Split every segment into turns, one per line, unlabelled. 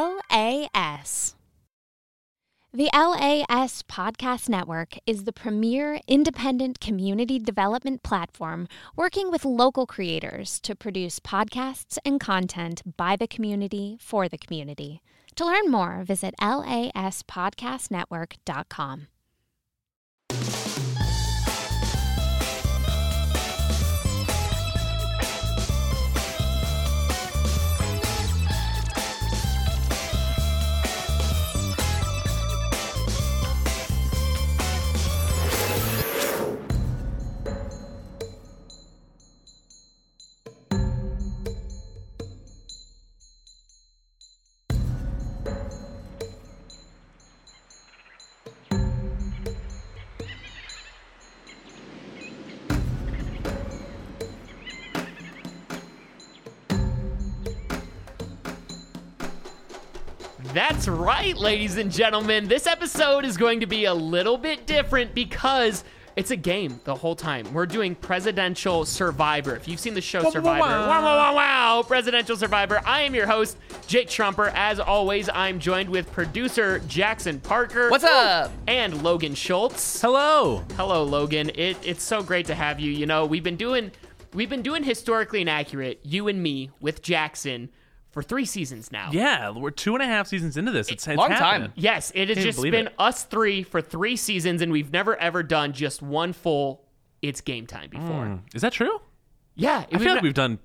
LAS. The LAS Podcast Network is the premier independent community development platform working with local creators to produce podcasts and content by the community for the community. To learn more, visit laspodcastnetwork.com.
That's right, ladies and gentlemen. This episode is going to be a little bit different because it's a game the whole time. We're doing Presidential Survivor. If you've seen the show Survivor, wow, wow, wow, wow, Presidential Survivor. I am your host, Jake Trumper. As always, I'm joined with producer Jackson Parker.
What's up?
And Logan Schultz.
Hello.
Hello, Logan. It, it's so great to have you. You know, we've been doing we've been doing historically inaccurate, you and me, with Jackson for three seasons now.
Yeah, we're two and a half seasons into this. It's, it's
Long
happening.
time.
Yes, it has
Can't
just
believe
been
it.
us three for three seasons, and we've never ever done just one full "It's Game Time" before.
Is that true?
Yeah,
Hmm. I feel like we've done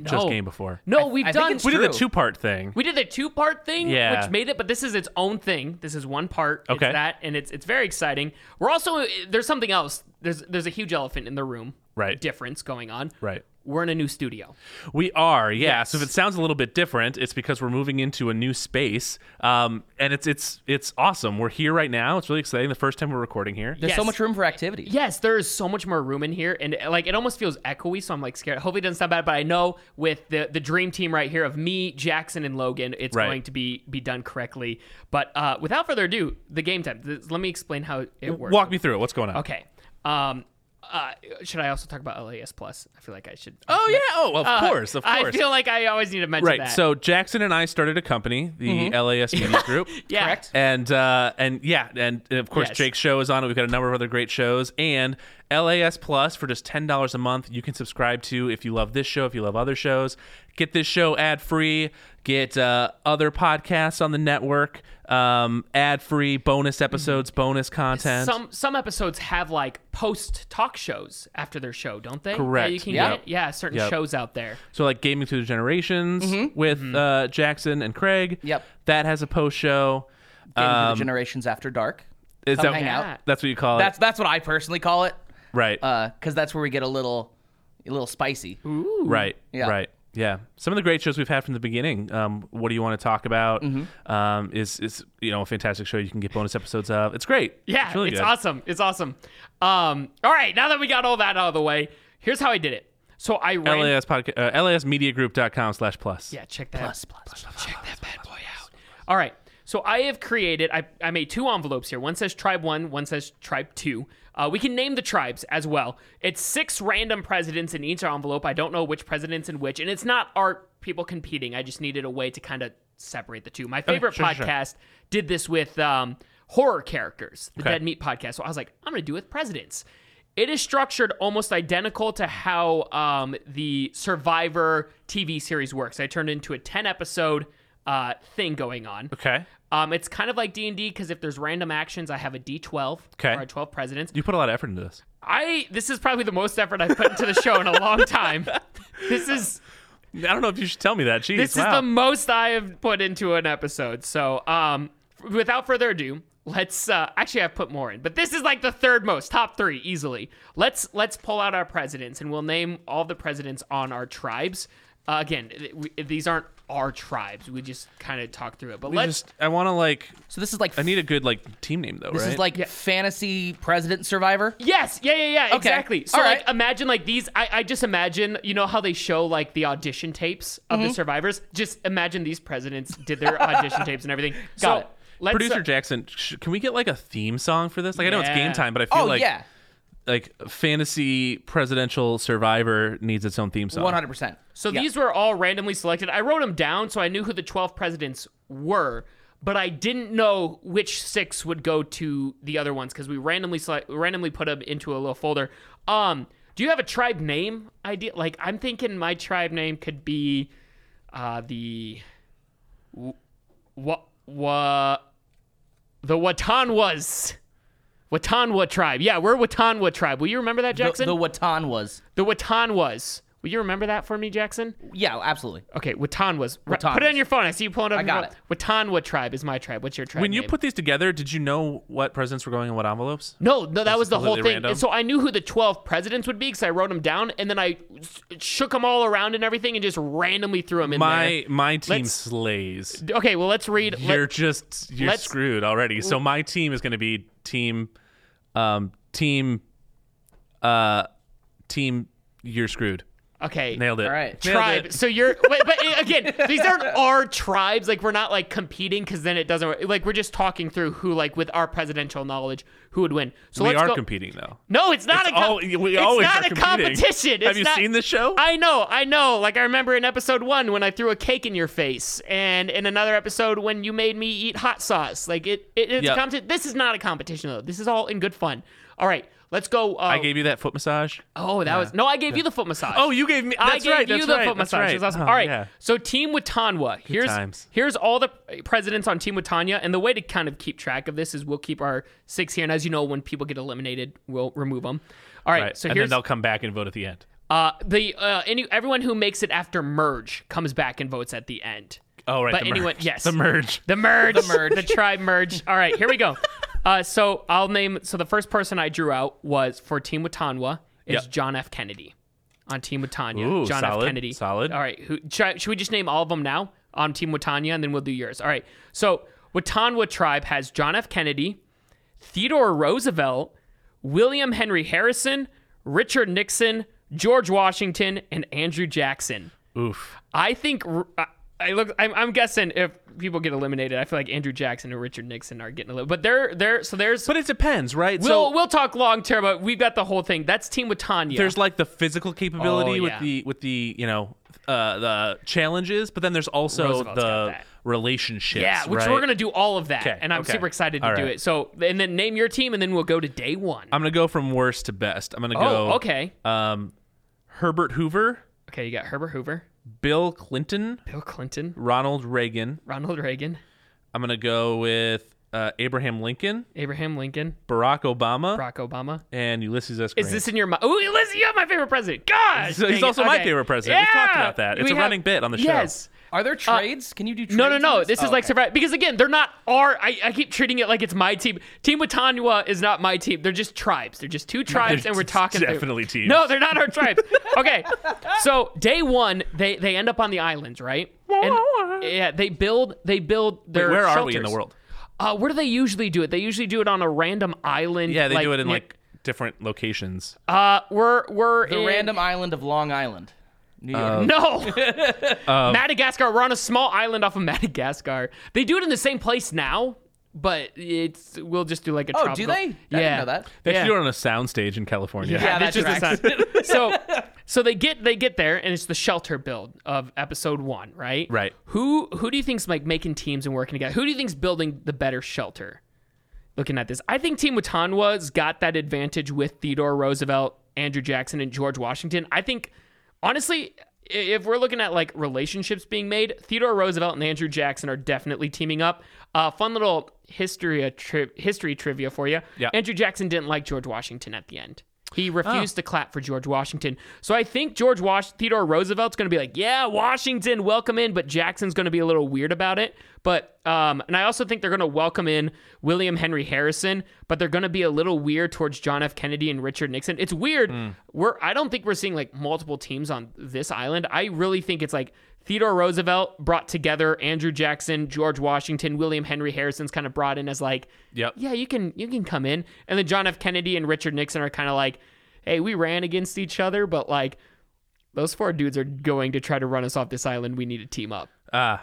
just
No.
game before.
no, we've
I think
done
it's
we did
true.
the two part thing.
we did the two part thing,
Yeah.
which made it. But this is its own thing. This is one part. It's
Okay.
that and it's it's very exciting. We're also uh, there's something else. There's there's a huge elephant in the room.
Right.
difference going on.
Right.
We're in a new studio.
We are, yeah.
Yes.
So if it sounds a little bit different, it's because we're moving into a new space, um, and it's it's it's awesome. We're here right now. It's really exciting. The first time we're recording here.
There's so
Yes.
much room for activity.
Yes, there is so much more room in here, and like it almost feels echoey, so I'm like scared. Hopefully, it doesn't sound bad, but I know with the the dream team right here of me, Jackson, and Logan, it's
Right.
going to be be done correctly. But uh, without further ado, the game time. Th- let me explain how it works.
Walk me through it. What's going on?
Okay. Um, uh, should I also talk about LAS Plus? I feel like I should. Uh,
Oh yeah. Oh, of course, of
I
course.
feel like I always need to mention
right.
that.
So Jackson and I started a company, the LAS Media Group.
yeah.
Correct?
and uh, and yeah, and, and of course
Yes.
Jake's show is on it. We've got a number of other great shows, and LAS Plus for just ten dollars a month, you can subscribe to if you love this show, if you love other shows. Get this show ad free. Get uh, other podcasts on the network, um, ad free, bonus
Mm-hmm.
episodes, bonus content.
Some some episodes have like post talk shows after their show, don't they?
Correct.
Yeah, you can
Yep.
get yeah certain
Yep.
shows out there.
so like Gaming Through the Generations with Uh, Jackson and Craig.
Mm-hmm. Yep.
that has a post show.
Game for the generations after dark.
Is
Come
that
hang out.
that's what you call
That's Uh,
it?
that's what I personally call it,
Right.
because that's where we get a little, a little spicy.
Right.
Yeah.
Right. Yeah. Some of the great shows we've had from the beginning. Um, what do you want to talk about?
Mm-hmm.
Um, is is you know a fantastic show you can get bonus episodes of. It's great.
Yeah,
It's really good.
awesome. It's awesome. Um, all right, now that we got all that out of the way, here's how I did it. So I ran.
LAS podcast, uh, lasmediagroup.com slash plus.
Yeah, check that. Plus, plus, plus, check that bad boy out. All right. So I have created. I, I made two envelopes here. One says Tribe One. One says Tribe Two. Uh, we can name the tribes as well. It's six random presidents in each envelope. I don't know which presidents and which, and it's not our people competing. I just needed a way to kind of separate the two. My favorite
sure, sure, sure.
podcast did this with um, horror characters, the
Okay.
Dead Meat podcast. So I was like, I'm going to do it with presidents. It is structured almost identical to how um, the Survivor TV series works. I turned it into a 10 episode uh, thing going on.
Okay.
Um, it's kind of like D and D because if there's random actions, I have a D twelve
Okay.
or a twelve presidents.
You put a lot of effort into this.
I this is probably the most effort I've put into the show in a long time. This is
I don't know if you should tell me that. Jeez.
this is
wow.
the most I have put into an episode. So, um, f- without further ado, let's uh, actually I've put more in, but this is like the third most, top three easily. Let's let's pull out our presidents, and we'll name all the presidents on our tribes. Uh, again, th- we, these aren't our tribes. We just kind of talk through it, but
We
let's
just- I want to like.
So this is like
I need a good like team name though.
this
right?
is like fantasy president survivor.
Yes, yeah, yeah, yeah, exactly. So
All
like
right.
imagine like these I, I just imagine, you know how they show like the audition tapes of
Mm-hmm.
the survivors? Just imagine these presidents did their audition tapes and everything. so
it.
let's
producer
uh,
Jackson. Sh- can we get like a theme song for this? Like I know it's
Yeah.
game time, but I feel
Oh
like
yeah,
like fantasy presidential survivor needs its own theme song.
One hundred percent.
So these were all randomly selected. I wrote them down so I knew who the 12 presidents were, but I didn't know which six would go to the other ones because we randomly select, randomly put them into a little folder. Um, do you have a tribe name idea? Like I'm thinking my tribe name could be uh, the what what the Watanwas. Watanwa tribe. Yeah, we're Watanwa tribe. Will you remember that,
The,
Jackson?
the Watan was.
The Watanwas. Will you remember that for me, Jackson?
Yeah, absolutely.
Okay, Watanwas. Right,
Watanwas.
Put it on your phone. I see you pulling it up.
I
your
got
phone. Watanwa tribe is my tribe. What's your tribe?
when you
name?
put these together, did you know what presidents were going in what envelopes?
No, no, that was the whole
completely
thing.
random?
And so I knew who the 12 presidents would be because I wrote them down and then I s- shook them all around and everything and just randomly threw them in
My my team
Let's-
slays.
there. Okay, well, let's read.
You're
Let,
just you're
let's-
screwed already. So my team is going to be team, um, team, uh, team. You're screwed.
okay.
Nailed it.
All right.
Nailed
Tribe.
it.
So you're, wait, but uh, again, these aren't our tribes. Like we're not like competing because then it doesn't. work. Like we're just talking through who, like with our presidential knowledge, who would win. So
we
let's
are
go.
competing though.
No, it's not
It's
a com-
all- we
it's
always
not
are
a
competing.
competition. It's
Have you
not-
seen this show?
I know, I know. Like I remember in episode one when I threw a cake in your face, and in another episode when you made me eat hot sauce. Like it, it it's
Yeah.
a competition. This is not a competition though. This is all in good fun. All right, let's go. Uh,
I gave you that foot massage.
oh, that was no, I gave you the foot massage.
Oh, you gave me.
I
That's
gave
right.
you
that's
the
right,
foot
that's
massage.
right.
That's awesome.
Oh,
all right.
yeah.
So Team Watanwa. Here's
times.
here's all the presidents on Team Watanya, and the way to kind of keep track of this is we'll keep our six here, and as you know, when people get eliminated, we'll remove them. All right.
Right.
So
and
here's
then they'll come back and vote at the end.
uh, the uh, any everyone who makes it after merge comes back and votes at the end.
Oh, right.
But
the
anyone,
merge.
yes,
The merge.
the merge, the
merge.
tribe merge. All right, here we go. Uh, so I'll name. So the first person I drew out was for Team Watanwa is
Yep.
John F. Kennedy on Team Watanya.
Ooh,
John
solid,
F. Kennedy,
solid.
All right, who try, should we just name all of them now on Team Watanya and then we'll do yours? All right. So Watanwa tribe has John F. Kennedy, Theodore Roosevelt, William Henry Harrison, Richard Nixon, George Washington, and Andrew Jackson.
Oof.
I think r- I- I look. I'm, I'm guessing if people get eliminated, I feel like Andrew Jackson and Richard Nixon are getting eliminated. But they're they're so there's.
But it depends, right?
we'll
so
we'll talk long term, but we've got the whole thing. That's Team Watanya.
there's like the physical capability
Oh,
with
yeah.
the with the you know uh, the challenges, but then there's also
Roosevelt's got
the
that.
relationships.
yeah, which
right?
we're gonna do all of that,
Okay,
and I'm
okay.
super excited to
All
do
right.
it. So and then name your team, and then we'll go to day one.
I'm gonna go from worst to best. I'm gonna
oh,
go.
okay,
Um, Herbert Hoover,
okay. You got Herbert Hoover,
Bill Clinton,
Bill Clinton,
Ronald Reagan.
Ronald Reagan,
I'm gonna go with uh, Abraham Lincoln,
Abraham Lincoln,
Barack Obama,
Barack Obama.
and Ulysses S. Grant.
Is this in your mind? Oh, listen, you have my favorite president. Gosh,
So
dang
he's
it.
also my
Okay.
favorite president. We've talked
Yeah!
about that. It's
We
a
have-
running bit on the show.
Yes.
Are there trades? Can you do trades?
No, no,
on
no. This
Oh,
is like
okay.
survive because again, they're not our. I, I keep treating it like it's my team. Team Watanwa is not my team. They're just tribes. They're just two tribes, and we're talking through-
definitely teams.
No, they're not our tribes. Okay, so day one, they they end up on the islands, right? And, yeah, they build they build
Wait,
their.
where are we in the
shelters.
world?
Uh, where do they usually do it? They usually do it on a random island.
Yeah, they do it in
near-
like different locations.
Uh, we're we're
the
in,
random island of Long Island, New York.
No, Uh,
Um,
Madagascar. We're on a small island off of Madagascar. They do it in the same place now, but it's we'll just do like a.
oh, do
tropical-
they? I
yeah,
didn't know that.
They
yeah.
actually do it on a soundstage in California.
Yeah,
This
that
is the sign. so, so they get they get there, and it's the shelter build of episode one, right?
Right.
Who who do you think's like making teams and working together? Who do you think's building the better shelter? Looking at this, I think Team Watanwa's got that advantage with Theodore Roosevelt, Andrew Jackson, and George Washington. I think, honestly, i- if we're looking at like relationships being made, Theodore Roosevelt and Andrew Jackson are definitely teaming up. Uh, fun little history uh, tri- history trivia for you.
Yeah.
Andrew Jackson didn't like George Washington at the end. He refused to clap for George Washington. So I think George Wash Theodore Roosevelt's going to be like, "Yeah, Washington, welcome in," but Jackson's going to be a little weird about it. But um, and I also think they're going to welcome in William Henry Harrison, but they're going to be a little weird towards John F. Kennedy and Richard Nixon. It's weird. We're I don't think we're seeing like multiple teams on this island. I really think it's like Theodore Roosevelt brought together Andrew Jackson, George Washington, William Henry Harrison's kind of brought in as like,
Yep.
yeah, you can you can come in. And then John F. Kennedy and Richard Nixon are kind of like, hey, we ran against each other, but like those four dudes are going to try to run us off this island. We need to team up.
Ah,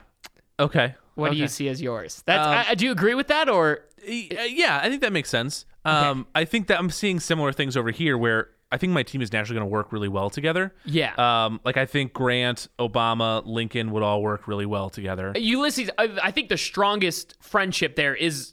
okay.
What do you
Okay.
Um, see as yours? That's I, I- do you agree with that or
Y- uh, Yeah, I think that makes sense. Um, I think that I'm seeing similar things over here where I think my team is naturally going to work really well together.
Yeah.
Um, like I think Grant, Obama, Lincoln would all work really well together.
Uh, Ulysses, I, I think the strongest friendship there is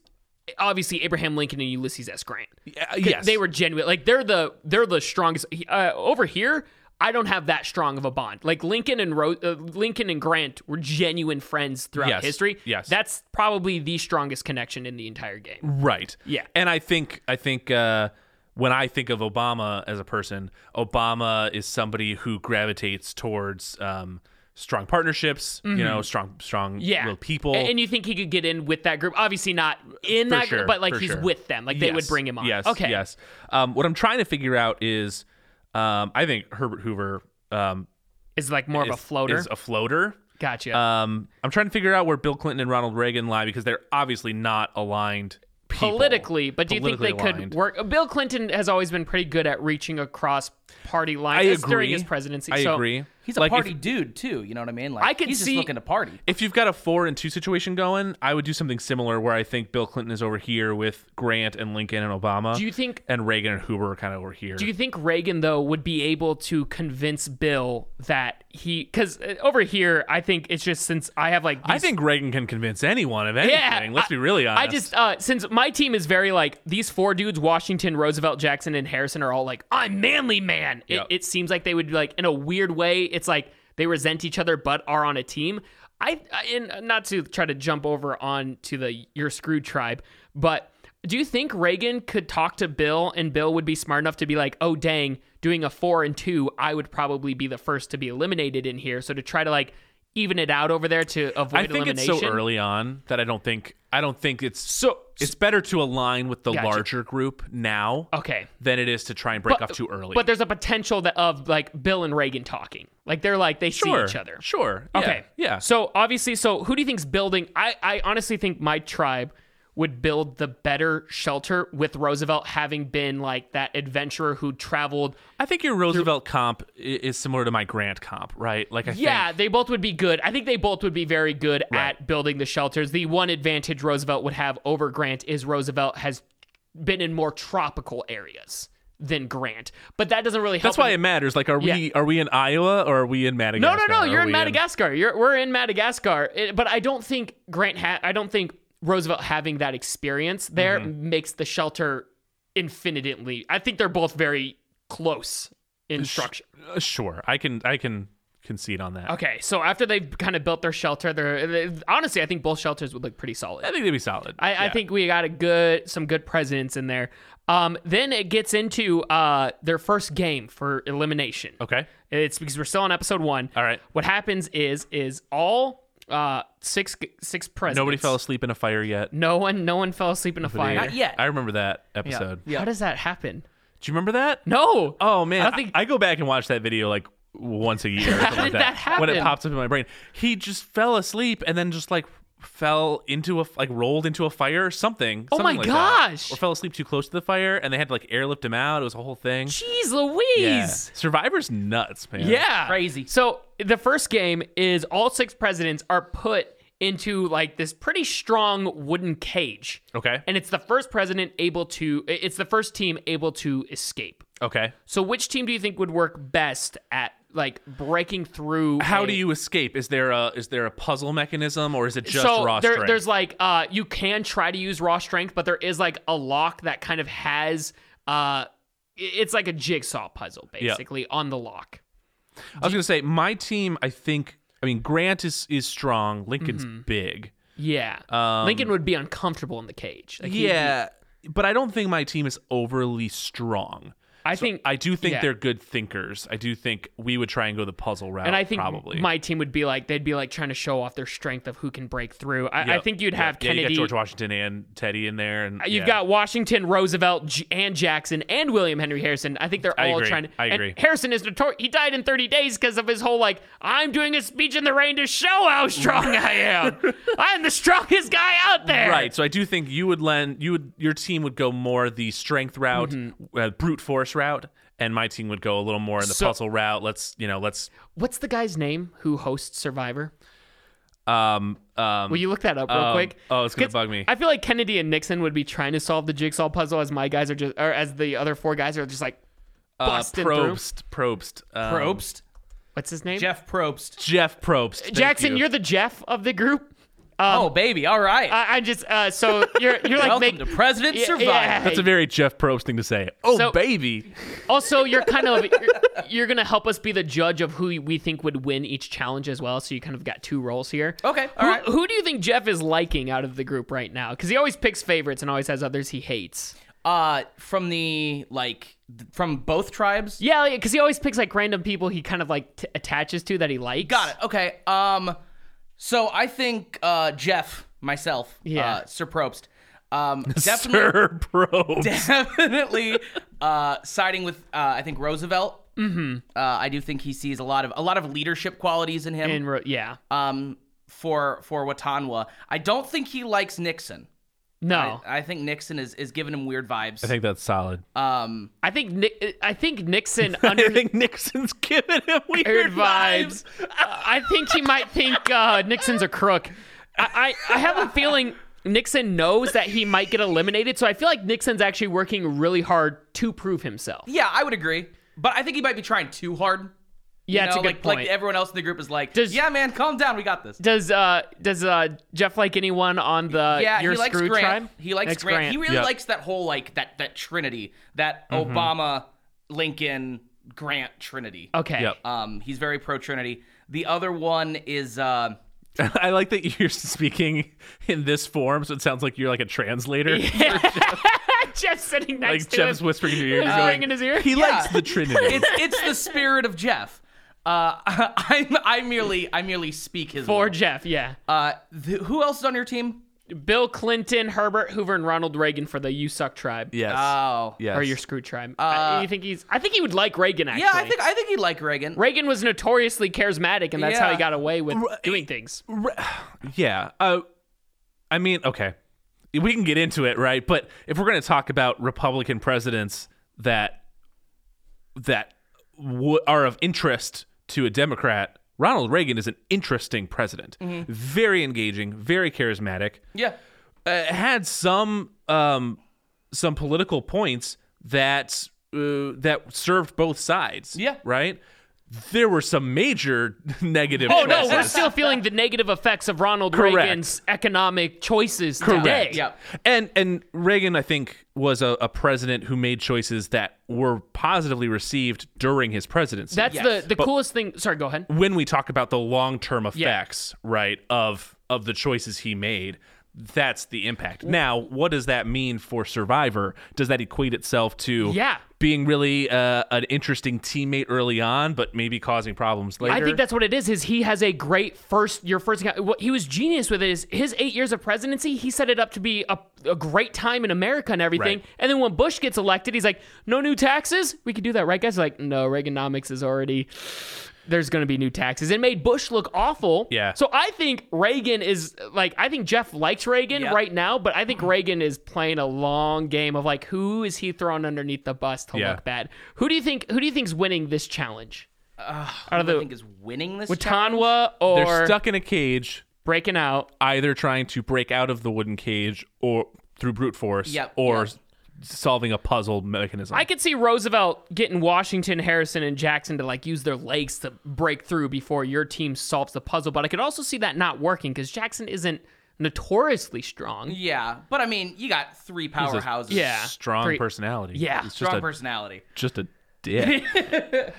obviously Abraham Lincoln and Ulysses S. Grant.
Yeah,
'Cause
Uh, yes.
they were genuine. Like they're the they're the strongest. Uh, over here, I don't have that strong of a bond. Like Lincoln and Ro- uh, Lincoln and Grant were genuine friends throughout
Yes,
history.
yes.
that's probably the strongest connection in the entire game.
Right.
Yeah.
And I think I think uh, when I think of Obama as a person, Obama is somebody who gravitates towards um, strong partnerships. You know, strong strong
Mm-hmm. Yeah,
real people.
A- And, you think he could get in with that group? Obviously not in
For
that
sure,
group, but like
for
he's
sure.
with them. Like they would
Yes,
bring him on.
Yes.
Okay.
Yes. Um, what I'm trying to figure out is, um, I think Herbert Hoover um,
Is like more of a
is-
floater.
Is uh, a floater.
gotcha.
Um, I'm trying to figure out where Bill Clinton and Ronald Reagan lie because they're obviously not aligned people.
politically, but do you think they
Politically
could
aligned.
work? Bill Clinton has always been pretty good at reaching across party
I
lines
agree.
it's during his presidency.
I
so
agree.
He's a
Like, if-
party dude too. You know what I mean? Like
I could
he's
see-
just looking to party.
if you've got a four and two situation going, I would do something similar where I think Bill Clinton is over here with Grant and Lincoln and Obama.
Do you think?
and Reagan and Hoover are kind of over here?
Do you think Reagan though would be able to convince Bill that he? Because over here, I think it's just since I have like
I
these-
think Reagan can convince anyone of anything.
Yeah,
Let's
I-
be really honest.
I just uh since my team is very like these four dudes Washington Roosevelt Jackson and Harrison are all like I'm manly man. It,
Yep.
it seems like they would be like in a weird way. It's like they resent each other but are on a team. I I- and not to try to jump over on to the your screwed tribe, but do you think Reagan could talk to Bill and Bill would be smart enough to be like, oh dang, doing a four and two, I would probably be the first to be eliminated in here. So to try to like even it out over there to avoid
I think it's
elimination.
so early on that I don't think I don't think it's
So
it's better to align with the
Gotcha.
larger group now
okay.
than it is to try and break up too early.
But there's a potential that of like Bill and Reagan talking. Like they're like they
sure,
see each other.
Sure.
Okay.
Yeah. yeah.
So obviously, so who do you think's building? I I honestly think my tribe would build the better shelter with Roosevelt having been like that adventurer who traveled.
I think your Roosevelt comp i- is similar to my Grant comp, right? Like I
Yeah,
think
they both would be good. I think they both would be very good
Right.
at building the shelters. The one advantage Roosevelt would have over Grant is Roosevelt has been in more tropical areas than Grant. But that doesn't really help.
that's
him-
why it matters. Like, are we are we in Iowa or are we in
No,
Madagascar?
no, no.
Are
You're in
we
Madagascar. You're we're in Madagascar. It- but I don't think Grant. Ha- I don't think Roosevelt having that experience there
Mm-hmm.
makes the shelter infinitely. I think they're both very close in structure.
Uh, sure, I can I can concede on that.
Okay, so after they've kind of built their shelter, they're they- honestly, I think both shelters would look pretty solid.
I think they'd be solid.
I, I
Yeah.
think we got a good some good presidents in there. Um, then it gets into uh, their first game for elimination.
Okay.
It's because we're still on episode one.
All right.
What happens is is all uh six six presidents.
Nobody fell asleep in a fire yet.
No one no one fell asleep in a fire.
Not yet.
I remember that episode.
Yeah.
How does that happen?
Do you remember that?
No.
Oh man,
I
I,
don't think-
I go back and watch that video like once a year. Or something like
did
that,
that
When it
happen?
pops up in my brain, he just fell asleep and then just like fell into a like rolled into a fire or something.
Oh my
something like that.
gosh.
Or fell asleep too close to the fire and they had to like airlift him out. It was a whole thing.
Jeez Louise.
Survivor's nuts, man.
Yeah.
Crazy.
So the first game is all six presidents are put into like this pretty strong wooden cage.
Okay.
And it's the first president able to it's the first team able to escape.
Okay.
So which team do you think would work best at like breaking through
How
a-
do you escape? Is there a is there a puzzle mechanism or is it just
so
raw
there,
strength?
there's like uh you can try to use raw strength but there is like a lock that kind of has uh i- it's like a jigsaw puzzle basically on the lock
I was gonna say my team. I think. I mean, Grant is is strong. Lincoln's
Mm-hmm.
big.
yeah
Um,
lincoln would be uncomfortable in the cage Like, he'd be-
yeah, but I don't think my team is overly strong.
i think
I do think
yeah.
they're good thinkers. I do think we would try and go the puzzle route.
and I think
probably.
my team would be like they'd be like trying to show off their strength of who can break through. I, I
Yep.
think you'd
Yeah.
have
Yeah, you got
Kennedy,
George Washington, and Teddy in there, and
You've
yeah.
got Washington, Roosevelt, J- and Jackson, and William Henry Harrison. I think they're
I
all
agree.
trying to.
I
and
agree.
Harrison is notorious. He died in 30 days because of his whole like, I'm doing a speech in the rain to show how strong I am. I'm the strongest guy out there.
right. So I do think you would lend you would your team would go more the strength route, uh, brute force route, and my team would go a little more in the
Mm-hmm. So-
puzzle route. Let's you know let's
What's the guy's name who hosts Survivor?
Um, um,
Will you look that up real
um,
quick?
Oh, it's gonna
'Cause
bug me.
I feel like Kennedy and Nixon would be trying to solve the jigsaw puzzle as my guys are just, or as the other four guys are just like
Uh,
busting through.
Probst. Probst. um,
Probst,
What's his name?
Jeff Probst.
Jeff Probst. Thank
Jackson,
you.
you. are the Jeff of the group.
oh baby, all right.
I, I'm just uh, so you're you're like
Welcome
make,
to President
Yeah,
Survivor.
yeah.
That's a very Jeff Probst thing to say. Oh,
So-
baby.
Also, you're kind of you're, you're gonna help us be the judge of who we think would win each challenge as well. So you kind of got two roles here.
Okay,
who,
all right.
Who do you think Jeff is liking out of the group right now? Because he always picks favorites and always has others he hates.
Uh, from the like th- from both tribes.
Yeah, because he always picks like random people he kind of like t- attaches to that he likes.
Got it. Okay. Um, so I think uh Jeff myself.
Yeah.
Uh, Sir Probst. Um, definitely,
Sir Probst.
definitely uh, siding with uh, I think Roosevelt. Mm-hmm. Uh, I do think he sees a lot of a lot of leadership qualities in him.
And ro- yeah,
um, for for Watanwa. I don't think he likes Nixon.
no, I,
I think Nixon is is giving him weird vibes.
I think that's solid.
um,
think Nick, I think Nixon
I
under
think Nixon's giving him weird,
weird vibes. I I think he might think uh, Nixon's a crook. I, I, I have a feeling Nixon knows that he might get eliminated, so I feel like Nixon's actually working really hard to prove himself.
yeah, I would agree, but I think he might be trying too hard. You
Yeah, it's a
know,
good
like,
point.
Like everyone else in the group is like,
Does-
yeah, man, calm down, we got this.
does uh does uh Jeff like anyone on the
yeah,
your
he likes
screw
Grant.
tribe?
He likes Grant. He really
Yeah.
likes that whole like that that trinity, that
Mm-hmm.
Obama, Lincoln, Grant trinity.
okay.
Yep.
Um, he's very pro Trinity. The other one is uh,
I like that you're speaking in this form, so it sounds like you're like a translator.
Jeff's sitting next
Like
to
Jeff's
him.
whispering in your ear.
He's
He's going,
ringing his ear.
He
Yeah.
likes the Trinity.
it's it's the spirit of Jeff. Uh, I I merely I merely speak his
for
will.
Jeff, yeah.
Uh, th- who else is on your team?
Bill Clinton, Herbert Hoover, and Ronald Reagan for the You Suck tribe.
yes.
Oh,
yes.
Or Uh, your screw tribe. Uh, you think he's? I think he would like Reagan actually.
yeah. I think I think he'd like Reagan.
Reagan was notoriously charismatic, and that's how he
Yeah.
got away with doing things.
Yeah. Uh, I mean, okay. We can get into it, right? But if we're going to talk about Republican presidents that that w- are of interest to a Democrat, Ronald Reagan is an interesting president.
Mm-hmm.
Very engaging, very charismatic.
yeah.
Uh, had some um, some political points that uh, that served both sides.
Yeah.
Right. There were some major negative.
Oh no, we're
choices.
still feeling the negative effects of Ronald
Correct.
Reagan's economic choices today.
Correct.
Yep.
And and Reagan, I think, was a, a president who made choices that were positively received during his presidency.
That's
Yes.
the the coolest thing. Sorry, go ahead.
when we talk about the long term effects, right, of of the choices he made. That's the impact. Now, what does that mean for Survivor? Does that equate itself to
Yeah.
being really uh, an interesting teammate early on, but maybe causing problems later?
I think that's what it is. Is he has a great first your first encounter- what he was genius with it is his eight years of presidency. He set it up to be a, a great time in America and everything.
Right.
And then when Bush gets elected, he's like, no new taxes. We could do that, right, guys? Like, no, Reaganomics is already. There's going to be new taxes. It made Bush look awful.
Yeah.
So I think Reagan is like I think Jeff likes Reagan
Yep.
right now, but I think Reagan is playing a long game of like who is he throwing underneath the bus to
Yeah.
look bad? Who do you think? Who do you think's winning this challenge?
Who
Out of
do I
the
think is winning this. challenge?
Tanwa
They're
or
stuck in a cage
breaking out.
either trying to break out of the wooden cage or through brute force
Yep,
or
yep.
s- solving a puzzle mechanism.
I could see Roosevelt getting Washington, Harrison, and Jackson to like use their legs to break through before your team solves the puzzle. But I could also see that not working because Jackson isn't notoriously strong.
Yeah, but I mean, you got three
He's a
powerhouses.
Yeah.
strong
Pre-
personality.
Yeah.
He's
Strong
just a,
personality.
just a dick.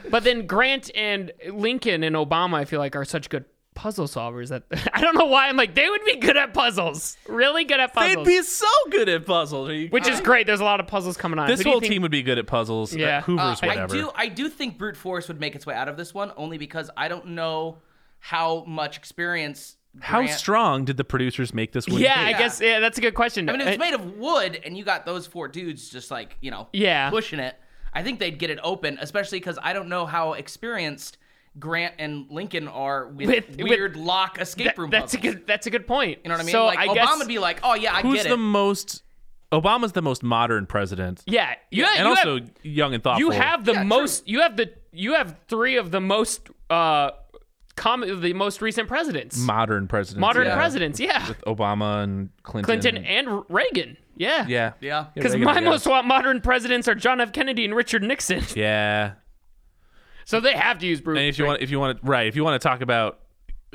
But then Grant and Lincoln and Obama, I feel like, are such good puzzle solvers that I don't know why I'm like they would be good at puzzles, really good at puzzles,
so good at puzzles. Are you
which is great. There's a lot of puzzles coming on.
this
Who do you
whole
think-
team would be good at puzzles.
Yeah.
Yeah, Hoover's
Uh, I
whatever.
do. I do think brute force would make its way out of this one, only because I don't know how much experience.
How
Grant-
strong did the producers make this? wooden
Yeah, I
cage?
Yeah.
guess yeah, that's a good question.
I mean, if
Uh,
it's made of wood, and you got those four dudes just like you know,
Yeah.
pushing it. I think they'd get it open, especially because I don't know how experienced Grant and Lincoln are with,
With- with-
weird lock escape
that-
room.
that's a
puzzles.
good that's a good point.
You know what I mean?
So
like
I
Obama
guess,
would be like, "Oh yeah, I
Who's
get
the
it."
most? Obama's the most modern president.
Yeah, you,
and
you
also
have,
young and thoughtful.
you have the most. You have the you have three of the most uh, com- the most recent presidents,
Modern presidents.
modern
yeah.
presidents. Yeah,
With Obama and Clinton.
Clinton and Reagan. Yeah,
yeah.
Yeah.
Because
Reagan,
my
yeah.
most want modern presidents are John F. Kennedy and Richard Nixon,
Yeah.
so they have to use Bruce.
And if you want, if you want to, right, if you want to talk about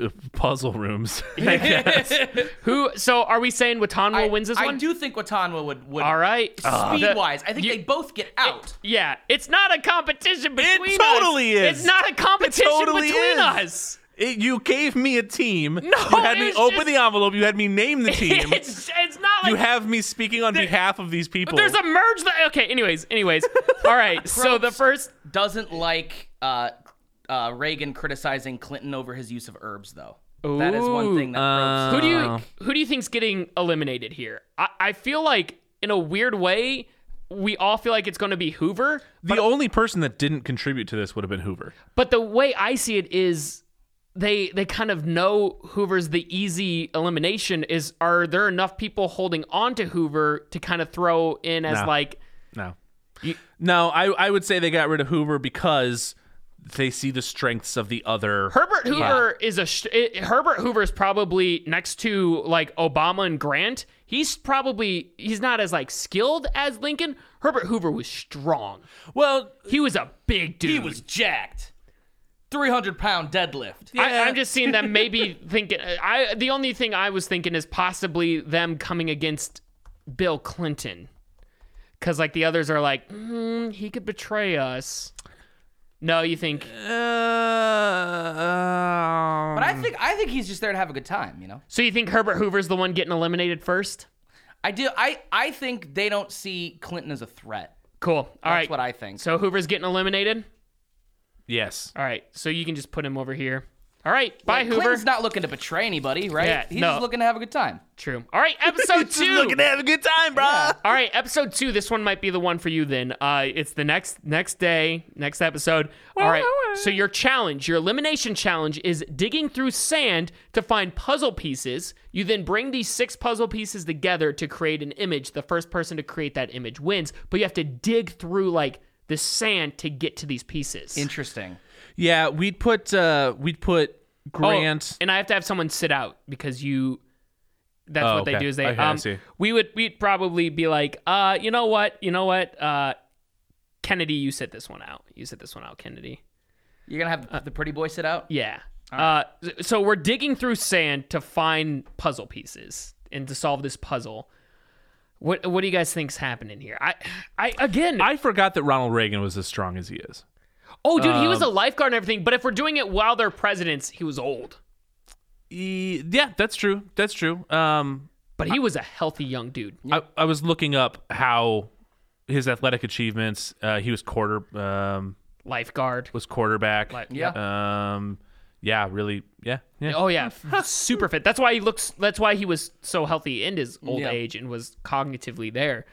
uh, puzzle rooms,
who? So are we saying Watan will
I,
wins this
I
one?
do think Watanwa would would
All right.
speed wise. I think
you-
they both get out.
Yeah, it's not a competition between us.
totally is.
It's not a competition
totally
between
is.
us.
It- you gave me a team. No, you had
it
me
was
open
just-
the envelope. You had me name the team.
It's, it's not like
you have me speaking on behalf of these people.
there's a merge. That, okay. Anyways, anyways. All right. so the first.
Doesn't like uh, uh, Reagan criticizing Clinton over his use of herbs though. that is
Ooh.
one thing that Rhodes-
Who do you who do you think's getting eliminated here? I, I feel like in a weird way we all feel like it's going to be Hoover,
the only person that didn't contribute to this would have been Hoover.
but the way I see it is they they kind of know Hoover's the easy elimination. Is are there enough people holding on to Hoover to kind of throw in as
No.
like
No. no, I, I would say they got rid of Hoover because they see the strengths of the other.
Herbert Hoover is a sh- it- Herbert Hoover is probably next to like Obama and Grant. He's probably he's not as like skilled as Lincoln. Herbert Hoover was strong.
well,
He was a big dude.
He was jacked. 300 pound deadlift.
I, I'm just seeing them maybe thinking. uh, I the only thing I was thinking is possibly them coming against Bill Clinton, because like the others are like "Mm, he could betray us. No, you think
uh, um,
But I think I think he's just there to have a good time, you know.
so? You think Herbert Hoover's the one getting eliminated first?
I do I I think they don't see Clinton as a threat.
Cool. All right.
That's what I think.
So Hoover's getting eliminated.
yes.
All right. So you can just put him over here. All right. Bye, Hoover.
Clinton's not looking to betray anybody, right?
Yeah,
he's
no.
just looking to have a good time.
True. All right. Episode
Just
two.
looking to have a good time, bro.
All right. Episode two. This one might be the one for you. Then. Uh, it's the next next day, next episode. All right. So your challenge, your elimination challenge, is digging through sand to find puzzle pieces. You then bring these six puzzle pieces together to create an image. The first person to create that image wins. But you have to dig through like the sand to get to these pieces.
Interesting.
Yeah, we'd put uh, we'd put
Oh,
Grant.
and I have to have someone sit out because you. That's
Oh,
what they
okay.
do. Is they
Okay, I
um,
see.
we would we'd probably be like, uh, you know what, you know what, uh, Kennedy, you sit this one out. You sit this one out, Kennedy.
You're going to have the- the pretty boy sit out?
Yeah. Uh, so we're digging through sand to find puzzle pieces and to solve this puzzle. What what do you guys think's happening here? I I again.
I forgot that Ronald Reagan was as strong as he is.
oh, dude, he was
um,
a lifeguard and everything. But if we're doing it while they're presidents, he was old.
E- Yeah, that's true. That's true. Um,
But he was a healthy young dude.
I, I was looking up how his athletic achievements. Uh, he was quarter um,
Lifeguard.
was quarterback.
Yeah.
Um, yeah, really. Yeah, yeah.
Oh yeah, f- super fit. That's why he looks. That's why he was so healthy in his old
Yeah.
age and was cognitively there.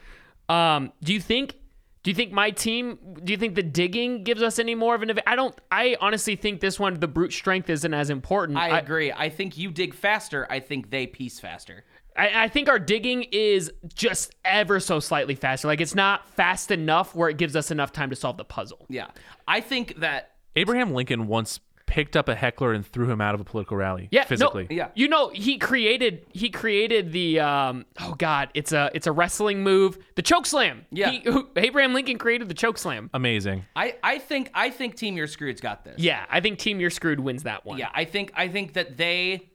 Um, do you think? Do you think my team? Do you think the digging gives us any more of an? adv- I don't. I honestly think this one, the brute strength, isn't as important.
I
I,
agree. I think you dig faster. I think they piece faster.
I, I think our digging is just ever so slightly faster. Like it's not fast enough where it gives us enough time to solve the puzzle.
Yeah. I think that
Abraham Lincoln once picked up a heckler and threw him out of a political rally.
Yeah, no,
physically.
Yeah.
You know, he created he created the um oh god, it's a it's a wrestling move, the choke slam.
Yeah.
He, who, Abraham Lincoln created the choke slam.
Amazing.
I I think I think Team Your Screwed's got this.
Yeah, I think Team You're Screwed wins that one.
Yeah, I think I think that they,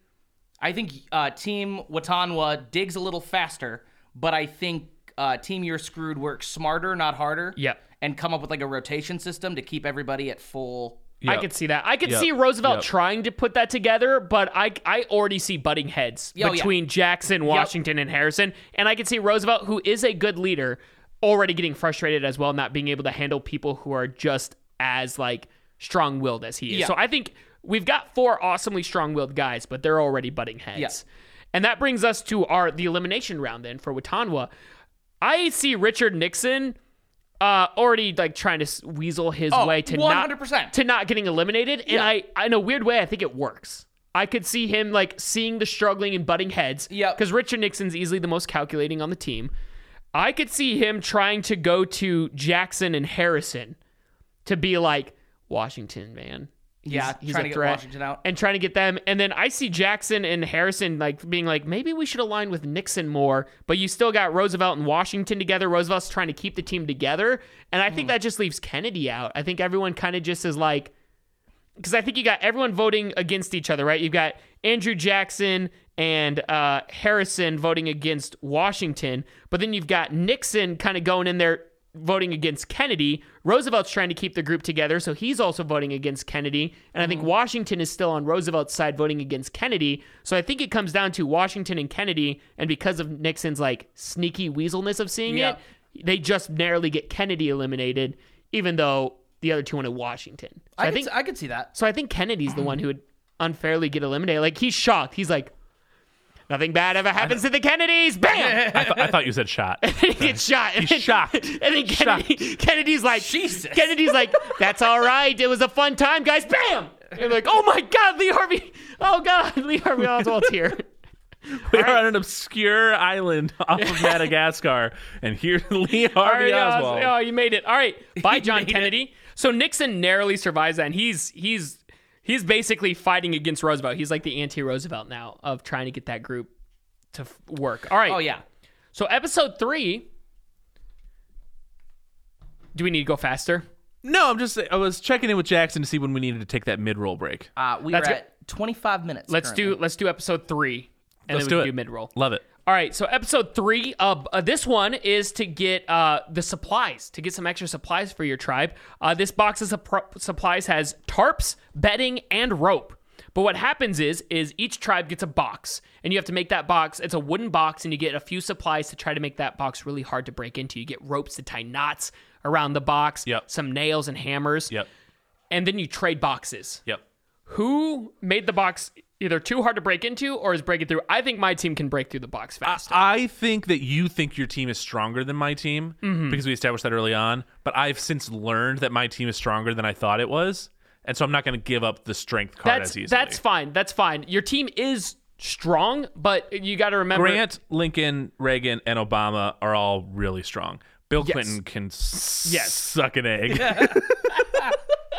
I think uh, Team Watanwa digs a little faster, but I think uh, Team You're Screwed works smarter, not harder.
Yep.
and come up with like a rotation system to keep everybody at full.
I
Yep.
could see that. I could
Yep.
see Roosevelt
Yep.
trying to put that together, but I I already see butting heads
Yeah, oh, yeah.
between Jackson, Washington, and Harrison, and I could see Roosevelt, who is a good leader, already getting frustrated as well, not being able to handle people who are just as like strong-willed as he is.
Yeah.
So I think we've got four awesomely strong-willed guys, but they're already butting heads. And that brings us to our the elimination round then for Watanwa. I see Richard Nixon uh, already like trying to s- weasel his
Oh,
way to
100%.
not to not getting eliminated. And I, in a weird way, I think it works. I could see him like seeing the struggling and butting heads.
Yep.
Because Richard Nixon's easily the most calculating on the team. I could see him trying to go to Jackson and Harrison to be like Washington, man. He's,
Yeah,
he's
trying
a
to get
threat.
Washington out.
and trying to get them. And then I see Jackson and Harrison like being like, maybe we should align with Nixon more. But you still got Roosevelt and Washington together. Roosevelt's trying to keep the team together, and I think that just leaves Kennedy out. I think everyone kind of just is like, because I think you got everyone voting against each other, right? You've got Andrew Jackson and uh, Harrison voting against Washington, but then you've got Nixon kind of going in there voting against Kennedy. Roosevelt's trying to keep the group together, so he's also voting against Kennedy. And I think
Mm-hmm.
Washington is still on Roosevelt's side voting against Kennedy. So I think it comes down to Washington and Kennedy, and because of Nixon's like sneaky weaselness of seeing
Yeah.
it, they just narrowly get Kennedy eliminated, even though the other two wanted Washington. So
I, could think I could see that.
so I think Kennedy's the one who would unfairly get eliminated. Like he's shocked. He's like, nothing bad ever happens to the Kennedys. Bam!
I, th- I thought you said shot.
he gets shot. And
He's
then-
shocked.
And then Kennedy, Kennedy's like,
Jesus.
Kennedy's like, that's all right. It was a fun time, guys. Bam! And they're like, oh my God, Lee Harvey. Oh God, Lee Harvey Oswald's here.
We are on an obscure island off of Madagascar, and here's Lee Harvey
Harvey Os-
Oswald.
Oh, you made it. All right. Bye, John Kennedy. So Nixon narrowly survives that, and he's he's he's basically fighting against Roosevelt. He's like the anti-Roosevelt now of trying to get that group to f- work. All right.
Oh yeah.
So episode three. Do we need to go faster?
No, I'm just. I was checking in with Jackson to see when we needed to take that mid roll break.
Uh, we
That's
are
good.
at 25 minutes.
Let's do let's do episode three, and
Let's
then we can
do it.
do mid-roll.
Love it.
All right, so episode three. Uh, uh, this one is to get uh, the supplies, to get some extra supplies for your tribe. Uh, this box of sup- supplies has tarps, bedding, and rope. But what happens is, is each tribe gets a box, and you have to make that box. It's a wooden box, and you get a few supplies to try to make that box really hard to break into. You get ropes to tie knots around the box,
Yep.
some nails and hammers,
Yep.
and then you trade boxes.
Yep.
Who made the box either too hard to break into or is breaking through? I think my team can break through the box fast.
I think that you think your team is stronger than my team because we established that early on. But I've since learned that my team is stronger than I thought it was, and so I'm not going to give up the strength card
that's
as easily.
that's fine. That's fine. Your team is strong, but you got to remember
Grant, Lincoln, Reagan, and Obama are all really strong. Bill
Yes.
Clinton can s-
Yes.
suck an egg.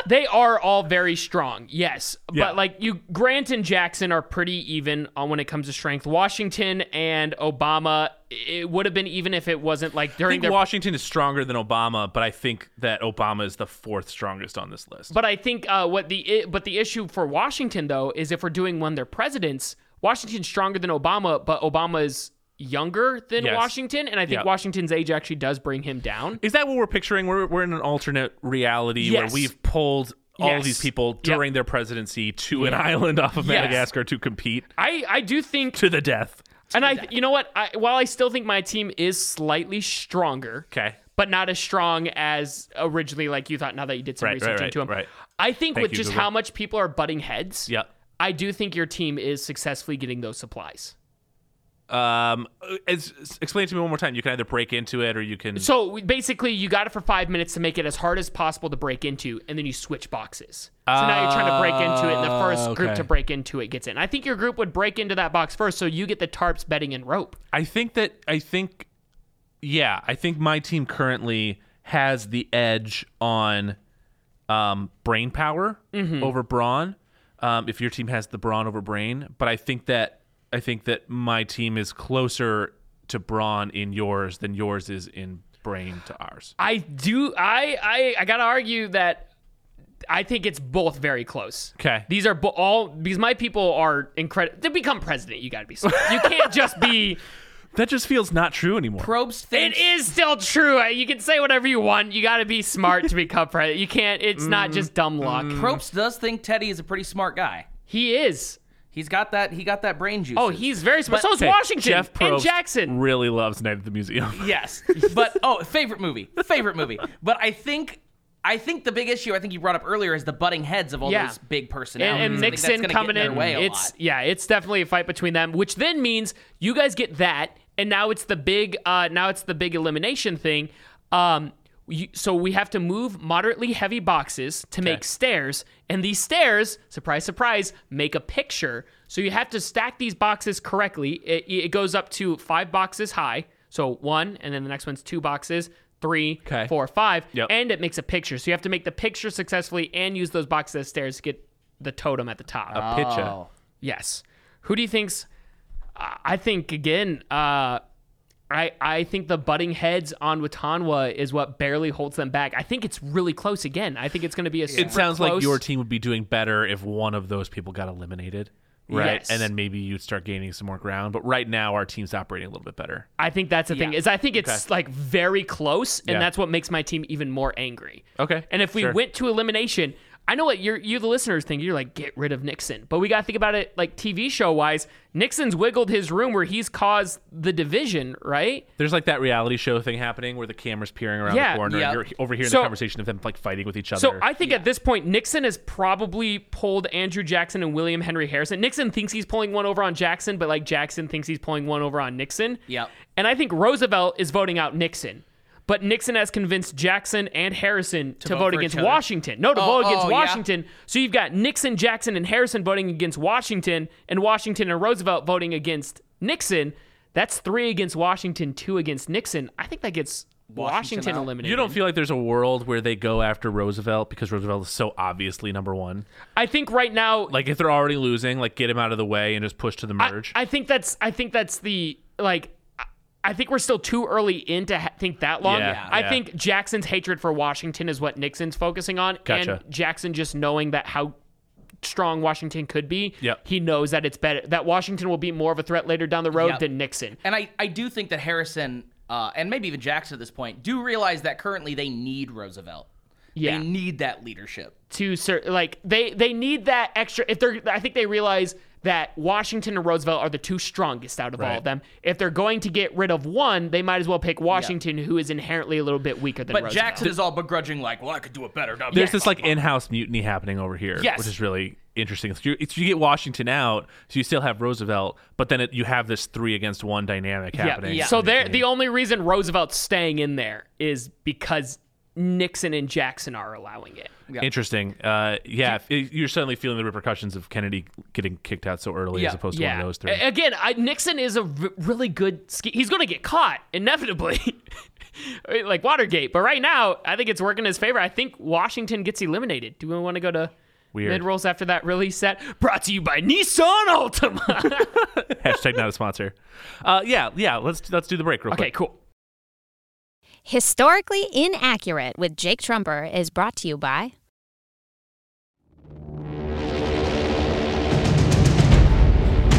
they are all very strong. Yes,
Yeah.
but like you, Grant and Jackson are pretty even on when it comes to strength. Washington and Obama, it would have been even if it wasn't like
I
during
think
their.
Washington is stronger than Obama, but I think that Obama is the fourth strongest on this list.
but I think uh, what the i- but the issue for Washington though is if we're doing one of their presidents, Washington's stronger than Obama, but Obama is younger than
Yes.
Washington, and I think
Yeah.
Washington's age actually does bring him down.
Is that what we're picturing? We're, we're in an alternate reality
Yes.
where we've pulled all
Yes.
these people
Yep.
during their presidency to an island off of
Yes.
Madagascar to compete
I I do think
to the death.
And I, you know what? I, while I still think my team is slightly stronger,
Okay.
but not as strong as originally, like you thought. Now that you did some
Right,
research
right, right,
into them,
right.
I think
Thank
with
you,
just
Google.
how much people are butting heads,
Yep.
I do think your team is successfully getting those supplies.
Um, as, explain to me one more time. You can either break into it or you can.
So we- basically, you got it for five minutes to make it as hard as possible to break into, and then you switch boxes. So now you're trying to break into it, and the first group
Ah, okay.
to break into it gets in. I think your group would break into that box first, so you get the tarps, bedding, and rope.
I think that I think yeah, I think my team currently has the edge on um, brain power
Mm-hmm.
over brawn. Um, if your team has the brawn over brain, but I think that I think that my team is closer to brawn in yours than yours is in brain to ours.
I do. I I I gotta argue that I think it's both very close.
Okay.
These are bo- all because my people are incredible. To become president, you gotta be. Smart. You can't just be.
That just feels not true anymore.
Probes
It
thinks
is still true. You can say whatever you want. You gotta be smart to become president. You can't. It's
Mm,
not just dumb luck.
Probes does think Teddy is a pretty smart guy.
He is.
He's got that. He got that brain juice.
Oh, he's very smart.
But-
so is
Okay,
Washington
Jeff
and
Probst
Jackson.
really loves Night at the Museum.
yes. But oh, favorite movie. Favorite movie. But I think. I think the big issue I think you brought up earlier is the butting heads of all
Yeah.
those big personalities.
and, and
I think that's
Nixon
gonna get
coming
in,
in.
their way a
it's
lot.
yeah, it's definitely a fight between them, which then means you guys get that, and now it's the big uh, now it's the big elimination thing. Um, you, so we have to move moderately heavy boxes to make stairs, and these stairs, surprise, surprise, make a picture. So you have to stack these boxes correctly. It, it goes up to five boxes high. So one, and then the next one's two boxes, three,
Okay.
four, five,
Yep.
and it makes a picture. So you have to make the picture successfully and use those boxes as stairs to get the totem at the top.
A pitcha.
Yes. Who do you think's? I I think again. Uh, I I think the butting heads on Watanwa is what barely holds them back. I think it's really close again. I think it's going to be a.
It sounds like your team would be doing better if one of those people got eliminated, right?
Yes.
And then maybe you'd start gaining some more ground. But right now, our team's operating a little bit better.
I think that's the thing
Yeah.
is I think it's like very close, and
Yeah.
that's what makes my team even more angry.
Okay,
And if we
sure.
went to elimination, I know what you're you the listeners think. You're like get rid of Nixon, but we got to think about it like TV show wise. Nixon's wiggled his room where he's caused the division, right?
There's like that reality show thing happening where the camera's peering around
Yeah.
the corner
Yep.
and you're overhearing
So-
the conversation of them like fighting with each other.
So I think at this point, Nixon has probably pulled Andrew Jackson and William Henry Harrison. Nixon thinks he's pulling one over on Jackson, but like Jackson thinks he's pulling one over on Nixon.
Yep.
And I think Roosevelt is voting out Nixon. But Nixon has convinced Jackson and Harrison to,
vote
vote
for
against
each other.
Washington. No, to
Oh,
vote against
oh, yeah.
Washington. So you've got Nixon, Jackson, and Harrison voting against Washington, and Washington and Roosevelt voting against Nixon. That's three against Washington, two against Nixon. I think that gets
Washington
Washington,
out.
eliminated.
you don't feel like there's a world where they go after Roosevelt because Roosevelt is so obviously number one.
I think right now
Like if they're already losing, like get him out of the way and just push to the
I-
merge.
I, think that's I think that's the like I- I think we're still too early in to ha- think that long.
Yeah,
I
yeah.
think Jackson's hatred for Washington is what Nixon's focusing on,
Gotcha.
and Jackson just knowing that how strong Washington could be.
Yep.
he knows that it's better that Washington will be more of a threat later down the road
Yep.
than Nixon.
And I, I do think that Harrison uh, and maybe even Jackson at this point do realize that currently they need Roosevelt.
Yeah.
They need that leadership.
to cer like they they need that extra if they're I think they realize that Washington and Roosevelt are the two strongest out of all of
Right.
them. If they're going to get rid of one, they might as well pick Washington, who is inherently a little bit weaker than
But
Roosevelt.
Jackson is all begrudging, like, well, I could do it better.
there's this like in-house mutiny happening over here,
Yes.
which is really interesting. So you, it's, you get Washington out, so you still have Roosevelt, but then it, you have this three against one dynamic happening.
yeah.
So there the only reason Roosevelt's staying in there is because Nixon and Jackson are allowing it.
Yeah.
Interesting. Uh, yeah, if- if you're suddenly feeling the repercussions of Kennedy getting kicked out so early
Yeah,
as opposed to
Yeah.
one of those three.
A- Again, I, Nixon is a r- really good ski. He's going to get caught inevitably, like Watergate. But right now, I think it's working in his favor. I think Washington gets eliminated. Do we want to go to
Weird.
mid rolls after that really set? Brought to you by Nissan Altima.
Hashtag not a sponsor. Uh, yeah, yeah. Let's let's do the break real
okay,
quick.
cool.
Historically Inaccurate with Jake Trumper is brought to you by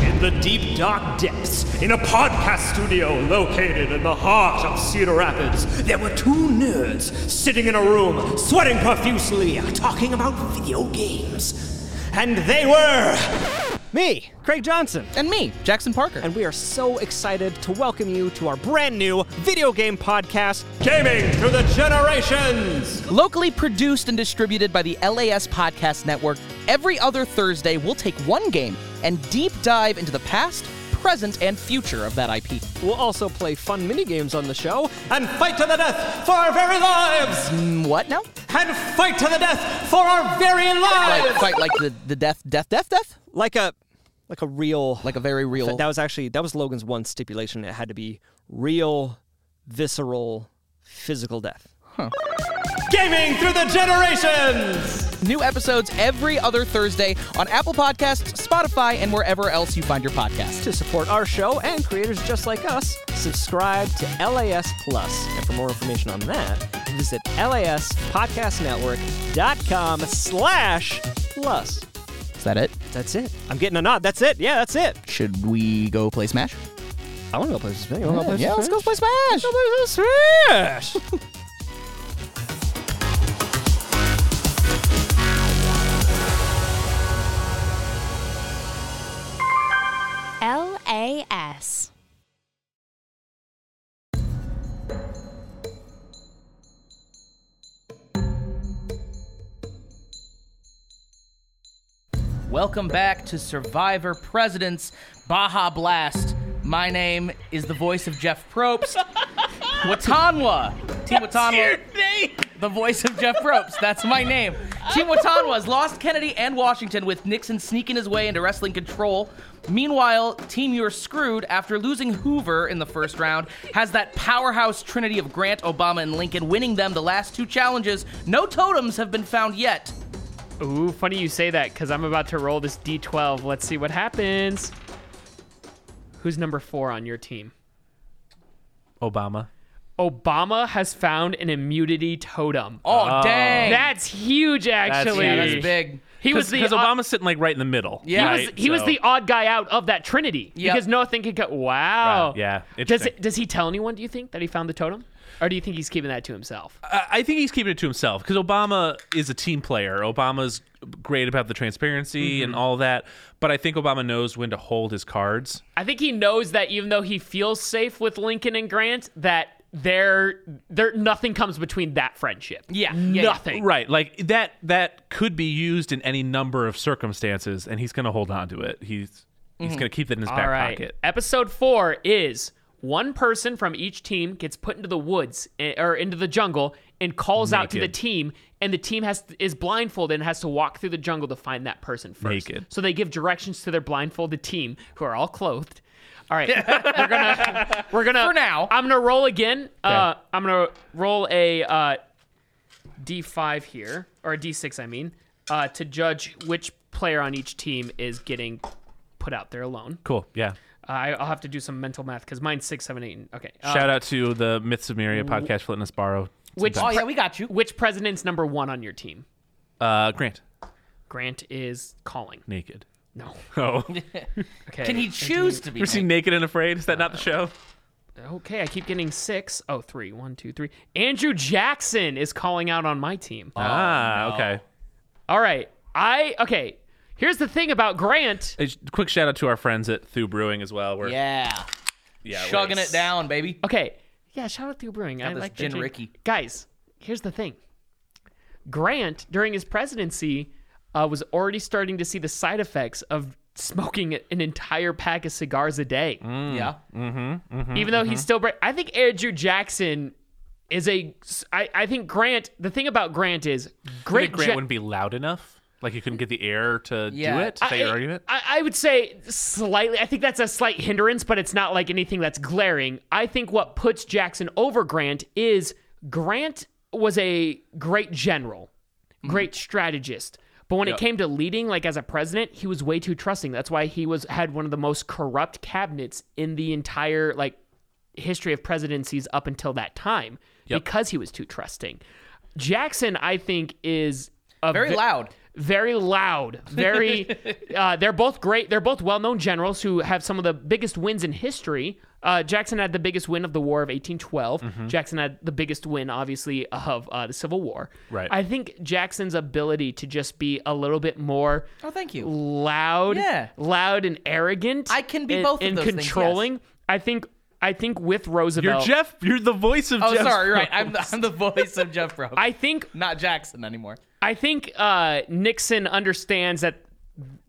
In the deep, dark depths, in a podcast studio located in the heart of Cedar Rapids, there were two nerds sitting in a room, sweating profusely, talking about video games. And they were. Me, Craig Johnson.
And me, Jackson Parker.
And we are so excited to welcome you to our brand new video game podcast, Gaming to the Generations!
Locally produced and distributed by the LAS Podcast Network, every other Thursday we'll take one game and deep dive into the past, present, and future of that IP.
We'll also play fun minigames on the show and fight to the death for our very lives!
What now?
and fight to the death for our very
Like
lives.
fight like the, the death death death death?
Like a, like a real.
Like a very real
that was actually that was Logan's one stipulation. It had to be real, visceral, physical death. Gaming through the generations.
new episodes every other Thursday on Apple Podcasts, Spotify, and wherever else you find your podcast.
To support our show and creators just like us, subscribe to LAS Plus. And for more information on that, visit laspodcastnetwork.com slash plus.
Is that it?
That's it. I'm getting a nod. That's it. Yeah, that's it.
Should we go play Smash?
I want to go play Smash. You wanna go play
yeah, let's
Smash?
go play Smash.
Smash!
LAS.
Welcome back to Survivor Presidents Baja Blast. My name is the voice of Jeff Probst. Watanwa. Team Watanwa. The voice of Jeff Probst. That's my name. Team Watanwa has lost Kennedy and Washington with Nixon sneaking his way into wrestling control. Meanwhile, Team You're Screwed, after losing Hoover in the first round, has that powerhouse trinity of Grant, Obama, and Lincoln winning them the last two challenges. No totems have been found yet.
Ooh, funny you say that because I'm about to roll this d12. Let's see what happens. Who's number four on your team?
Obama.
Obama has found an immunity totem. Uh,
Oh,
Oh.
dang.
that's huge, actually.
yeah, that's big.
He was the
because
odd-
Obama's sitting like right in the middle.
Yeah.
he was,
right?
he was
So-
the odd guy out of that trinity
Yep.
because nothing could go. Wow.
Right, yeah,
Does
interesting.
it, does he tell anyone? Do you think that he found the totem, or do you think he's keeping that to himself?
I I think he's keeping it to himself because Obama is a team player. Obama's great about the transparency
Mm-hmm.
and all that, but I think Obama knows when to hold his cards.
I think he knows that even though he feels safe with Lincoln and Grant, that there there nothing comes between that friendship.
Yeah, yeah, yeah.
nothing.
Right, like that that could be used in any number of circumstances, and he's going to hold on to it. He's he's going to keep that in his back
Mm-hmm. All right.
pocket.
Episode four is one person from each team gets put into the woods eh, or into the jungle and calls out to the
Naked.
team, and the team has is blindfolded and has to walk through the jungle to find that person first.
Naked.
So they give directions to their blindfolded team, who are all clothed. All right, we're gonna we're gonna
For now.
I'm gonna roll again. Uh, I'm gonna roll a uh, d5 here or a d6, I mean, uh, to judge which player on each team is getting put out there alone.
Cool, yeah.
I, I'll have to do some mental math because mine's six, seven, eight. and- Okay. Uh,
Shout out to the Myths of Myria podcast for letting us borrow. some
which
time.
Oh, yeah, we got you.
which president's number one on your team?
uh, Grant
Grant is calling.
naked?
No.
Oh,
Okay.
Can he choose to be?
you seen Naked and Afraid? Is that not the show?
Oh, Okay, I keep getting six. Oh, three. One, two, three. Andrew Jackson is calling out on my team.
ah, okay.
All right. I okay. Here's the thing about Grant.
A sh- quick shout out to our friends at Thu Brewing as well. We're
Yeah.
yeah, we're-
Chugging it down, baby.
Okay. Yeah, shout out to Brewing. I
this
like their
gin
gin.
Ricky.
Guys, here's the thing. Grant, during his presidency, uh, was already starting to see the side effects of smoking an entire pack of cigars a day.
Mm. Yeah.
Mm. Even though he's still, bra- I think Andrew Jackson is a. I, I think Grant. The thing about Grant is
Grant,
great.
Grant
gen-
wouldn't be loud enough. Like you couldn't get the air to
Yeah.
do it. To say your argument.
I, I would say slightly. I think that's a slight hindrance, but it's not like anything that's glaring. I think what puts Jackson over Grant is Grant was a great general,
Mm-hmm.
great strategist. But when it came to leading, like as a president, he was way too trusting. That's why he was had one of the most corrupt cabinets in the entire like history of presidencies up until that time because he was too trusting. Jackson, I think, is a
Very
ve-
loud.
very loud very uh, they're both great they're both well-known generals who have some of the biggest wins in history uh, jackson had the biggest win of the war of 1812
Mm-hmm.
jackson had the biggest win obviously of uh, the civil war
Right.
i think jackson's ability to just be a little bit more
Oh, thank you.
loud
Yeah.
loud and arrogant
I can be
and,
both of
and
those things, yes.
controlling i think i think with
You're
roosevelt
Jeff. You're the voice of
Oh,
Jeff.
sorry. You're right. I'm the, I'm the voice of Jeff Probst.
i think
Not Jackson anymore.
I think uh, Nixon understands that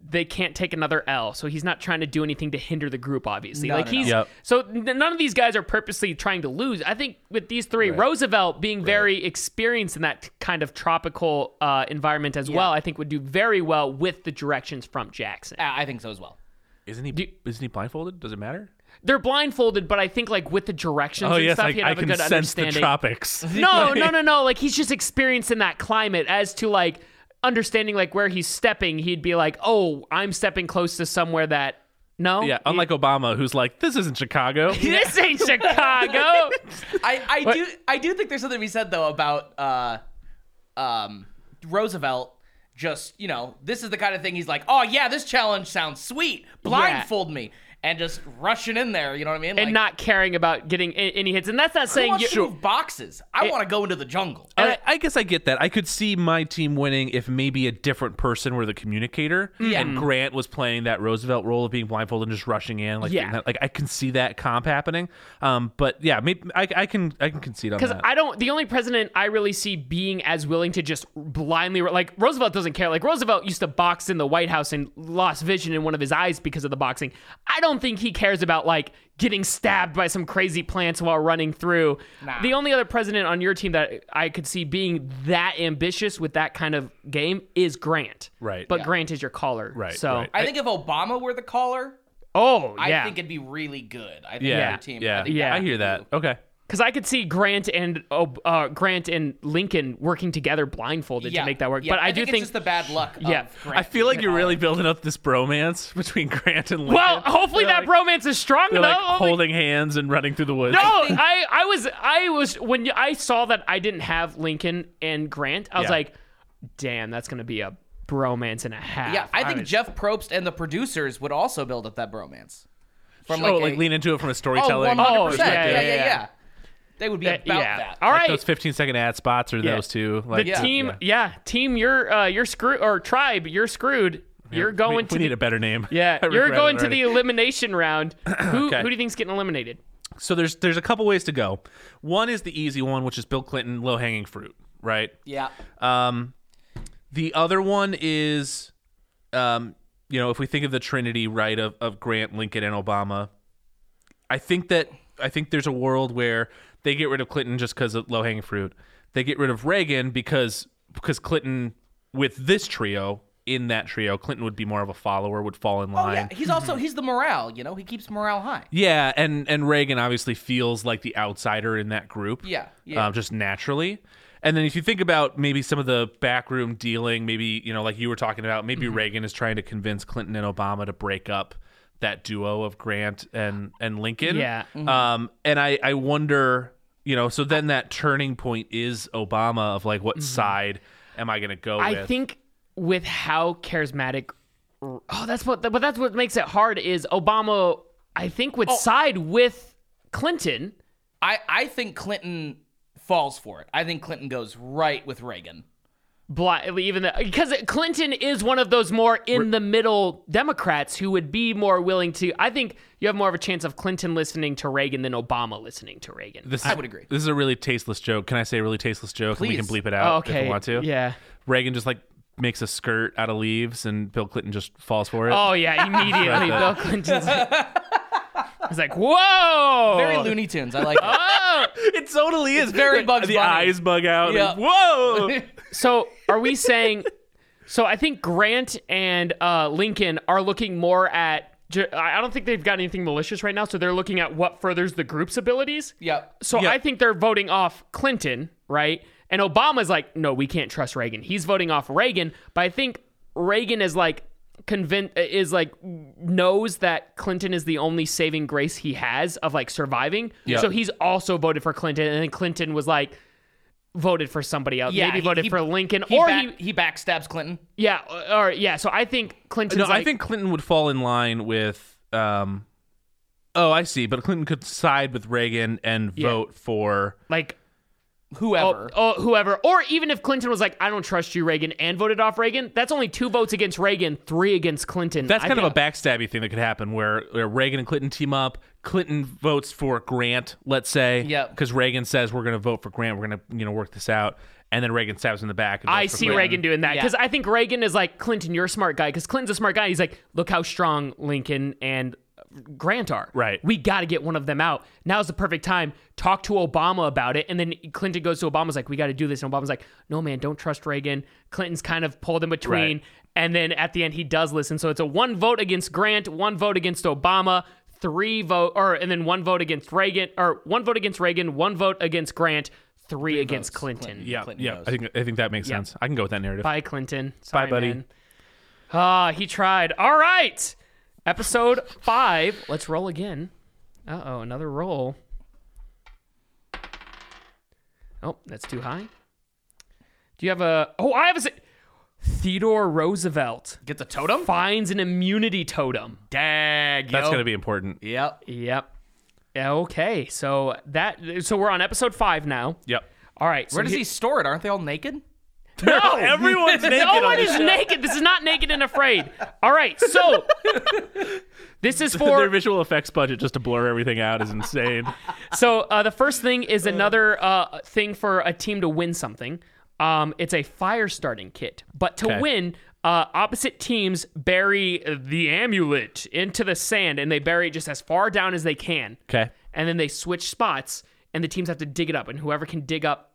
they can't take another L, so he's not trying to do anything to hinder the group. Obviously,
No,
like
no, no.
he's
Yep.
so n- none of these guys are purposely trying to lose. I think with these three, Roosevelt being very experienced in that kind of tropical uh, environment as well, I think would do very well with the directions from Jackson.
Ah, I I think so as well.
Isn't he? isn't he blindfolded? Does it matter?
They're blindfolded, but I think like with the directions
Oh
and
yes,
stuff,
I,
he'd
I
have a
can
good
sense the
understanding.
tropics.
No, no, no, no. Like he's just experiencing that climate as to like understanding like where he's stepping. He'd be like, "Oh, I'm stepping close to somewhere that no,
Yeah,
I'm
unlike Obama, who's like, this isn't Chicago.
this ain't Chicago."
I, I do I do think there's something to be said though about uh, um, Roosevelt. Just you know, this is the kind of thing he's like, oh yeah, this challenge sounds sweet. Blindfold me and just rushing in there. You know what I mean?
and not caring about getting a- any hits. And that's not saying
wants
you.
to move boxes. I want to go into the jungle.
And I, I guess I get that. I could see my team winning if maybe a different person were the communicator, and Grant was playing that Roosevelt role of being blindfolded and just rushing in. Like,
Yeah.
being that- like I can see that comp happening. Um, but yeah, maybe I, I can I can concede on
Because
that.
I don't, the only president I really see being as willing to just blindly, like Roosevelt doesn't care. Like Roosevelt used to box in the White House and lost vision in one of his eyes because of the boxing. I don't think he cares about like getting stabbed by some crazy plants while running through. The only other president on your team that I could see being that ambitious with that kind of game is Grant.
Right.
But
Yeah.
Grant is your caller.
Right,
So,
right.
I think if Obama were the caller,
oh,
I
yeah.
think it'd be really good. I think
yeah,
their team. I
yeah,
think
Yeah.
I hear that. Okay,
Because I could see Grant and oh, uh, Grant and Lincoln working together blindfolded to make that work.
Yeah,
but I, do
think,
think.
it's just the bad luck. of
Yeah.
I
Grant.
feel like you're really building up this bromance between Grant and Lincoln.
well, hopefully
They're
that
like-
bromance is strong
They're
enough.
like
Holy-
holding hands and running through the woods.
No, I, I was I was when I saw that I didn't have Lincoln and Grant, I was
Yeah.
like, damn, that's gonna be a bromance and a half.
Yeah, I think
mean,
Jeff Probst and the producers would also build up that bromance. From
oh,
a-
like lean into it from a
oh,
storytelling.
100%.
Oh, yeah,
yeah, yeah,
yeah,
yeah,
yeah.
They would be
that-
about
yeah.
that.
All right.
Those 15 second ad spots or
Yeah.
those two. Like
the team, yeah. team, you're uh, you're screwed or tribe, you're screwed. You're
We,
going to
we
the,
need a better name.
yeah,
I
you're
regret
going
it
to the
already.
elimination round. who
Okay.
who do you think's getting eliminated?
So there's there's a couple ways to go. One is the easy one, which is Bill Clinton, low hanging fruit, right?
Yeah.
Um, the other one is, um, you know, if we think of the Trinity, right, of, of Grant, Lincoln, and Obama, I think that I think there's a world where they get rid of Clinton just because of low hanging fruit. They get rid of Reagan because because Clinton with this trio in that trio, Clinton would be more of a follower, would fall in
Oh, yeah.
line.
He's also he's the morale, you know. He keeps morale high.
Yeah, and and Reagan obviously feels like the outsider in that group.
Yeah, yeah.
Um, just naturally. And then if you think about maybe some of the backroom dealing, maybe you know, like you were talking about, maybe Reagan is trying to convince Clinton and Obama to break up that duo of Grant and and Lincoln.
Yeah.
Um, and I I wonder, you know, so then that turning point is Obama of like, what side am I going to go
I
with?
think with how charismatic. Oh, that's what. But that's what makes it hard. Is Obama? I think would side with Clinton.
I I think Clinton falls for it. I think Clinton goes right with Reagan.
Bli even because Clinton is one of those more in the middle Democrats who would be more willing to. I think you have more of a chance of Clinton listening to Reagan than Obama listening to Reagan.
this
I
is-
would agree.
This is a really tasteless joke. Can I say a really tasteless joke? And we can
Please.
bleep it
Oh,
out uh, if
okay,
we want to.
yeah.
Reagan just like makes a skirt out of leaves, and Bill Clinton just falls for it.
Oh yeah, immediately Bill Clinton's. He's like, whoa.
Very Looney Tunes. I like it.
Oh!
it totally is.
very
Like,
Bugs
The
Bunny.
eyes bug out.
Yeah.
and whoa.
So are we saying? So I think Grant and uh, Lincoln are looking more at. ju- I I don't think they've got anything malicious right now, so they're looking at what furthers the group's abilities.
Yep.
So
Yeah.
I think they're voting off Clinton, right? And Obama's like, no, we can't trust Reagan. He's voting off Reagan, but I think Reagan is like convinced is like knows that Clinton is the only saving grace he has of like surviving.
Yeah.
So he's also voted for Clinton, and then Clinton was like voted for somebody else.
Yeah,
Maybe
he-
voted
he-
for Lincoln,
He
or
back-
he
he backstabs Clinton.
yeah, or yeah. So I think Clinton's
No, I
like-
think Clinton would fall in line with. Um, oh, I see. But Clinton could side with Reagan and vote for.
like
Whoever.
Oh, oh, whoever. Or even if Clinton was like, I don't trust you, Reagan, and voted off Reagan, that's only two votes against Reagan, three against Clinton.
That's
I
kind of a
think-
backstabby thing that could happen where, where Reagan and Clinton team up. Clinton votes for Grant, let's say.
Yep.
Because Reagan says we're going to vote for Grant. We're going to you know work this out, and then Reagan stabs him in the back. And
I
votes for
see
Clinton.
Reagan doing that
Yeah.
because I think Reagan is like Clinton. You're a smart guy because Clinton's a smart guy. He's like, look how strong Lincoln and Grant are.
Right.
We got to get one of them out. Now's the perfect time. Talk to Obama about it. And then Clinton goes to Obama's like, we got to do this. And Obama's like, no man, don't trust Reagan. Clinton's kind of pulled in between.
Right.
And then at the end, he does listen. So it's a one vote against Grant, one vote against Obama, three vote, or and then one vote against Reagan, or one vote against Reagan, one vote against Grant, three, against
votes.
Clinton.
Yeah,
Clinton
yeah.
goes.
I think I think that makes
Yeah.
sense. I can go with that narrative.
Bye, Clinton. Sorry,
buddy.
man. Ah, he tried. All right. Episode five. Let's roll again. Uh oh, another roll. Oh, that's too high. Do you have a? Oh, I have a. s- Theodore Roosevelt
Gets a totem.
finds an immunity totem.
Dag.
That's
yo.
going to be important.
Yep.
Yep. Okay, so that so we're on episode five now.
Yep.
All right. So
Where does
he-
he store it? Aren't they all naked?
No,
Oh, everyone's naked
No
on
one
the
is naked. This is not naked and afraid. All right, so this is
Their
for
visual effects budget just to blur everything out is insane.
so uh, the first thing is another uh, thing for a team to win something. Um, it's a fire starting kit, but to
Okay.
win, uh, opposite teams bury the amulet into the sand, and they bury it just as far down as they can.
Okay.
and then they switch spots, and the teams have to dig it up, and whoever can dig up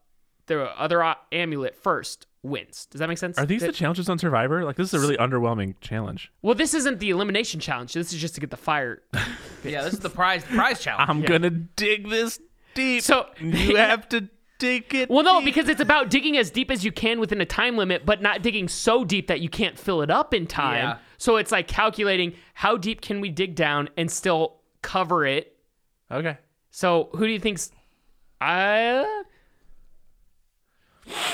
the other uh, amulet first wins. Does that make sense?
Are these
Th-
the challenges on Survivor? Like this is a really underwhelming challenge.
Well, this isn't the elimination challenge. This is just to get the fire. Um,
Yeah. This is the prize prize challenge.
I'm gonna dig this deep.
So-
you have to dig it.
Well, no,
deep.
because it's about digging as deep as you can within a time limit, but not digging so deep that you can't fill it up in time.
Yeah.
So it's like calculating how deep can we dig down and still cover it.
okay.
So who do you think's? I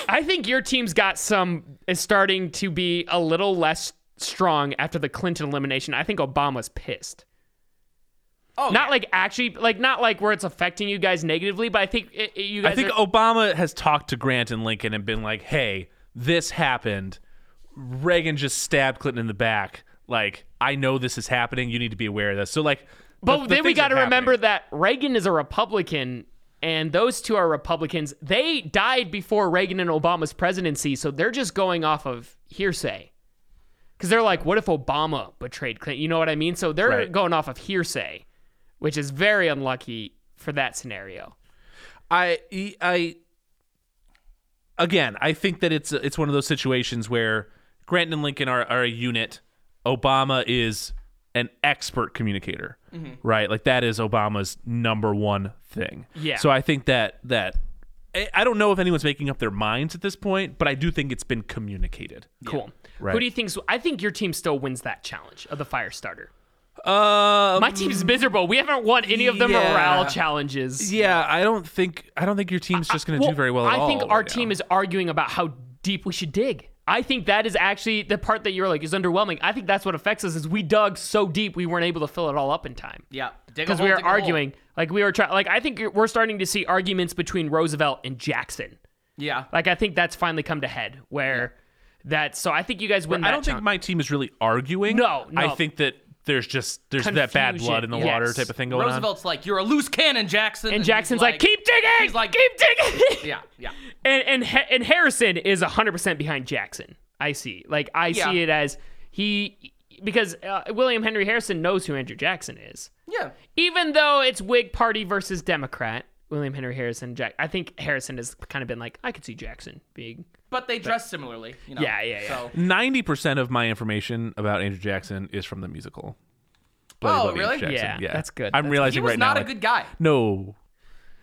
I think your team's got some is starting to be a little less strong after the Clinton elimination. I think Obama's pissed.
Oh,
not like actually, like not like where it's affecting you guys negatively, but I think it, it- you guys.
I think
are-
Obama has talked to Grant and Lincoln and been like, "Hey, this happened. Reagan just stabbed Clinton in the back. Like, I know this is happening. You need to be aware of this." So, like,
But then we got to remember
that
that Reagan is a Republican and those two are Republicans. They died before Reagan and Obama's presidency, so they're just going off of hearsay. Cuz they're like, what if Obama betrayed Clinton? You know what I mean? So they're
Right.
going off of hearsay, which is very unlucky for that scenario.
I e, I again, I think that it's it's one of those situations where Grant and Lincoln are, are a unit. Obama is an expert communicator,
Mm-hmm.
right? Like that is Obama's number one thing.
Yeah.
So I think that that I, I don't know if anyone's making up their minds at this point, but I do think it's been communicated.
Cool.
Right.
Who do you think I think your team still wins that challenge of the fire starter.
Um,
My team's miserable. We haven't won any of the
Yeah.
morale challenges.
yeah, I don't think I don't think your team's just going to
Well,
do very well at
I
all.
think our
right now.
team is arguing about how deep we should dig. I think that is actually the part that you're like is underwhelming. I think that's what affects us is we dug so deep we weren't able to fill it all up in time.
yeah, dig a
Because
hole,
we were
dig a hole.
arguing, like we were trying, like I think we're starting to see arguments between Roosevelt and Jackson.
Yeah,
Like I think that's finally come to head where that. So I think you guys win.
I
that
don't think
challenge.
my team is really arguing.
No, no.
I think that there's just there's that bad
Confusion,
blood in the
yes.
water type of thing going
Roosevelt's like you're a loose cannon, Jackson,
and
he's
Jackson's like, keep digging,
he's like-
keep digging.
yeah, yeah,
and and Ha- and Harrison is 100% behind Jackson. I see. Like I
Yeah.
see it as he because uh, William Henry Harrison knows who Andrew Jackson is.
yeah.
Even though it's Whig Party versus Democrat, William Henry Harrison Jack I think Harrison has kind of been like I could see Jackson being
But they dress similarly, you know.
Yeah, yeah, yeah.
So,
on. Ninety percent of my information about Andrew Jackson is from the musical. Bloody
Oh,
Bloody
really?
Andrew Jackson.
Yeah, that's good.
I'm
That's-
realizing
he was
right
not
now.
a
like,
good guy.
No.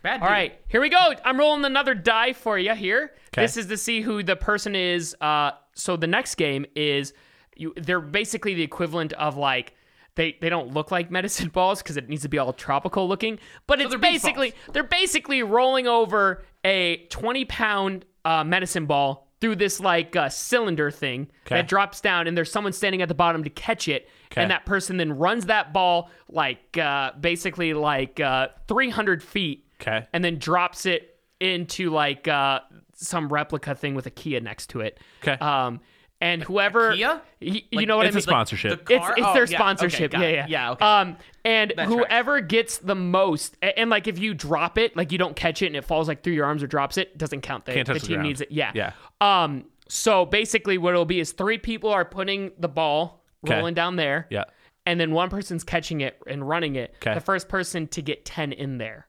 Bad. Dude.
All right, here we go. I'm rolling another die for you here.
'Kay.
This is to see who the person is. Uh, so the next game is you. They're basically the equivalent of like they they don't look like medicine balls because it needs to be all tropical looking. But it's
they're beach
basically they're basically rolling over a 20 pound uh, medicine ball through this like uh, cylinder thing
'Kay.
that drops down, and there's someone standing at the bottom to catch it.
Okay.
And that person then runs that ball like uh, basically like uh, 300 feet.
Okay.
And then drops it into like uh, some replica thing with a Kia next to it.
'Kay.
Um, and whoever
Kia?
Y- you know what
it's
I
a
mean?
sponsorship.
the
it's
car?
it's
Oh,
their
yeah, okay,
sponsorship.
got
yeah,
it.
yeah,
Yeah, okay.
Um, and
That tracks.
whoever gets the most, a- and like if you drop it, like you don't catch it and it falls like through your arms or drops it, doesn't count. The,
Can't touch
the
the
team
ground.
needs it. Yeah.
Yeah.
Um. So basically, what it'll be is three people are putting the ball
'Kay.
rolling down there.
Yeah.
And then one person's catching it and running it.
'Kay.
The first person to get ten in there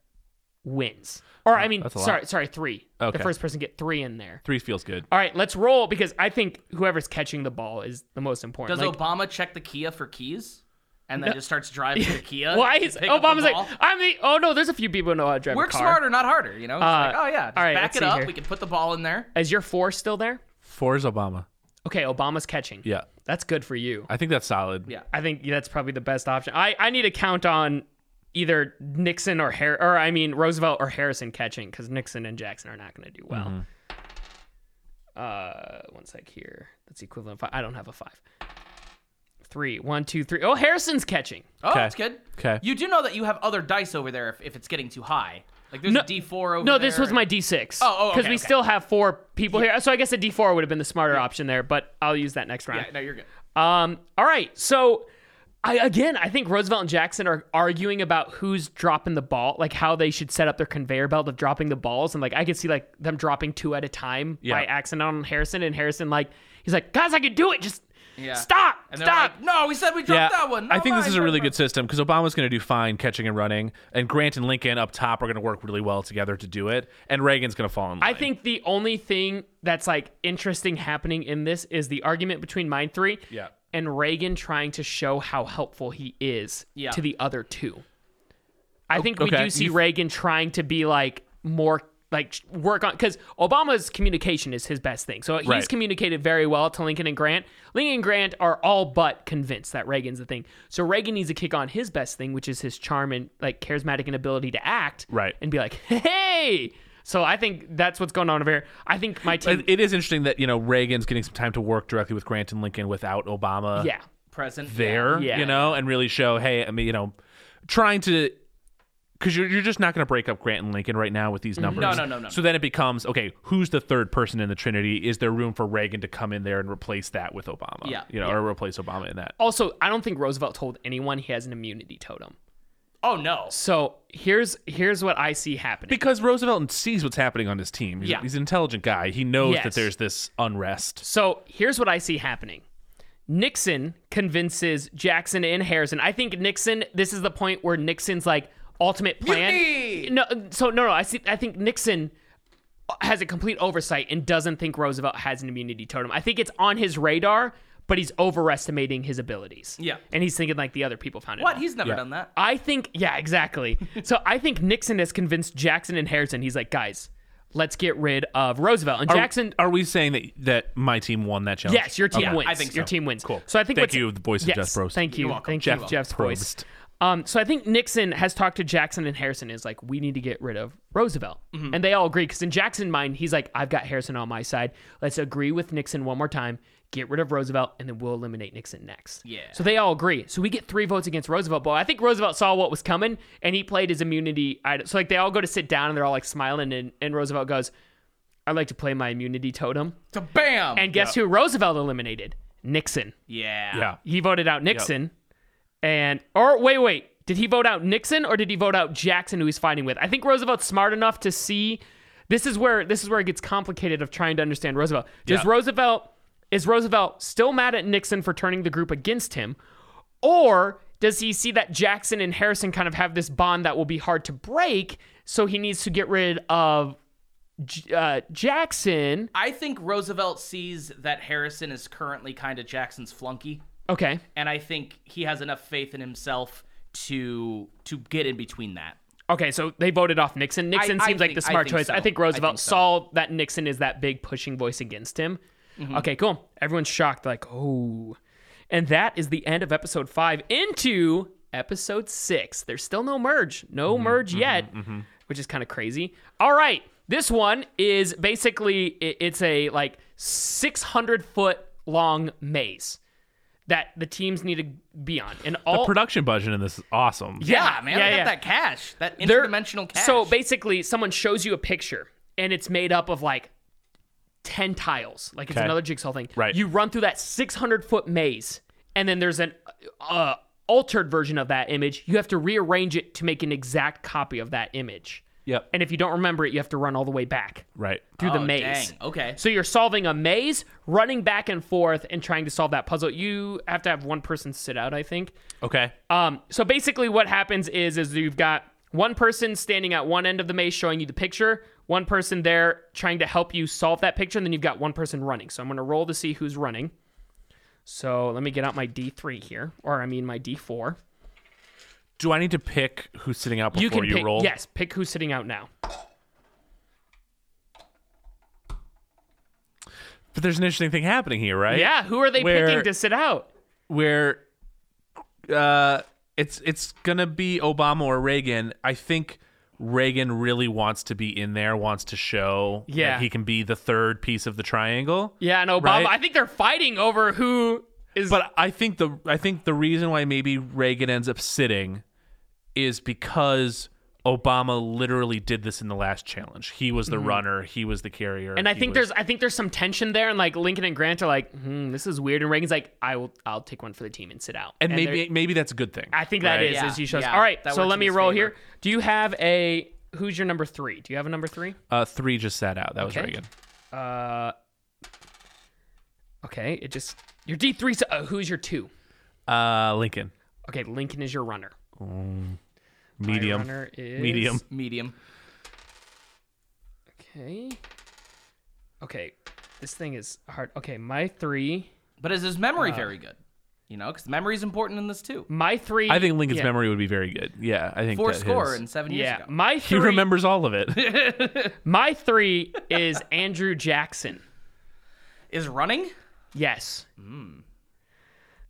wins. Or I mean,
Oh, that's a lot.
sorry, sorry, three.
Okay.
The first person get three in there.
Three feels good.
All right, let's roll because I think whoever's catching the ball is the most important.
Does
Like,
Obama check the Kia for keys, and then just starts driving the Kia?
Why
to
is
pick up the
Obama's like,
ball?
I'm the. Oh no, there's a few people who know how to drive a
Work
car. Uh,
smarter, not harder. You know, it's like, oh yeah, just
all right,
back
let's
it
see
up.
here.
We can put the ball in there.
Is your four still there?
Four is Obama.
Okay, Obama's catching.
Yeah.
that's good for you.
I think that's solid.
Yeah.
I think that's probably the best option. I I need to count on either Nixon or Har or I mean Roosevelt or Harrison catching because Nixon and Jackson are not going to do well. Uh, one sec here. That's the equivalent. Of five. I don't have a five. Three, one, two, three. Oh, Harrison's catching.
Oh,
Okay.
that's good.
Okay.
You do know that you have other dice over there if, if it's getting too high. Like there's a D four over
No,
there.
this was my D6.
Oh, oh, okay,
we
okay.
still have four people here. So I guess a D4 would have been the smarter option there, but I'll use that next round.
Yeah, no, you're good.
Um, all right. So I again, I think Roosevelt and Jackson are arguing about who's dropping the ball, like how they should set up their conveyor belt of dropping the balls, and like I could see like them dropping two at a time
Yeah.
by accident on Harrison, and Harrison like he's like, guys, I can do it. Just
Yeah.
stop,
And they're
stop.
like, no, we said we
Yeah,
dropped that one.
I think this is a really good system
system.
because Obama's going to do fine catching and running, and Grant and Lincoln up top are going to work really well together to do it, and Reagan's going to fall in line.
I think the only thing that's like interesting happening in this is the argument between mine three
Yeah.
and Reagan trying to show how helpful he is
Yeah.
to the other two. I think we
okay.
do see
You-
Reagan trying to be like more like sh- work on because Obama's communication is his best thing. So he's
Right.
communicated very well to Lincoln and Grant. Lincoln and Grant are all but convinced that Reagan's the thing. So Reagan needs to kick on his best thing, which is his charm and like charismatic and ability to act.
Right.
And be like, hey. So I think that's what's going on over here. I think my team.
It, it is interesting that you know Reagan's getting some time to work directly with Grant and Lincoln without Obama.
yeah.
Present
there,
Yeah.
you know, and really show, hey, I mean, you know, trying to. Because you're, you're just not going to break up Grant and Lincoln right now with these numbers.
No, no, no, no.
So then it becomes okay. Who's the third person in the Trinity? Is there room for Reagan to come in there and replace that with Obama?
Yeah.
you know, or replace Obama in that.
Also, I don't think Roosevelt told anyone he has an immunity totem.
Oh no.
So here's here's what I see happening.
Because Roosevelt sees what's happening on his team. He's,
Yeah.
he's an intelligent guy. He knows
Yes.
that there's this unrest.
So here's what I see happening. Nixon convinces Jackson and Harrison. I think Nixon. This is the point where Nixon's like ultimate plan.
Mutiny!
No, so no, no. I see. I think Nixon has a complete oversight and doesn't think Roosevelt has an immunity totem. I think it's on his radar, but he's overestimating his abilities.
Yeah.
and he's thinking like the other people found it.
What?
out.
He's never
Yeah.
done that.
I think, yeah, exactly. so I think Nixon has convinced Jackson and Harrison. He's like, guys, let's get rid of Roosevelt and
Are-
Jackson.
Are, we saying that that my team won that challenge?
Yes, your team
Okay.
wins.
I think
your
so.
team wins.
Cool.
So I think
Thank
what's-
you, the voice of
yes,
Jeff Probst.
Thank you.
You're welcome.
Thank
Jeff
you, Jeff's voice.
Probst.
Um, so I think Nixon has talked to Jackson and Harrison. Is like, we need to get rid of Roosevelt,
Mm-hmm.
and they all agree because in Jackson's mind, he's like, I've got Harrison on my side. Let's agree with Nixon one more time. Get rid of Roosevelt, and then we'll eliminate Nixon next.
Yeah.
So they all agree. So we get three votes against Roosevelt. But I think Roosevelt saw what was coming, and he played his immunity. item. So like they all go to sit down, and they're all like smiling, and, and Roosevelt goes, "I'd like to play my immunity totem."
To bam.
And guess who Roosevelt eliminated? Nixon.
yeah.
Yeah.
He voted out Nixon. And or wait, wait. Did he vote out Nixon or did he vote out Jackson who he's fighting with? I think Roosevelt's smart enough to see this is where this is where it gets complicated of trying to understand Roosevelt. Does
Yeah.
Roosevelt is Roosevelt still mad at Nixon for turning the group against him? Or does he see that Jackson and Harrison kind of have this bond that will be hard to break, so he needs to get rid of J- uh, Jackson?
I think Roosevelt sees that Harrison is currently kind of Jackson's flunky,
Okay.
and I think he has enough faith in himself to to get in between that.
Okay, so they voted off Nixon. Nixon
I
seems like
think-
the
I
smart
think
choice.
so.
I think
I
Roosevelt
think so.
saw that Nixon is that big pushing voice against him.
Mm-hmm.
Okay, cool. Everyone's shocked, like, oh. And that is the end of episode five into episode six. There's still no merge, no
Mm-hmm,
merge yet, which is kind of crazy. All right, this one is basically i- it's a like 600 foot long maze that the teams need to be on, and all
Production budget in this is awesome.
Oh. yeah,
Ah, man,
yeah,
I got
yeah.
that cash, that
They're-
interdimensional cash.
So basically, someone shows you a picture, and it's made up of like ten tiles, like it's
Okay.
another jigsaw thing.
Right.
You run through that six hundred foot maze, and then there's an uh, altered version of that image. You have to rearrange it to make an exact copy of that image.
Yep.
And if you don't remember it, you have to run all the way back
Right.
through the
Oh,
maze.
dang. Okay.
So you're solving a maze, running back and forth, and trying to solve that puzzle. You have to have one person sit out, I think.
Okay.
Um, so basically, what happens is is you've got one person standing at one end of the maze showing you the picture, one person there trying to help you solve that picture, and then you've got one person running. So I'm going to roll to see who's running. So let me get out my D3 here, or I mean my D4.
Do I need to pick who's sitting out before
You
you,
can pick,
roll?
yes, pick who's sitting out now.
But there's an interesting thing happening here, right?
Yeah, who are they
Where-
picking to sit out?
Where uh it's it's gonna be Obama or Reagan. I think Reagan really wants to be in there, wants to show
Yeah.
that he can be the third piece of the triangle.
Yeah, and Obama.
Right.
I think they're fighting over who is.
But I think the I think the reason why maybe Reagan ends up sitting is because Obama literally did this in the last challenge. He was the runner, he was the carrier.
Mm-hmm. and I
he
think
was-
there's I think there's some tension there, and like Lincoln and Grant are like, hmm, this is weird, and Reagan's like, I will I'll take one for the team and sit out.
and,
they're-
maybe maybe that's a good thing.
I think that
right?
is
Yeah,
as you chose.
yeah,
All right,
that
so
works
let
in
me
his
roll
favor.
here. Do you have a who's your number three? Do you have a number three?
Uh, three just sat out. That was
Okay.
Reagan.
Okay, it just your D three. So, uh, who's your two?
Uh, Lincoln,
Okay, Lincoln is your runner. My
medium,
runner is
medium.
medium.
Okay. Okay, this thing is hard. Okay, my three.
Uh,
But is his memory very good? You know, because memory is important in this
Mm,
too.
My three.
I think Lincoln's
yeah.
memory would be very good. Yeah, I think
Four
that
score
his-
and seven years
Yeah,
ago.
my
he
three.
remembers all of it.
My three is Andrew Jackson.
Is running?
Yes.
Hmm.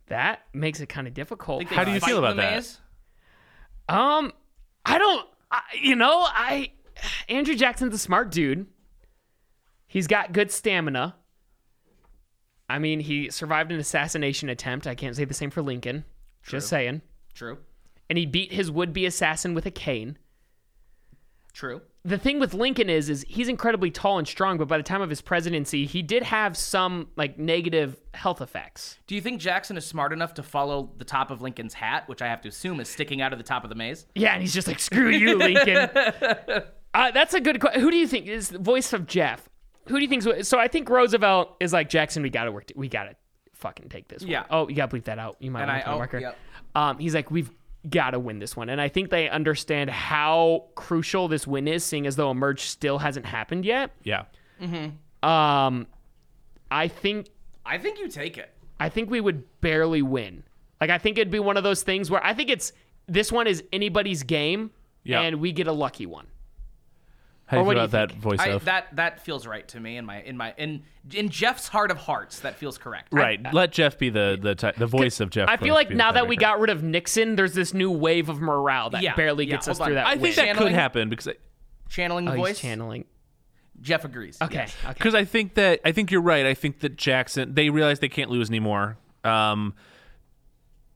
That makes it kind of difficult.
How do you
Fight
feel about
the
that?
maze?
Um, I don't. I, you know, I Andrew Jackson's a smart dude. He's got good stamina. I mean, he survived an assassination attempt. I can't say the same for Lincoln. Just saying.
True.
And he beat his would-be assassin with a cane.
True.
The thing with Lincoln is, is he's incredibly tall and strong, but by the time of his presidency, he did have some like negative health effects.
Do you think Jackson is smart enough to follow the top of Lincoln's hat, which I have to assume is sticking out of the top of the maze?
Yeah, and he's just like, screw you, Lincoln. uh, that's a good question. Who do you think is the voice of Jeff? Who do you think's so? I think Roosevelt is like Jackson. We gotta work. we gotta fucking take this.
Yeah.
One. Oh, you gotta bleep that out. You might
And
want
I-
to
oh,
marker.
yep.
Um, he's like, we've gotta win this one, and I think they understand how crucial this win is, seeing as though a merge still hasn't happened yet.
yeah.
Um, I think
I think you take it.
I think we would barely win. Like I think it'd be one of those things where I think it's this one is anybody's game,
Yeah.
and we get a lucky one.
How do you
what
feel
do you
about that voice
I,
of?
that that feels right to me in my in my in in Jeff's heart of hearts. That feels correct.
right. Let Jeff be the the ty- the voice of Jeff.
I feel
Brooks
like
be the
now that we
tiebreaker.
got rid of Nixon, there's this new wave of morale that
Yeah,
barely
yeah,
gets us
hold on.
through that.
I
win.
think that
Channeling?
could happen because I-
Channeling the
oh, he's
voice.
channeling.
Jeff agrees.
Okay,
Yes.
okay.
because I think that I think you're right. I think that Jackson they realize they can't lose anymore. Um,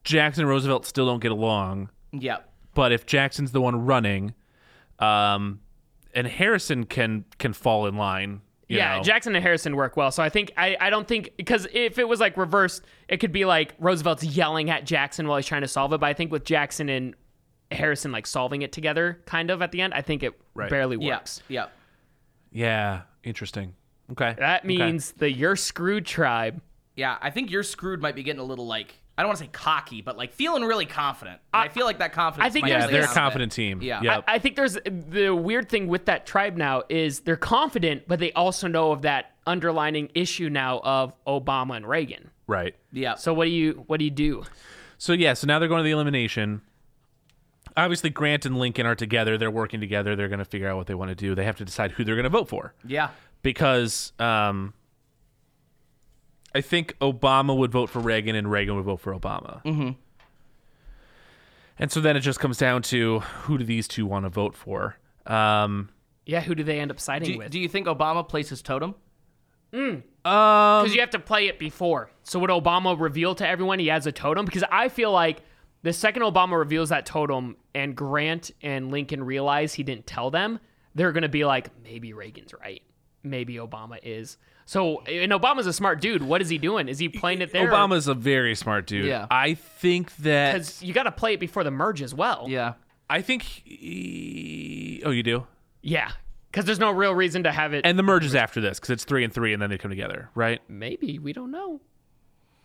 Jackson and Roosevelt still don't get along,
Yep.
but if Jackson's the one running, um, and Harrison can can fall in line. you
yeah,
know.
Jackson and Harrison work well, so I think I, I don't think because if it was like reversed, it could be like Roosevelt's yelling at Jackson while he's trying to solve it. But I think with Jackson and Harrison like solving it together, kind of at the end, I think it
Right.
barely
Yep.
works.
Yep.
Yeah, interesting. Okay,
That
Okay.
means the You're Screwed tribe.
Yeah. I think you're screwed. Might be getting a little like I don't want to say cocky, but like feeling really confident. I, feel like that confidence.
I think
might
there's
yeah,
play
they're a
out a bit.
confident team.
Yeah.
Yep.
I think there's the weird thing with that tribe now is they're confident, but they also know of that underlining issue now of Obama and Reagan.
right.
Yeah.
So what do you what do you do?
So yeah, so now they're going to the elimination. Obviously, Grant and Lincoln are together. They're working together. They're going to figure out what they want to do. They have to decide who they're going to vote for.
yeah.
because um, I think Obama would vote for Reagan and Reagan would vote for Obama. Mm-hmm. And so then it just comes down to who do these two want to vote for? Um,
Yeah, who do they end up siding
Do,
with?
do you think Obama plays his totem?
Because you have to play it before. So would Obama reveal to everyone he has a totem? Because I feel like the second Obama reveals that totem and Grant and Lincoln realize he didn't tell them, they're going to be like, maybe Reagan's right. Maybe Obama is. So, and Obama's a smart dude. What is he doing? Is he playing it there?
Obama's a very smart dude.
Yeah.
I think that
Because you got to play it before the merge as well.
Yeah.
I think he, oh you do,
Yeah. Because there's no real reason to have it.
and the merge is after this because it's three and three, and then they come together, right?
maybe. We don't know.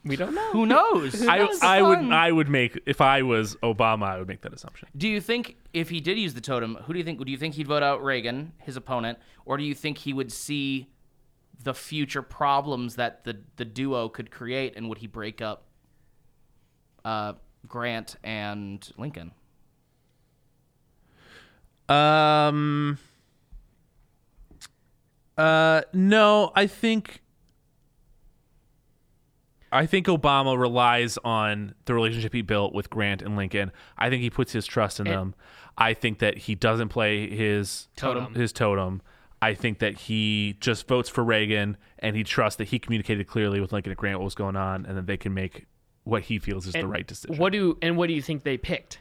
We don't know.
Who knows?
I, I would I would make if I was Obama, I would make that assumption.
Do you think if he did use the totem, who do you think? Do you think he'd vote out Reagan, his opponent, or do you think he would see the future problems that the the duo could create, and would he break up uh, Grant and Lincoln?
Um. Uh, no, I think. I think Obama relies on the relationship he built with Grant and Lincoln. I think he puts his trust
Eh.
in them. I think that he doesn't play his
Totem.
His totem. I think that he just votes for Reagan and he trusts that he communicated clearly with Lincoln and Grant what was going on, and that they can make what he feels is the right decision.
What do and what do you think they picked?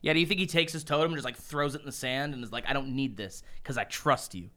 Yeah, do you think he takes his totem and just like throws it in the sand and is like, "I don't need this because I trust you."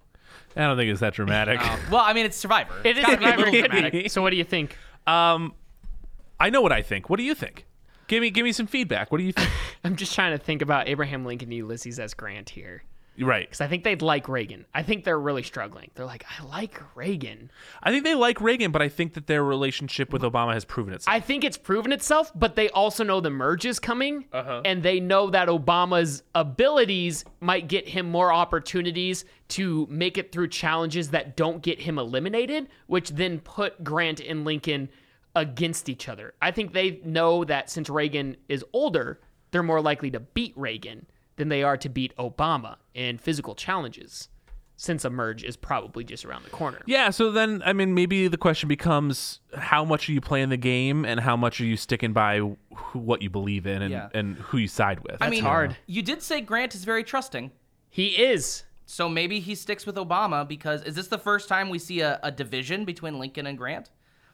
I don't think it's that dramatic.
Well, I mean, it's Survivor.
It is
gotta be a
Survivor.
little dramatic.
so what do you think?
I know what I think. What do you think? Give me give me some feedback. What do you think?
I'm just trying to think about Abraham Lincoln and Ulysses S. Grant here.
Right.
because I think they'd like Reagan. I think they're really struggling. They're like, I like Reagan.
I think they like Reagan, but I think that their relationship with Obama has proven itself.
I think it's proven itself, but they also know the merge is coming, and they know that Obama's abilities might get him more opportunities to make it through challenges that don't get him eliminated, which then put Grant and Lincoln against each other. I think they know that since Reagan is older, they're more likely to beat Reagan than they are to beat Obama in physical challenges, since a merge is probably just around the corner.
yeah. So then, I mean, maybe the question becomes how much are you playing the game and how much are you sticking by who, what you believe in and,
Yeah.
and who you side with?
I mean,
hard.
You did say Grant is very trusting,
He is.
so maybe he sticks with Obama because is this the first time we see a, a division between Lincoln and Grant?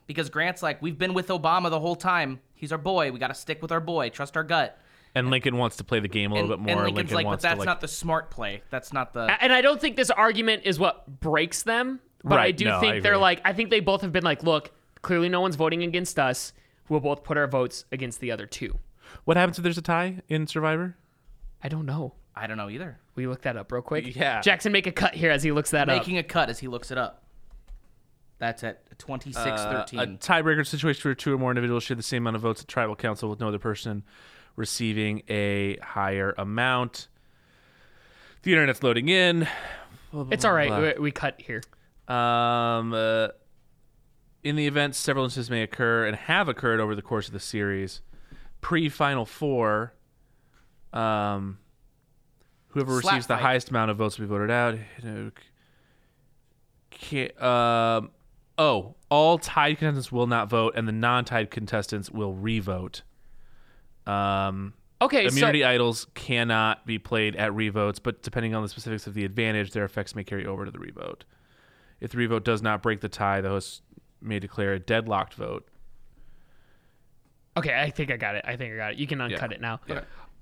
Because Grant's like, we've been with Obama the whole time. He's our boy. We got to stick with our boy. Trust our gut.
and Lincoln wants to play the game a
And,
little bit more.
and Lincoln's
Lincoln
like, but
wants
that's
to like,
not the smart play. That's not the.
and I don't think this argument is what breaks them, but I
Right,
do
no,
think
I
they're
agree.
like I think they both have been like, look, clearly no one's voting against us. We'll both put our votes against the other two.
what happens if there's a tie in Survivor?
I don't know.
I don't know either.
We look that up real quick.
Yeah.
Jackson, make a cut here as he looks that up.
Making a cut as he looks it up. That's at twenty six thirteen.
A tiebreaker situation where two or more individuals share the same amount of votes at tribal council with no other person receiving a higher amount. The internet's loading in.
It's all right. We, we cut here.
Um, uh, in the event, several instances may occur and have occurred over the course of the series. Pre Final Four, um, whoever
Slap
receives the
fight.
highest amount of votes will be voted out. Can't, um, oh, all tied contestants will not vote, and the non-tied contestants will re-vote. Um,
Okay, so
immunity idols cannot be played at revotes, but depending on the specifics of the advantage, their effects may carry over to the revote. If the revote does not break the tie, the host may declare a deadlocked vote.
Okay, I think I got it. I think I got it. You can uncut it now.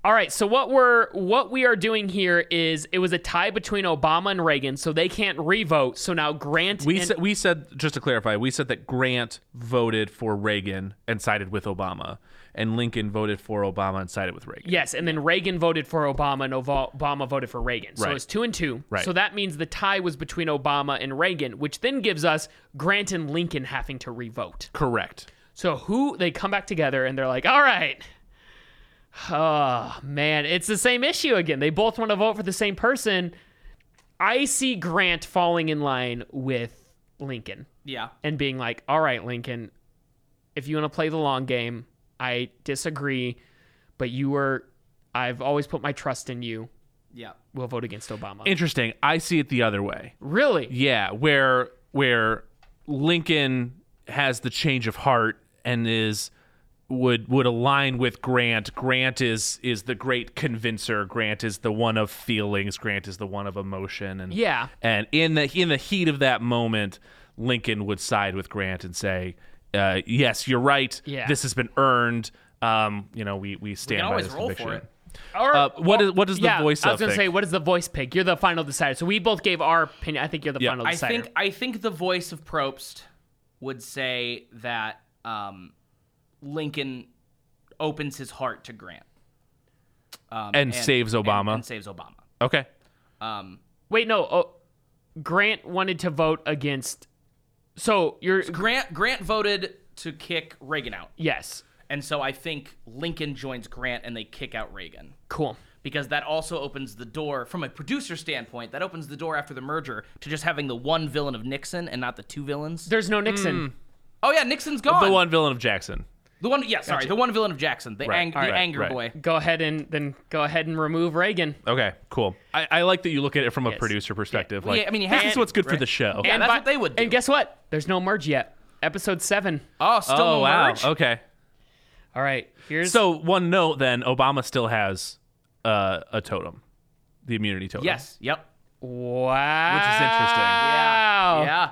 All right, so what we're what we are doing here is it was a tie between Obama and Reagan, so they can't revote. So now Grant
We
and-
said we said just to clarify, we said that Grant voted for Reagan and sided with Obama, and Lincoln voted for Obama and sided with Reagan.
Yes, and then Reagan voted for Obama, and Ova- Obama voted for Reagan. So
Right.
it's two and two.
Right.
So that means the tie was between Obama and Reagan, which then gives us Grant and Lincoln having to revote.
Correct.
So who they come back together and they're like, all right. Oh man, it's the same issue again. They both want to vote for the same person. I see Grant falling in line with Lincoln
yeah.
and being like, "All right, Lincoln, if you want to play the long game, I disagree, but you were I've always put my trust in you.
Yeah.
We'll vote against Obama."
Interesting. I see it the other way.
really?
Yeah, where where Lincoln has the change of heart and is would would align with Grant. Grant is is the great convincer. Grant is the one of feelings. Grant is the one of emotion. And
Yeah.
and in the in the heat of that moment, Lincoln would side with Grant and say, uh, "Yes, you're right.
Yeah.
This has been earned. Um, you know, we we stand
can
by
always
this
roll for
conviction."
it.
Or,
Uh, what is- what does the
yeah,
voice
I was gonna
think?
say, what does the voice pick? You're the final decider. So we both gave our opinion. I think you're the final
I
decider.
think I think the voice of Probst would say that um, Lincoln opens his heart to Grant um,
And saves Obama.
and, and saves Obama.
Okay.
Um,
Wait, no. Oh, Grant wanted to vote against. So you're
Grant Grant voted to kick Reagan out,
yes,
and so I think Lincoln joins Grant and they kick out Reagan.
cool.
because that also opens the door from a producer standpoint that opens the door after the merger to just having the one villain of nixon and not the two villains
There's no Nixon.
Hmm.
oh yeah nixon's gone
The one villain of Jackson.
the one yeah sorry the one villain of jackson the, ang-
All
the
right,
anger
right.
boy
Go ahead and then go ahead and remove Reagan.
Okay, cool. I, I like that you look at it from a producer perspective.
Well,
Like,
yeah, I mean, you
this
have
is
to,
what's good for
right?
the show.
Yeah,
And
that's
by-
what they would do.
And guess what? There's no merge yet. Episode seven.
oh still
Oh
no
wow.
merge?
Okay.
All right. Here's
So one note then, Obama still has uh, a totem, the immunity totem.
yes Ah. yep
wow,
Which is interesting.
Wow,
yeah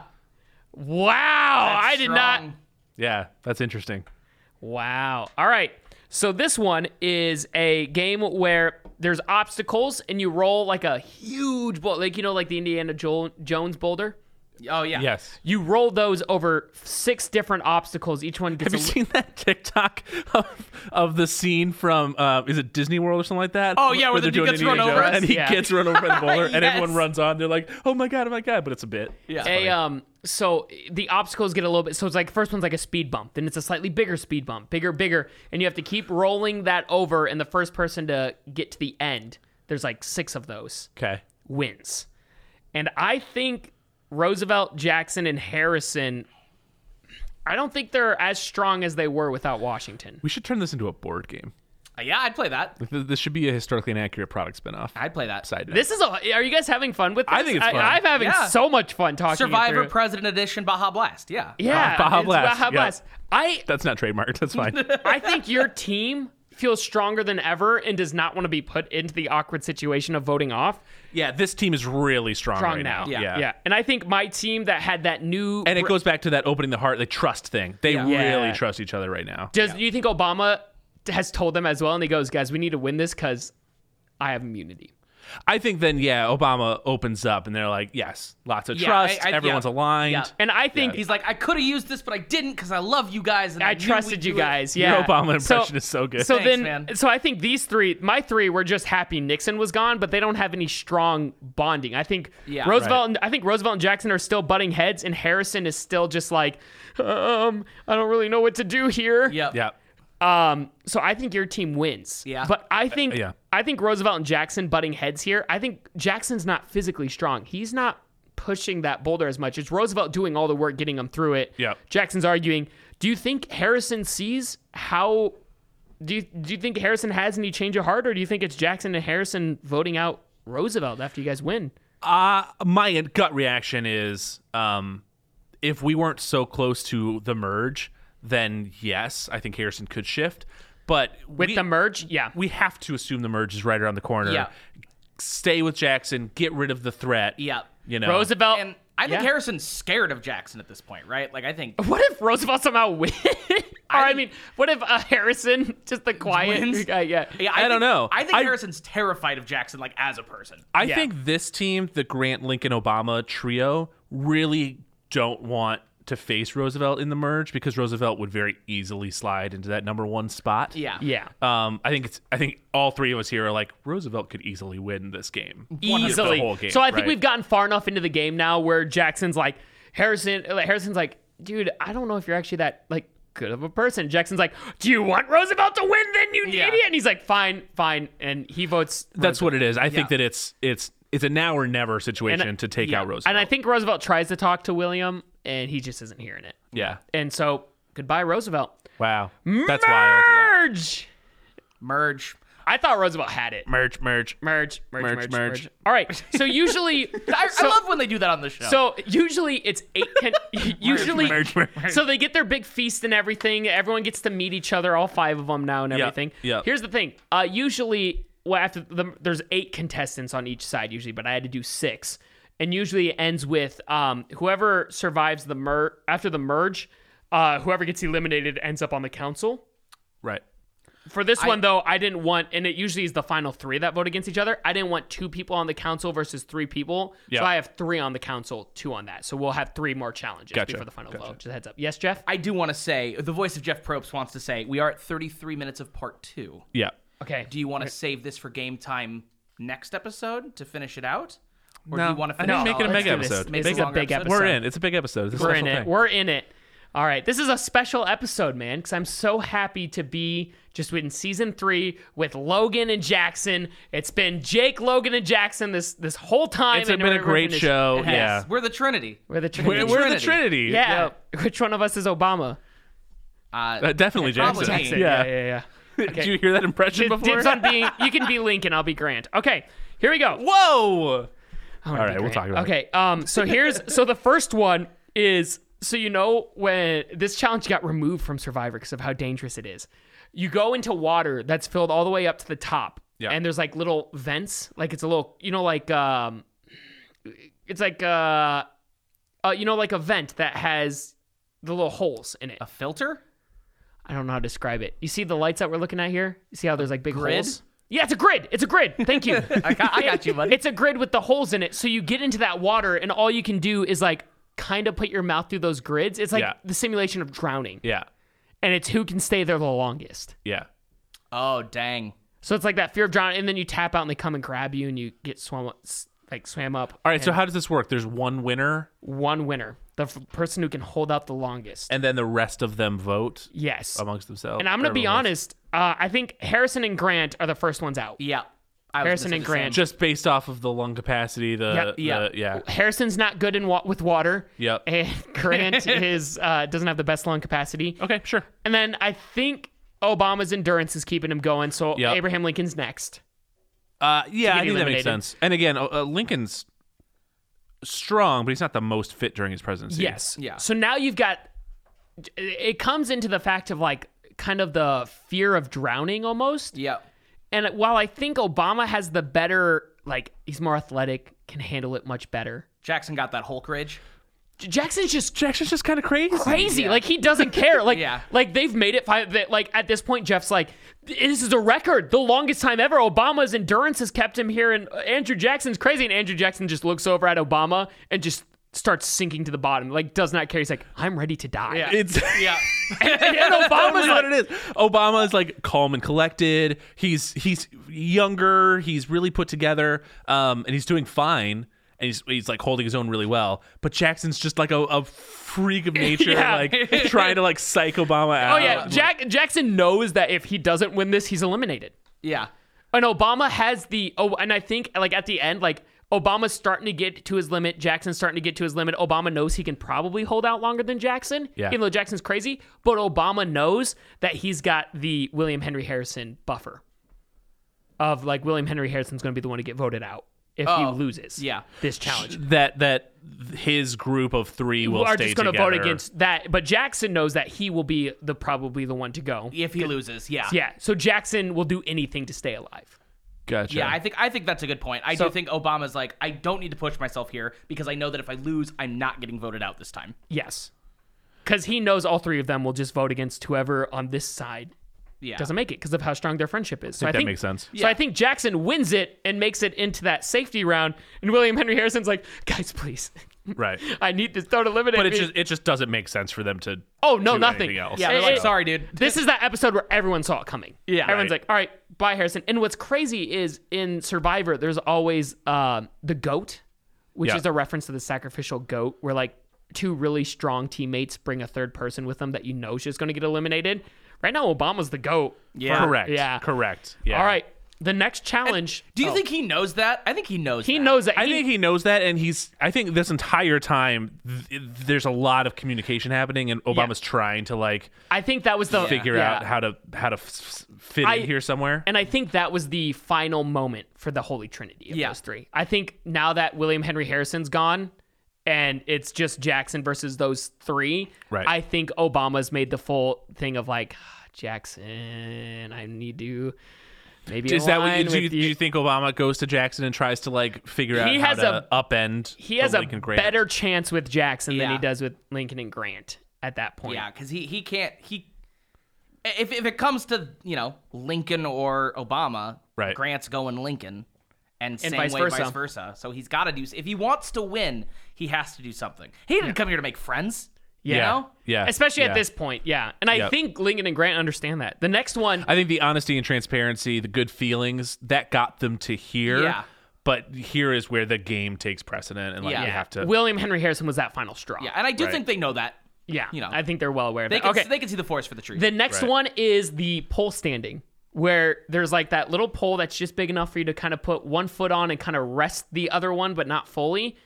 wow. I did not.
Strong.
Yeah, that's interesting.
Wow. All right. So this one is a game where there's obstacles and you roll like a huge boulder, like you know, like the Indiana Joel- Jones boulder.
Oh yeah.
Yes.
You roll those over six different obstacles. Each one gets
Have you
a li-
seen that TikTok of, of the scene from uh, is it Disney World or something like that?
Oh, yeah, where the dude
doing
gets
Indiana
run over.
Jones, and he
Yeah.
gets run over by the bowler, and everyone
Yes.
runs on. They're like, "Oh my god, oh my god!" But it's a bit.
Yeah.
a um so the obstacles get a little bit so it's like first one's like a speed bump then it's a slightly bigger speed bump bigger bigger and you have to keep rolling that over and the first person to get to the end there's like six of those
Okay.
wins and i think roosevelt jackson and harrison i don't think they're as strong as they were without washington
We should turn this into a board game.
Uh, Yeah, I'd play that.
Like, th- This should be a historically inaccurate product spinoff.
I'd play that.
Side note.
this is a are you guys having fun with this?
I think it's fun.
I, am having
Yeah.
so much fun talking you
Survivor
through it.
President Edition Baja Blast. Yeah.
yeah
Baja
it's
Blast,
Baja
yeah.
Blast. i
That's not trademarked. That's fine.
I think your team feels stronger than ever and does not want to be put into the awkward situation of voting off.
yeah, this team is really strong,
Strong
right
now.
now.
Yeah. And I think my team that had that new
And it goes back to that opening the heart, the trust thing. They
Yeah.
really
Yeah.
trust each other right now.
does do you think Obama has told them as well and he goes, "Guys, we need to win this cuz I have immunity."
I think then, yeah, Obama opens up and they're like, yes, lots of
Yeah,
trust.
I- I-
everyone's
yeah.
aligned.
Yeah.
And I think
He's like, I could have used this, but I didn't because I love you guys and I,
I
knew
trusted
we'd
you
do it."
guys.
Your
Yeah.
Obama impression is so good.
So
Thanks,
then,
man.
so I think these three, my three, were just happy Nixon was gone, but they don't have any strong bonding. I think
Yeah.
Roosevelt and I think Roosevelt and Jackson are still butting heads, and Harrison is still just like, um, I don't really know what to do here.
Yep.
Yeah.
Um. So I think your team wins.
Yeah.
But I think,
yeah.
I think Roosevelt and Jackson butting heads here. I think Jackson's not physically strong. He's not pushing that boulder as much. It's Roosevelt doing all the work, getting him through it.
Yeah.
Jackson's arguing. Do you think Harrison sees how? Do you do you think Harrison has any change of heart, or do you think it's Jackson and Harrison voting out Roosevelt after you guys win?
Uh, my gut reaction is um, if we weren't so close to the merge, then yes, I think Harrison could shift. But
With
we,
the merge, yeah.
we have to assume the merge is right around the corner.
Yeah.
Stay with Jackson, get rid of the threat.
Yeah.
You know,
Roosevelt.
Oh, And I think
Yeah.
Harrison's scared of Jackson at this point, right? Like, I think
What if Roosevelt somehow wins? or I, mean, what if uh, Harrison just the quiet
Wins?
guy? Yeah.
Yeah,
I don't
think-
know.
I think
I-
Harrison's terrified of Jackson, like as a person.
I
Yeah.
think this team, the Grant, Lincoln, Obama trio, really don't want to face Roosevelt in the merge because Roosevelt would very easily slide into that number one spot.
Yeah.
Yeah.
Um, I think it's. I think all three of us here are like Roosevelt could easily win this game,
Easily.
The whole game,
so I think
right?
we've gotten far enough into the game now where Jackson's like Harrison like, Harrison's like, "Dude, I don't know if you're actually that like good of a person." Jackson's like, "Do you want Roosevelt to win then, you
Yeah.
idiot?" And he's like, "Fine, fine." And he votes
That's what it is. I think
Yeah.
that it's it's it's a now or never situation to take
yeah.
out Roosevelt.
And I think Roosevelt tries to talk to William and he just isn't hearing it.
yeah.
And so, goodbye Roosevelt.
Wow. That's wild.
Merge.
Merge.
I thought Roosevelt had it.
Merge, merge.
Merge, merge, merge,
Merge,
merge.
merge.
All right. So usually,
I,
so,
I love when they do that on the show.
So usually it's eight. Ten, usually,
merge, merge.
so they get their big feast and everything. Everyone gets to meet each other, all five of them now, and
Yeah,
everything.
yeah.
Here's the thing. Uh, usually, well, after the, there's eight contestants on each side usually, but I had to do six, and usually it ends with um, whoever survives the mer after the merge, uh, whoever gets eliminated ends up on the council.
Right.
For this one though, I didn't want, and it usually is the final three that vote against each other. I didn't want two people on the council versus three people,
Yeah.
so I have three on the council, two on that. So we'll have three more challenges
Gotcha.
before the final
Gotcha.
vote. Just a heads up. Yes, Jeff.
I do want to say the voice of Jeff Probst wants to say we are at 33 minutes of part two.
Yeah.
Okay.
Do you want to save this for game time next episode to finish it out, or
No,
do you want to
I
finish
think
it
make it a mega
all out?
Oh, do this.
episode.
Make
Make
this
it
a
a
big
longer
episode.
We're in. It's a big episode. It's a
We're in
special
it.
thing.
We're in it. All right. This is a special episode, man, because I'm so happy to be just in season three with Logan and Jackson. It's been Jake, Logan, and Jackson this this whole time.
It's
and
been a
we're- we're
great
finished-
show.
Yes.
Yeah.
We're the Trinity.
We're the
We're,
Trinity.
we're the
Trinity.
Trinity.
yeah. Which one of us is Obama?
Uh,
Uh, definitely Jackson.
Probably Jackson.
Yeah,
Yeah.
yeah, yeah.
Did you hear that impression
Dibs
before?
on being. You can be Lincoln. I'll be Grant. Okay, here we go.
Whoa.
All
All right, we'll talk about it.
Okay, um, so here's so the first one is so you know when this challenge got removed from Survivor because of how dangerous it is. You go into water that's filled all the way up to the top,
Yeah.
and there's like little vents, like it's a little, you know, like um, it's like uh, uh, you know, like a vent that has the little holes in it.
a filter.
I don't know how to describe it. You see the lights that we're looking at here? You see how there's like big
Grid?
holes? Yeah, it's a grid. It's a grid. Thank you.
I got, I got you, buddy.
it's a grid with the holes in it. So you get into that water and all you can do is like kind of put your mouth through those grids. It's like
Yeah.
the simulation of drowning,
Yeah.
and it's who can stay there the longest.
Yeah.
Oh dang.
So it's like that fear of drowning, and then you tap out and they come and grab you, and you get swum s- like swam up.
All right. So how does this work? There's one winner,
One winner, the f- person who can hold out the longest.
and then the rest of them vote
yes,
amongst themselves.
and I'm gonna be
Everyone votes.
honest. Uh, I think Harrison and Grant are the first ones out.
Yeah. I was
Harrison
gonna say
and
the same.
Grant.
Just based off of the lung capacity, the
Yeah,
the- yeah.
Harrison's not good in wa- with water.
Yep.
And Grant is uh, doesn't have the best lung capacity.
Okay, sure.
And then I think Obama's endurance is keeping him going. So
Yep.
Abraham Lincoln's next.
Uh,
get
yeah, I think that makes
eliminated.
sense. And again, uh, uh, Lincoln's strong, but he's not the most fit during his presidency.
Yes.
Yeah.
So now you've got it comes into the fact of like kind of the fear of drowning almost.
Yeah.
And while I think Obama has the better like he's more athletic, can handle it much better.
Jackson got that Hulk rage.
J- Jackson's just
Jackson's just kind of crazy.
crazy. Like he doesn't care. Like
Yeah.
like they've made it five. That like at this point, Jeff's like, this is a record, the longest time ever. Obama's endurance has kept him here, and Andrew Jackson's crazy. And Andrew Jackson just looks over at Obama and just starts sinking to the bottom. Like does not care. He's like, I'm ready to die.
It's
Yeah.
and Obama's
That's
like,
what it is. Obama is like calm and collected. He's he's younger. He's really put together, um, and he's doing fine. And he's, he's like holding his own really well. But Jackson's just like a, a freak of nature,
Yeah.
like trying to like psych Obama
oh
out.
yeah, Jack Jackson knows that if he doesn't win this, he's eliminated.
yeah.
And Oh, Obama has the oh, and I think like at the end, like Obama's starting to get to his limit. Jackson's starting to get to his limit. Obama knows he can probably hold out longer than Jackson,
Yeah.
even though Jackson's crazy. But Obama knows that he's got the William Henry Harrison buffer of like William Henry Harrison's going to be the one to get voted out if
Oh,
he loses.
yeah.
this challenge.
that that his group of three will
Who are
stay
just going to vote
together.
against that, but Jackson knows that he will be the probably the one to go.
If he loses, yeah.
Yeah, so Jackson will do anything to stay alive.
Gotcha.
Yeah, I think I think that's a good point. I do think Obama's like, I don't need to push myself here because I know that if I lose, I'm not getting voted out this time.
Yes. Because he knows all three of them will just vote against whoever on this side
Yeah.
doesn't make it because of how strong their friendship is. So I
that
think
makes sense.
So I think Jackson wins it and makes it into that safety round. And William Henry Harrison's like, guys, please,
right.
I need this. Don't eliminate
But it
me."
just it just doesn't make sense for them to.
oh no,
do
nothing.
anything else.
Yeah, they're
It-
like,
it-
sorry, dude.
This is that episode where everyone saw it coming. Yeah, everyone's
Right.
like, all right, bye, Harrison. And what's crazy is in Survivor, there's always um, the goat, which
Yeah.
is a reference to the sacrificial goat, where like two really strong teammates bring a third person with them that you know is just going to get eliminated. Right now, Obama's the goat.
Yeah.
Correct.
Yeah.
Correct. Yeah.
All right, the next challenge.
Do you
Oh.
think he knows that? I think he knows.
he
that.
knows that?
I
he-
think he knows that, and he's. I think this entire time, th- there's a lot of communication happening, and Obama's trying to like
I think that was the
figure
yeah.
out how to how to f- f- fit
I-
in here somewhere.
And I think that was the final moment for the Holy Trinity of
Yeah.
those three. I think now that William Henry Harrison's gone and it's just Jackson versus those three,
Right.
I think Obama's made the full thing of like, "Ah, Jackson, I need to maybe
Is that what
align
you do? You,
with
do
you.
you think Obama goes to Jackson and tries to like figure out
He
how
has
to upend?
he has
the
a
Lincoln Grant?
better chance with Jackson than he
Yeah.
does with Lincoln and Grant at that point.
Yeah, because he he can't he. If if it comes to you know Lincoln or Obama,
Right.
Grant's going Lincoln, and, same
vice
way
versa.
vice versa. So he's got to do if he wants to win, he has to do something. He didn't come here to make friends. You
Yeah.
know?
Yeah.
Especially
Yeah.
at this point, yeah. And I
Yep.
think Lincoln and Grant understand that. The next one
I think the honesty and transparency, the good feelings, that got them to here.
Yeah.
But here is where the game takes precedent, and like
Yeah.
you have to.
William Henry Harrison was that final straw.
Yeah, and I do think they know that.
Yeah,
You know.
I think they're well aware of
They
it.
can
okay,
they can see the forest for the trees.
the next
Right.
one is the pole standing, where there's like that little pole that's just big enough for you to kind of put one foot on and kind of rest the other one, but not fully.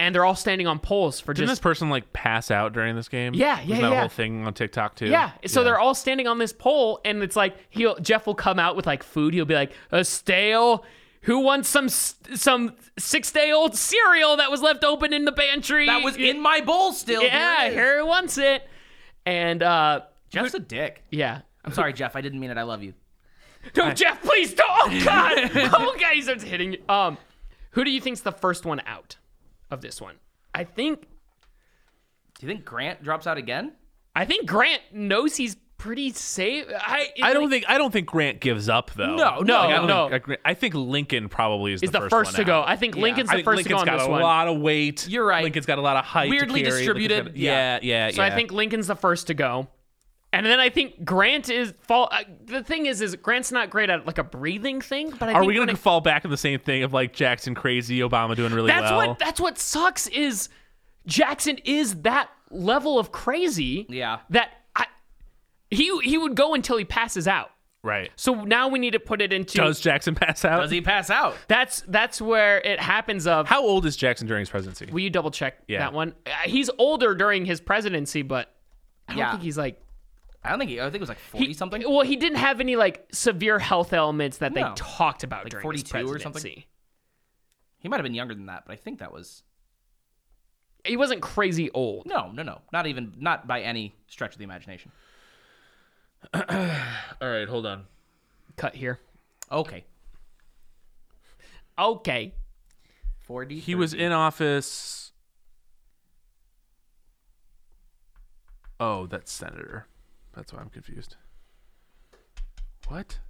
And they're all standing on poles for
Didn't this
just
person like pass out during this game?
Yeah, yeah,
Wasn't that
yeah.
whole thing on TikTok too.
yeah. So they're all standing on this pole, and it's like he'll Jeff will come out with like food. He'll be like a stale. Who wants some s- some six day old cereal that was left open in the pantry?
that was in my bowl still. Here
Yeah,
it is.
Harry wants it, and uh,
Jeff's a dick.
yeah.
I'm sorry, Jeff. I didn't mean it. I love you.
No, Jeff, please don't. Oh God. oh God, he starts hitting you. Um, who do you think's the first one out of this one? I think
Do you think Grant drops out again?
I think Grant knows he's pretty safe. I
I don't think I don't think Grant gives up though.
No, no,
Like, I don't
no.
Think, I agree- I think Lincoln probably is,
is
the,
the, first,
one
to go.
out.
I think Lincoln's
I
the
think
first
Lincoln's
to go on
got
this
a
one.
lot of weight.
You're right.
Lincoln's got a lot of height. to
Weirdly
carry. Lincoln's
distributed,
got- yeah, yeah, yeah.
So I think Lincoln's the first to go. And then I think Grant is fall. Uh, the thing is, is Grant's not great at like a breathing thing. But I think
Are we
when
gonna
it-
fall back in the same thing of like Jackson crazy, Obama doing really
That's
well?
what. That's what sucks. Is Jackson is that level of crazy?
Yeah.
That I, he he would go until he passes out.
right.
So now we need to put it into.
Does Jackson pass out?
Does he pass out?
that's that's where it happens. Of
How old is Jackson during his presidency?
will you double check
Yeah.
that one? Uh, He's older during his presidency, but I don't
Yeah.
think he's like
I don't think he. I think it was like forty
he-
something.
Well, he didn't have any like severe health ailments that they
No.
talked about during 42
42
his
or something?
presidency.
He might have been younger than that, but I think that was
He wasn't crazy old.
no, no, no, not even not by any stretch of the imagination.
All right, hold on.
Cut here.
Okay,
Okay.
forty.
He was in office. Oh, that's senator. That's why I'm confused. What?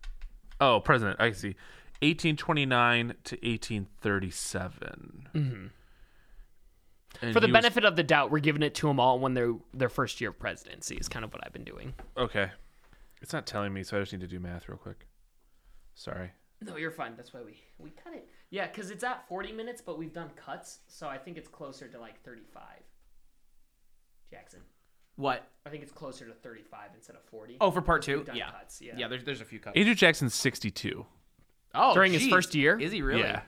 Oh, president. I see. 1829 to 1837. Mm-hmm.
For the benefit of the doubt, we're giving it to them all when they're their first year of presidency is kind of what I've been doing.
okay, it's not telling me, so I just need to do math real quick. Sorry.
No, you're fine. That's why we we cut it. Yeah, because it's at 40 minutes, but we've done cuts, so I think it's closer to like 35. Jackson,
what?
I think it's closer to 35 instead of 40.
Oh, for part two.
done
Yeah.
cuts, yeah.
yeah, There's there's a few cuts.
Andrew Jackson's 62.
oh,
During his
geez.
first year?
Is he really?
Yeah.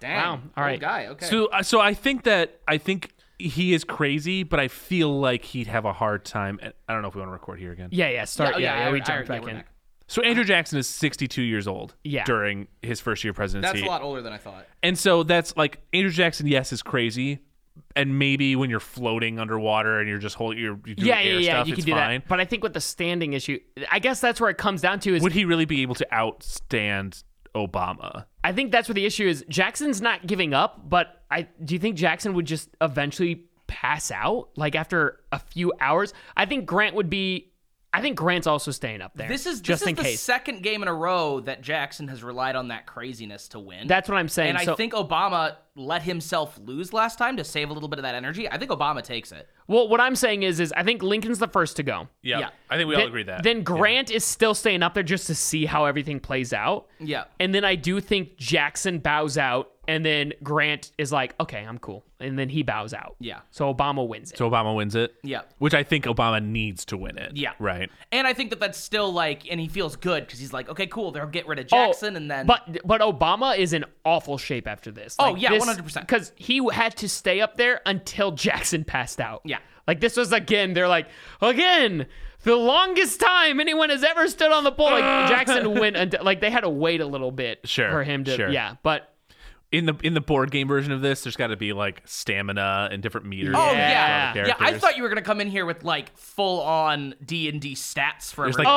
Damn.
Wow, all
Old
right.
guy. Okay.
So, uh, so I think that I think he is crazy, but I feel like he'd have a hard time. and I don't know if we want to record here again.
Yeah, yeah, start.
oh,
Yeah, yeah,
I-
we
I-
jumped
yeah,
back
we're
in.
So Andrew Jackson is 62 years old.
Yeah.
During his first year presidency,
That's a lot older than I thought.
and so that's like Andrew Jackson. Yes, is crazy, and maybe when you're floating underwater and you're just holding your you're doing
yeah,
air
yeah, yeah.
stuff,
you
it's
can do
fine.
that. But I think with the standing issue, I guess that's where it comes down to is
Would he really be able to outstand Obama?
I think that's where the issue is. Jackson's not giving up, but I do you think Jackson would just eventually pass out like after a few hours? I think Grant would be. I think Grant's also staying up there.
This is
just
this is
in
the
case.
second game in a row that Jackson has relied on that craziness to win.
that's what I'm saying.
and I
so,
think Obama let himself lose last time to save a little bit of that energy. I think Obama takes it.
well, what I'm saying is, is I think Lincoln's the first to go.
Yeah.
I think we all
Then-
agree that.
Then Grant is still staying up there just to see how everything plays out.
Yeah.
And then I do think Jackson bows out, and then Grant is like, okay, I'm cool. And then he bows out.
Yeah.
So Obama wins it.
so Obama wins it.
Yeah.
Which I think Obama needs to win it.
Yeah.
Right.
And I think that that's still like, and he feels good because he's like, okay, cool, they'll get rid of
Oh,
Jackson, and then
But but Obama is in awful shape after this.
Oh, yeah, 100%.
Because he had to stay up there until Jackson passed out.
Yeah.
Like this was again. They're like again the longest time anyone has ever stood on the pole. Like Jackson went until like they had to wait a little bit
Sure,
for him to
sure.
yeah. But
in the in the board game version of this, there's got to be like stamina and different meters.
oh
and
yeah,
Yeah.
different
yeah. I
characters.
thought you were gonna come in here with like full on D and D stats for
There's,
everyone.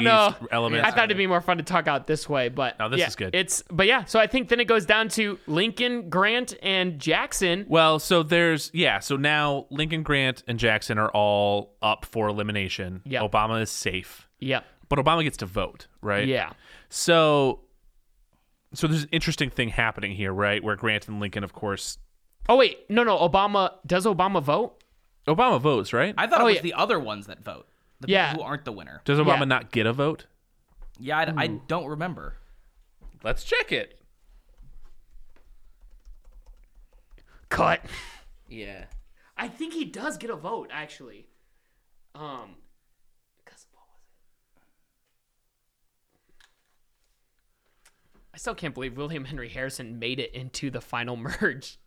oh no
RPGs
no
elements.
I thought it'd be more fun to talk out this way, but
No, Oh, this
yeah,
is good.
It's but yeah. So I think then it goes down to Lincoln, Grant, and Jackson.
Well, so there's yeah. So now Lincoln Grant and Jackson are all up for elimination.
Yep.
Obama is safe,
Yep.
but Obama gets to vote, right?
Yeah.
So, so there's an interesting thing happening here, right? Where Grant and Lincoln, of course,
Oh wait, no no. Obama does Obama vote?
Obama votes, right?
I thought
Oh,
it was
yeah.
the other ones that vote, the
Yeah.
people who aren't the winner.
Does Obama
yeah.
not get a vote?
Yeah, I, I don't remember.
Let's check it.
Cut.
Yeah.
I think he does get a vote actually. Um, because what was it? I still can't believe William Henry Harrison made it into the final merge.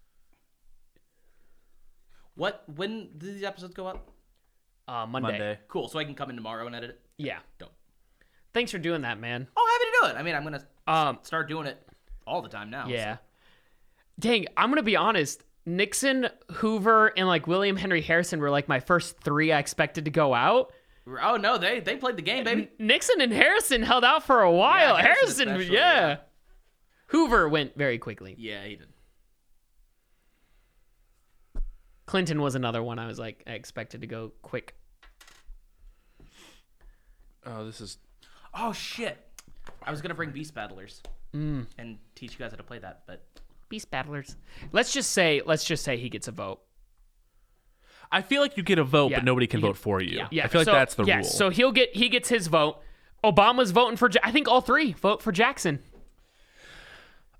What? When did these episodes go up?
Uh, Monday.
Cool. So I can come in tomorrow and edit it.
Yeah.
Dope.
Thanks for doing that, man.
Oh, happy to do it. I mean, I'm gonna
Um,
start doing it all the time now. so-
Yeah. Dang, I'm gonna be honest. Nixon, Hoover, and like William Henry Harrison were like my first three I expected to go out.
Oh no, they they played the game,
Mm-hmm.
baby.
Nixon and Harrison held out for a while.
Yeah,
Harrison,
Harrison especially,
yeah.
yeah.
Hoover went very quickly.
Yeah, he did.
Clinton was another one I was like I expected to go quick.
Oh, this is
Oh shit! I was gonna bring Beast Battlers
Mm.
and teach you guys how to play that, but
Beast battlers. Let's just say, let's just say he gets a vote.
I feel like you get a vote,
Yeah.
but nobody can vote for you.
Yeah,
I feel like
so-
that's the
yeah,
rule.
So he'll get he gets his vote. Obama's voting for. Ja- I think all three vote for Jackson.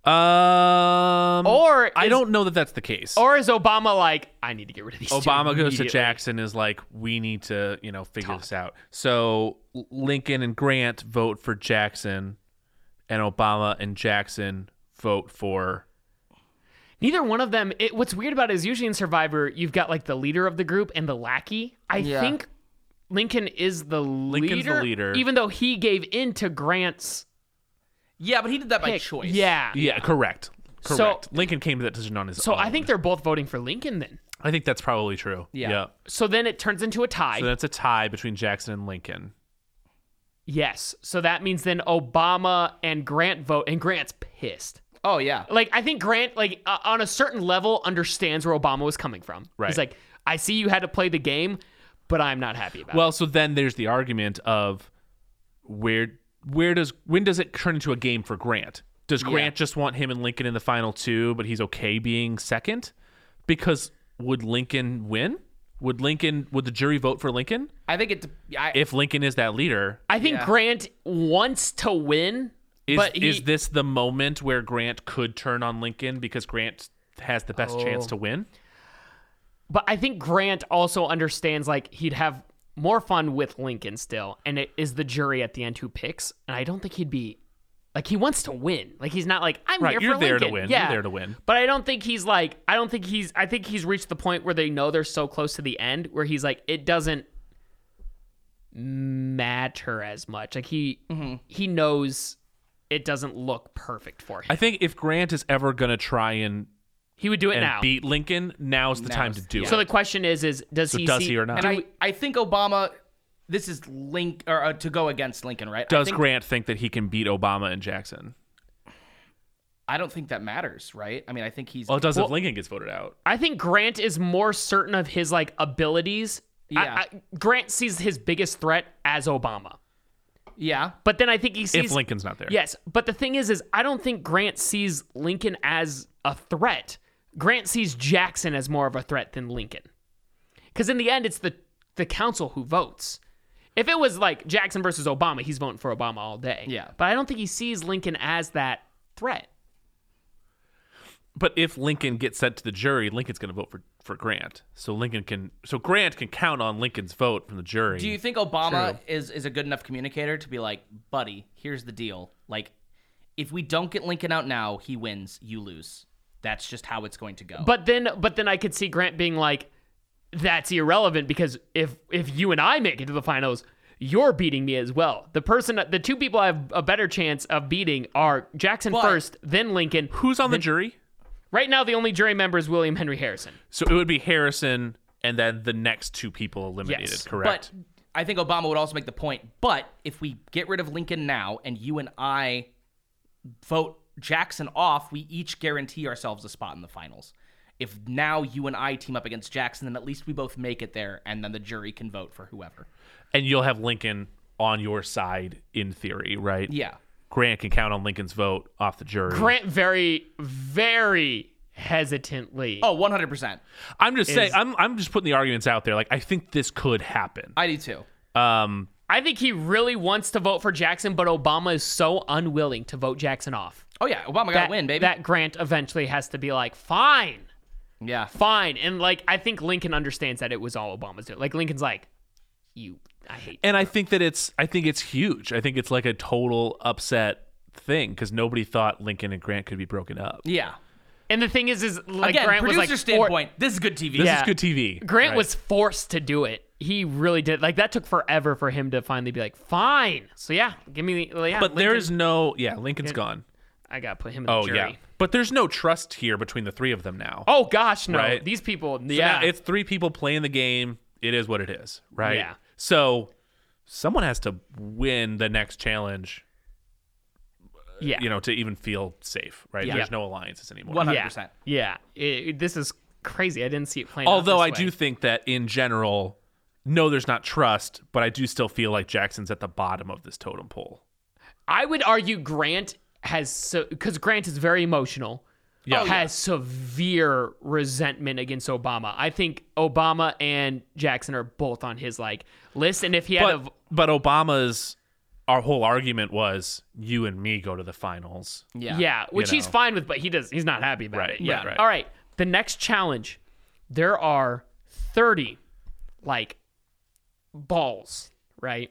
Hmm. um,
Or
I
is-
don't know that that's the case.
Or is Obama like, I need to get rid of these? two
Obama goes to
immediately."
Jackson is like, we need to you know figure this out. So L- Lincoln and Grant vote for Jackson, and Obama and Jackson vote for.
Neither one of them. It, what's weird about it is usually in Survivor, you've got like the leader of the group and the lackey. I think Lincoln is the
Lincoln's the
leader,
leader.
even though he gave in to Grant's
yeah, but he did that by
pick.
choice.
Yeah.
Yeah, correct.
So-
Correct. Lincoln came to that decision on his
So
own.
I think they're both voting for Lincoln then.
I think that's probably true.
Yeah.
So then it turns into a tie.
So that's a tie between Jackson and Lincoln.
yes. So that means then Obama and Grant vote, and Grant's pissed.
Oh yeah.
like I think Grant, like uh, on a certain level, understands where Obama was coming from.
Right.
He's like, I see you had to play the game, but I'm not happy about
Well, so then there's the argument of where where does when does it turn into a game for Grant? Does Grant just want him and Lincoln in the final two, but he's okay being second? Because would Lincoln win? Would Lincoln would the jury vote for Lincoln
I think it. I,
if Lincoln is that leader?
it. I think
Yeah.
Grant wants to win,
Is,
but he,
is this the moment where Grant could turn on Lincoln because Grant has the best chance
Oh.
to win?
but I think Grant also understands like he'd have more fun with Lincoln still, and it is the jury at the end who picks. And I don't think he'd be like he wants to win. Like he's not like I'm
Right,
here
you're
for
there to
Lincoln.
win. You're
Yeah,
there to win.
But I don't think he's like I don't think he's I think he's reached the point where they know they're so close to the end where he's like it doesn't matter as much. Like he
Mm-hmm.
he knows it doesn't look perfect for him.
I think if Grant is ever going to try and,
he would do it
and
now.
beat Lincoln, now's the time to do it.
so the question is is does
So
he
does
see,
he or not?
and I, I think Obama. This is link or uh, to go against Lincoln, right? I
Does
think-
Grant think that he can beat Obama and Jackson?
I don't think that matters, right? I mean, I think he's.
Well, Oh, it does if Lincoln gets voted out.
I think Grant is more certain of his like abilities. I-
Yeah.
I- Grant sees his biggest threat as Obama,
yeah.
but then I think he sees
if Lincoln's not there.
Yes, but the thing is, is I don't think Grant sees Lincoln as a threat. Grant sees Jackson as more of a threat than Lincoln, because in the end, it's the the council who votes. If it was like Jackson versus Obama, he's voting for Obama all day.
Yeah.
but I don't think he sees Lincoln as that threat.
But if Lincoln gets sent to the jury, Lincoln's going to vote for, for Grant. So Lincoln can so Grant can count on Lincoln's vote from the jury.
Do you think Obama is is a good enough communicator to be like, buddy, here's the deal. Like, if we don't get Lincoln out now, he wins, you lose. That's just how it's going to go.
But then, but then I could see Grant being like, "That's irrelevant because if if you and I make it to the finals, you're beating me as well. The person, the two people I have a better chance of beating are Jackson
But-
first, then Lincoln.
Who's on the jury?
Right now, the only jury member is William Henry Harrison.
So it would be Harrison and then the next two people eliminated,
Yes,
correct?
But I think Obama would also make the point. But if we get rid of Lincoln now and you and I vote Jackson off, we each guarantee ourselves a spot in the finals. If now you and I team up against Jackson, then at least we both make it there, and then the jury can vote for whoever.
and you'll have Lincoln on your side in theory, right?
Yeah.
Grant can count on Lincoln's vote off the jury.
Grant very, very hesitantly.
Oh, 100%.
I'm just saying I'm I'm just putting the arguments out there. Like I think this could happen.
I do too.
Um
I think he really wants to vote for Jackson, but Obama is so unwilling to vote Jackson off.
Oh, yeah. Obama got to
That,
win, baby.
that Grant eventually has to be like, fine.
yeah.
fine. And like, I think Lincoln understands that it was all Obama's doing. Like, Lincoln's like, you, I hate.
and I think that it's I think it's huge. I think it's like a total upset thing because nobody thought Lincoln and Grant could be broken up.
Yeah.
And the thing is, is like
Again,
Grant was
producer
like, for-
standpoint, this is good TV.
This
Yeah.
is good TV.
Grant
right?
was forced to do it. He really did. Like that took forever for him to finally be like, fine. So yeah, give me the. well, Yeah,
but there
Lincoln-
is no yeah. Lincoln's gone.
I gotta put him in the
Oh
jury.
yeah, but there's no trust here between the three of them now.
Oh gosh, no.
Right.
These people.
So
Yeah.
now it's three people playing the game. It is what it is, right?
Yeah.
So someone has to win the next challenge,
yeah.
you know, to even feel safe, right?
Yeah.
There's no alliances anymore.
One-
Yeah.
100%.
Yeah. It- it- this is crazy. I didn't see it playing. out
Although
this
I
way.
do think that in general, no, there's not trust, but I do still feel like Jackson's at the bottom of this totem pole.
I would argue Grant has because Grant is very emotional.
Yeah. Oh, yeah.
has severe resentment against Obama. I think Obama and Jackson are both on his like list, and if he had
But, but Obama's our whole argument was you and me go to the finals.
a yeah, which he's
know.
fine with, but he does he's not happy about
Right,
it. Yeah.
right, right.
All right. The next challenge, there are thirty like balls, right?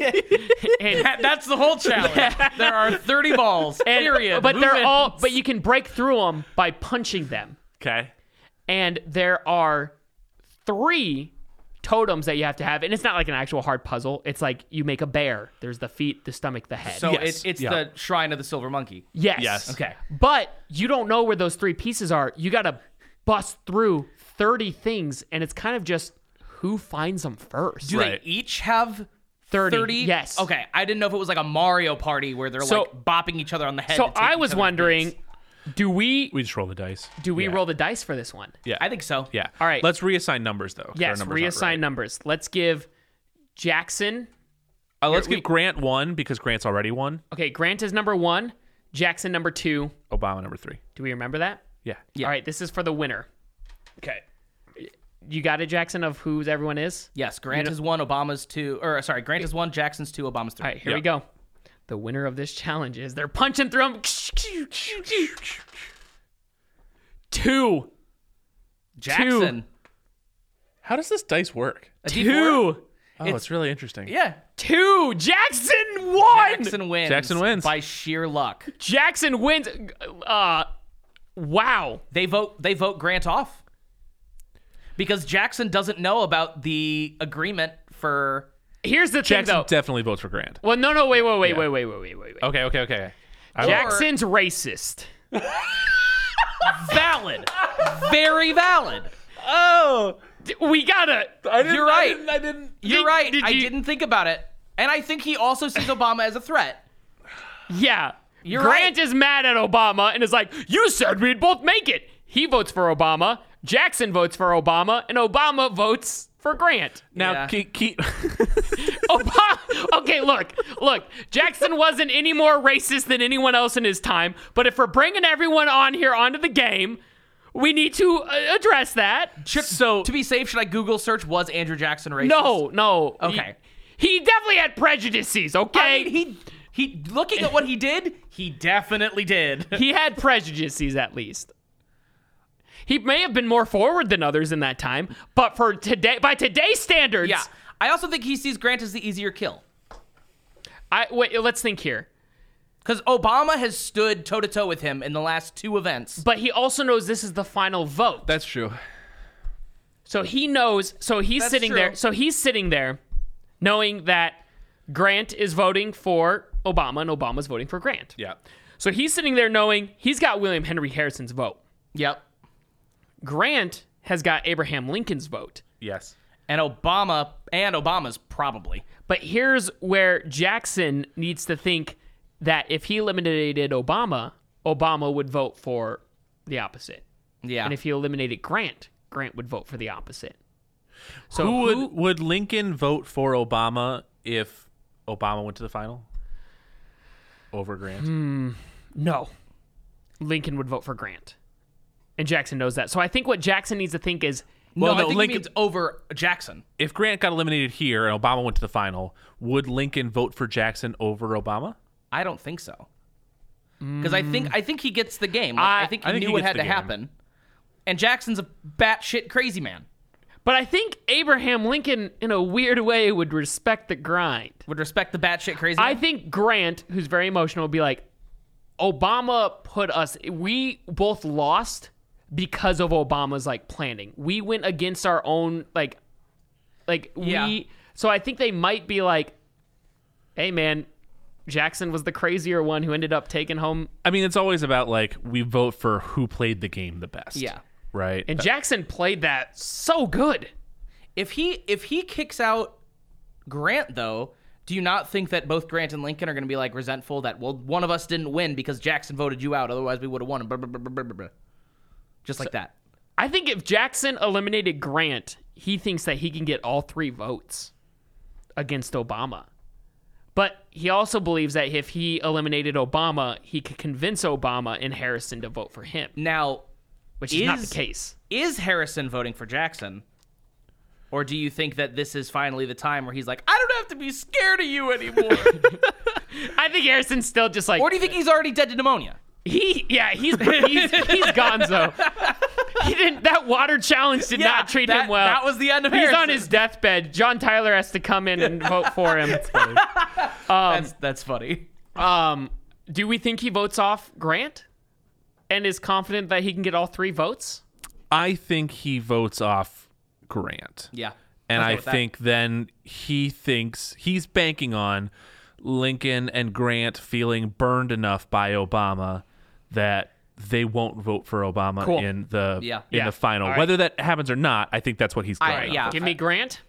and
That's the whole challenge. there are 30 balls.
and-
period.
But they're
Movement.
all but you can break through them by punching them.
Okay.
and there are three totems that you have to have and it's not like an actual hard puzzle it's like you make a bear there's the feet the stomach the head
So
Yes.
it, it's
Yeah.
the shrine of the silver monkey.
yes
Yes. Okay.
but you don't know where those three pieces are you gotta bust through 30 things and it's kind of just who finds them first
Do
Right.
they each have
30,
30?
yes
Okay, I didn't know if it was like a Mario Party where they're
So-
like bopping each other on the head.
so
to take
i
each
was
other's
wondering
bits.
do we
We just roll the dice.
do we
Yeah.
roll the dice for this one
Yeah.
I think so.
Yeah.
All right.
Let's reassign numbers though. 'cause our
yes
numbers aren't
reassign
right.
numbers let's give jackson
Uh, let's
Here,
give Grant one because Grant's already won.
okay grant is number one jackson number two
Obama number three.
do we remember that
Yeah.
All right, this is for the winner.
Okay.
You got it, Jackson, of who everyone is?
Yes, Grant is one, Obama's two, or uh, sorry, Grant is one, Jackson's two, Obama's three.
All right, here we
Yeah.
go. The winner of this challenge is they're punching through them. Two.
Jackson.
How does this dice work?
A D4?
Two.
Oh, it's, really interesting.
Yeah.
Two. Jackson won. Jackson,
Jackson wins.
Jackson wins.
By sheer luck.
wins. Uh, wow.
They vote they vote Grant off. Because Jackson doesn't know about the agreement for
Here's the
Jackson
thing, though.
definitely votes for Grant.
well, no, no, wait, wait, wait, wait, wait, wait, wait, wait, wait.
Okay. Okay. Okay. I-
Jackson's racist.
valid. Very valid.
oh,
D- We gotta.
You're right.
I didn't.
You're
Did-
right.
did
I
you-
didn't think about it. And I think he also sees Obama as a threat.
Yeah.
You're
Grant
right.
is mad at Obama and is like, You said we'd both make it. He votes for Obama. Jackson votes for Obama. And Obama votes for Grant.
Now,
Yeah.
keep, keep
Obama. Okay, look, look. Jackson wasn't any more racist than anyone else in his time. But if we're bringing everyone on here onto the game, we need to uh, address that.
so
To be safe, should I Google search was Andrew Jackson racist?
No, no.
Okay.
He, he definitely had prejudices,
I
okay?
mean, he he looking at what he did, he definitely did.
he had prejudices at least. He may have been more forward than others in that time, but for today, by today's standards,
yeah. I also think he sees Grant as the easier kill.
I wait. Let's think here.
Because Obama has stood toe to toe with him in the last two events.
But he also knows this is the final vote,
that's true.
so he knows. So he's
That's
sitting
true.
there. So he's sitting there, knowing that Grant is voting for Obama and Obama's voting for Grant.
Yeah.
So he's sitting there knowing he's got William Henry Harrison's vote.
Yep.
Grant has got Abraham Lincoln's vote.
Yes.
And Obama and Obama's probably.
But here's where Jackson needs to think that if he eliminated Obama, Obama would vote for the opposite.
Yeah.
And if he eliminated Grant, Grant would vote for the opposite. So
Who would
who-
would Lincoln vote for Obama if Obama went to the final over Grant?
no. Lincoln would vote for Grant. And Jackson knows that. So I think what Jackson needs to think is
no,
Well,
I
no,
think he
Lincoln-
means over Jackson.
If Grant got eliminated here and Obama went to the final, would Lincoln vote for Jackson over Obama?
I don't think so. Because I think I think he gets the game. Like,
I-
Mm. I, think he
I think
knew
he
what
gets
had
the
to
game.
happen. And Jackson's a batshit crazy man.
but I think Abraham Lincoln in a weird way would respect the grind.
Would respect the batshit crazy.
I
man.
think Grant, who's very emotional, would be like, Obama put us, we both lost because of Obama's like planning. We went against our own, like, like
Yeah.
we, so I think they might be like, hey man, Jackson was the crazier one who ended up taking home.
I mean, it's always about like we vote for who played the game the best.
Yeah.
Right.
And Jackson played that so good.
if he if he kicks out Grant though, do you not think that both Grant and Lincoln are going to be like resentful that well one of us didn't win because Jackson voted you out, otherwise we would have won, and blah, blah, blah, blah, blah, blah, blah. just like that.
I think if Jackson eliminated Grant, he thinks that he can get all three votes against Obama. But he also believes that if he eliminated Obama, he could convince Obama and Harrison to vote for him,
Now,
which is, not the
Is-
case.
is Harrison voting for Jackson? Or do you think that this is finally the time where he's like, I don't have to be scared of you anymore?
I think Harrison's still just like
or do you think he's already dead to pneumonia?
he, yeah, he's he's, he's Gonzo. He didn't. That water challenge did not treat
that,
him well.
That was the end of
He's
Harrison.
on his deathbed. John Tyler has to come in and vote for him.
That's, that's funny.
Um, do we think he votes off Grant and is confident that he can get all three votes?
I think he votes off Grant.
Yeah.
And
Okay
I
with that.
think then he thinks he's banking on Lincoln and Grant feeling burned enough by Obama that they won't vote for Obama
Cool.
in the
Yeah.
in
Yeah.
the final. Whether that happens or not, I think that's what he's
Uh, I-
going.
yeah.
off.
Give me Grant.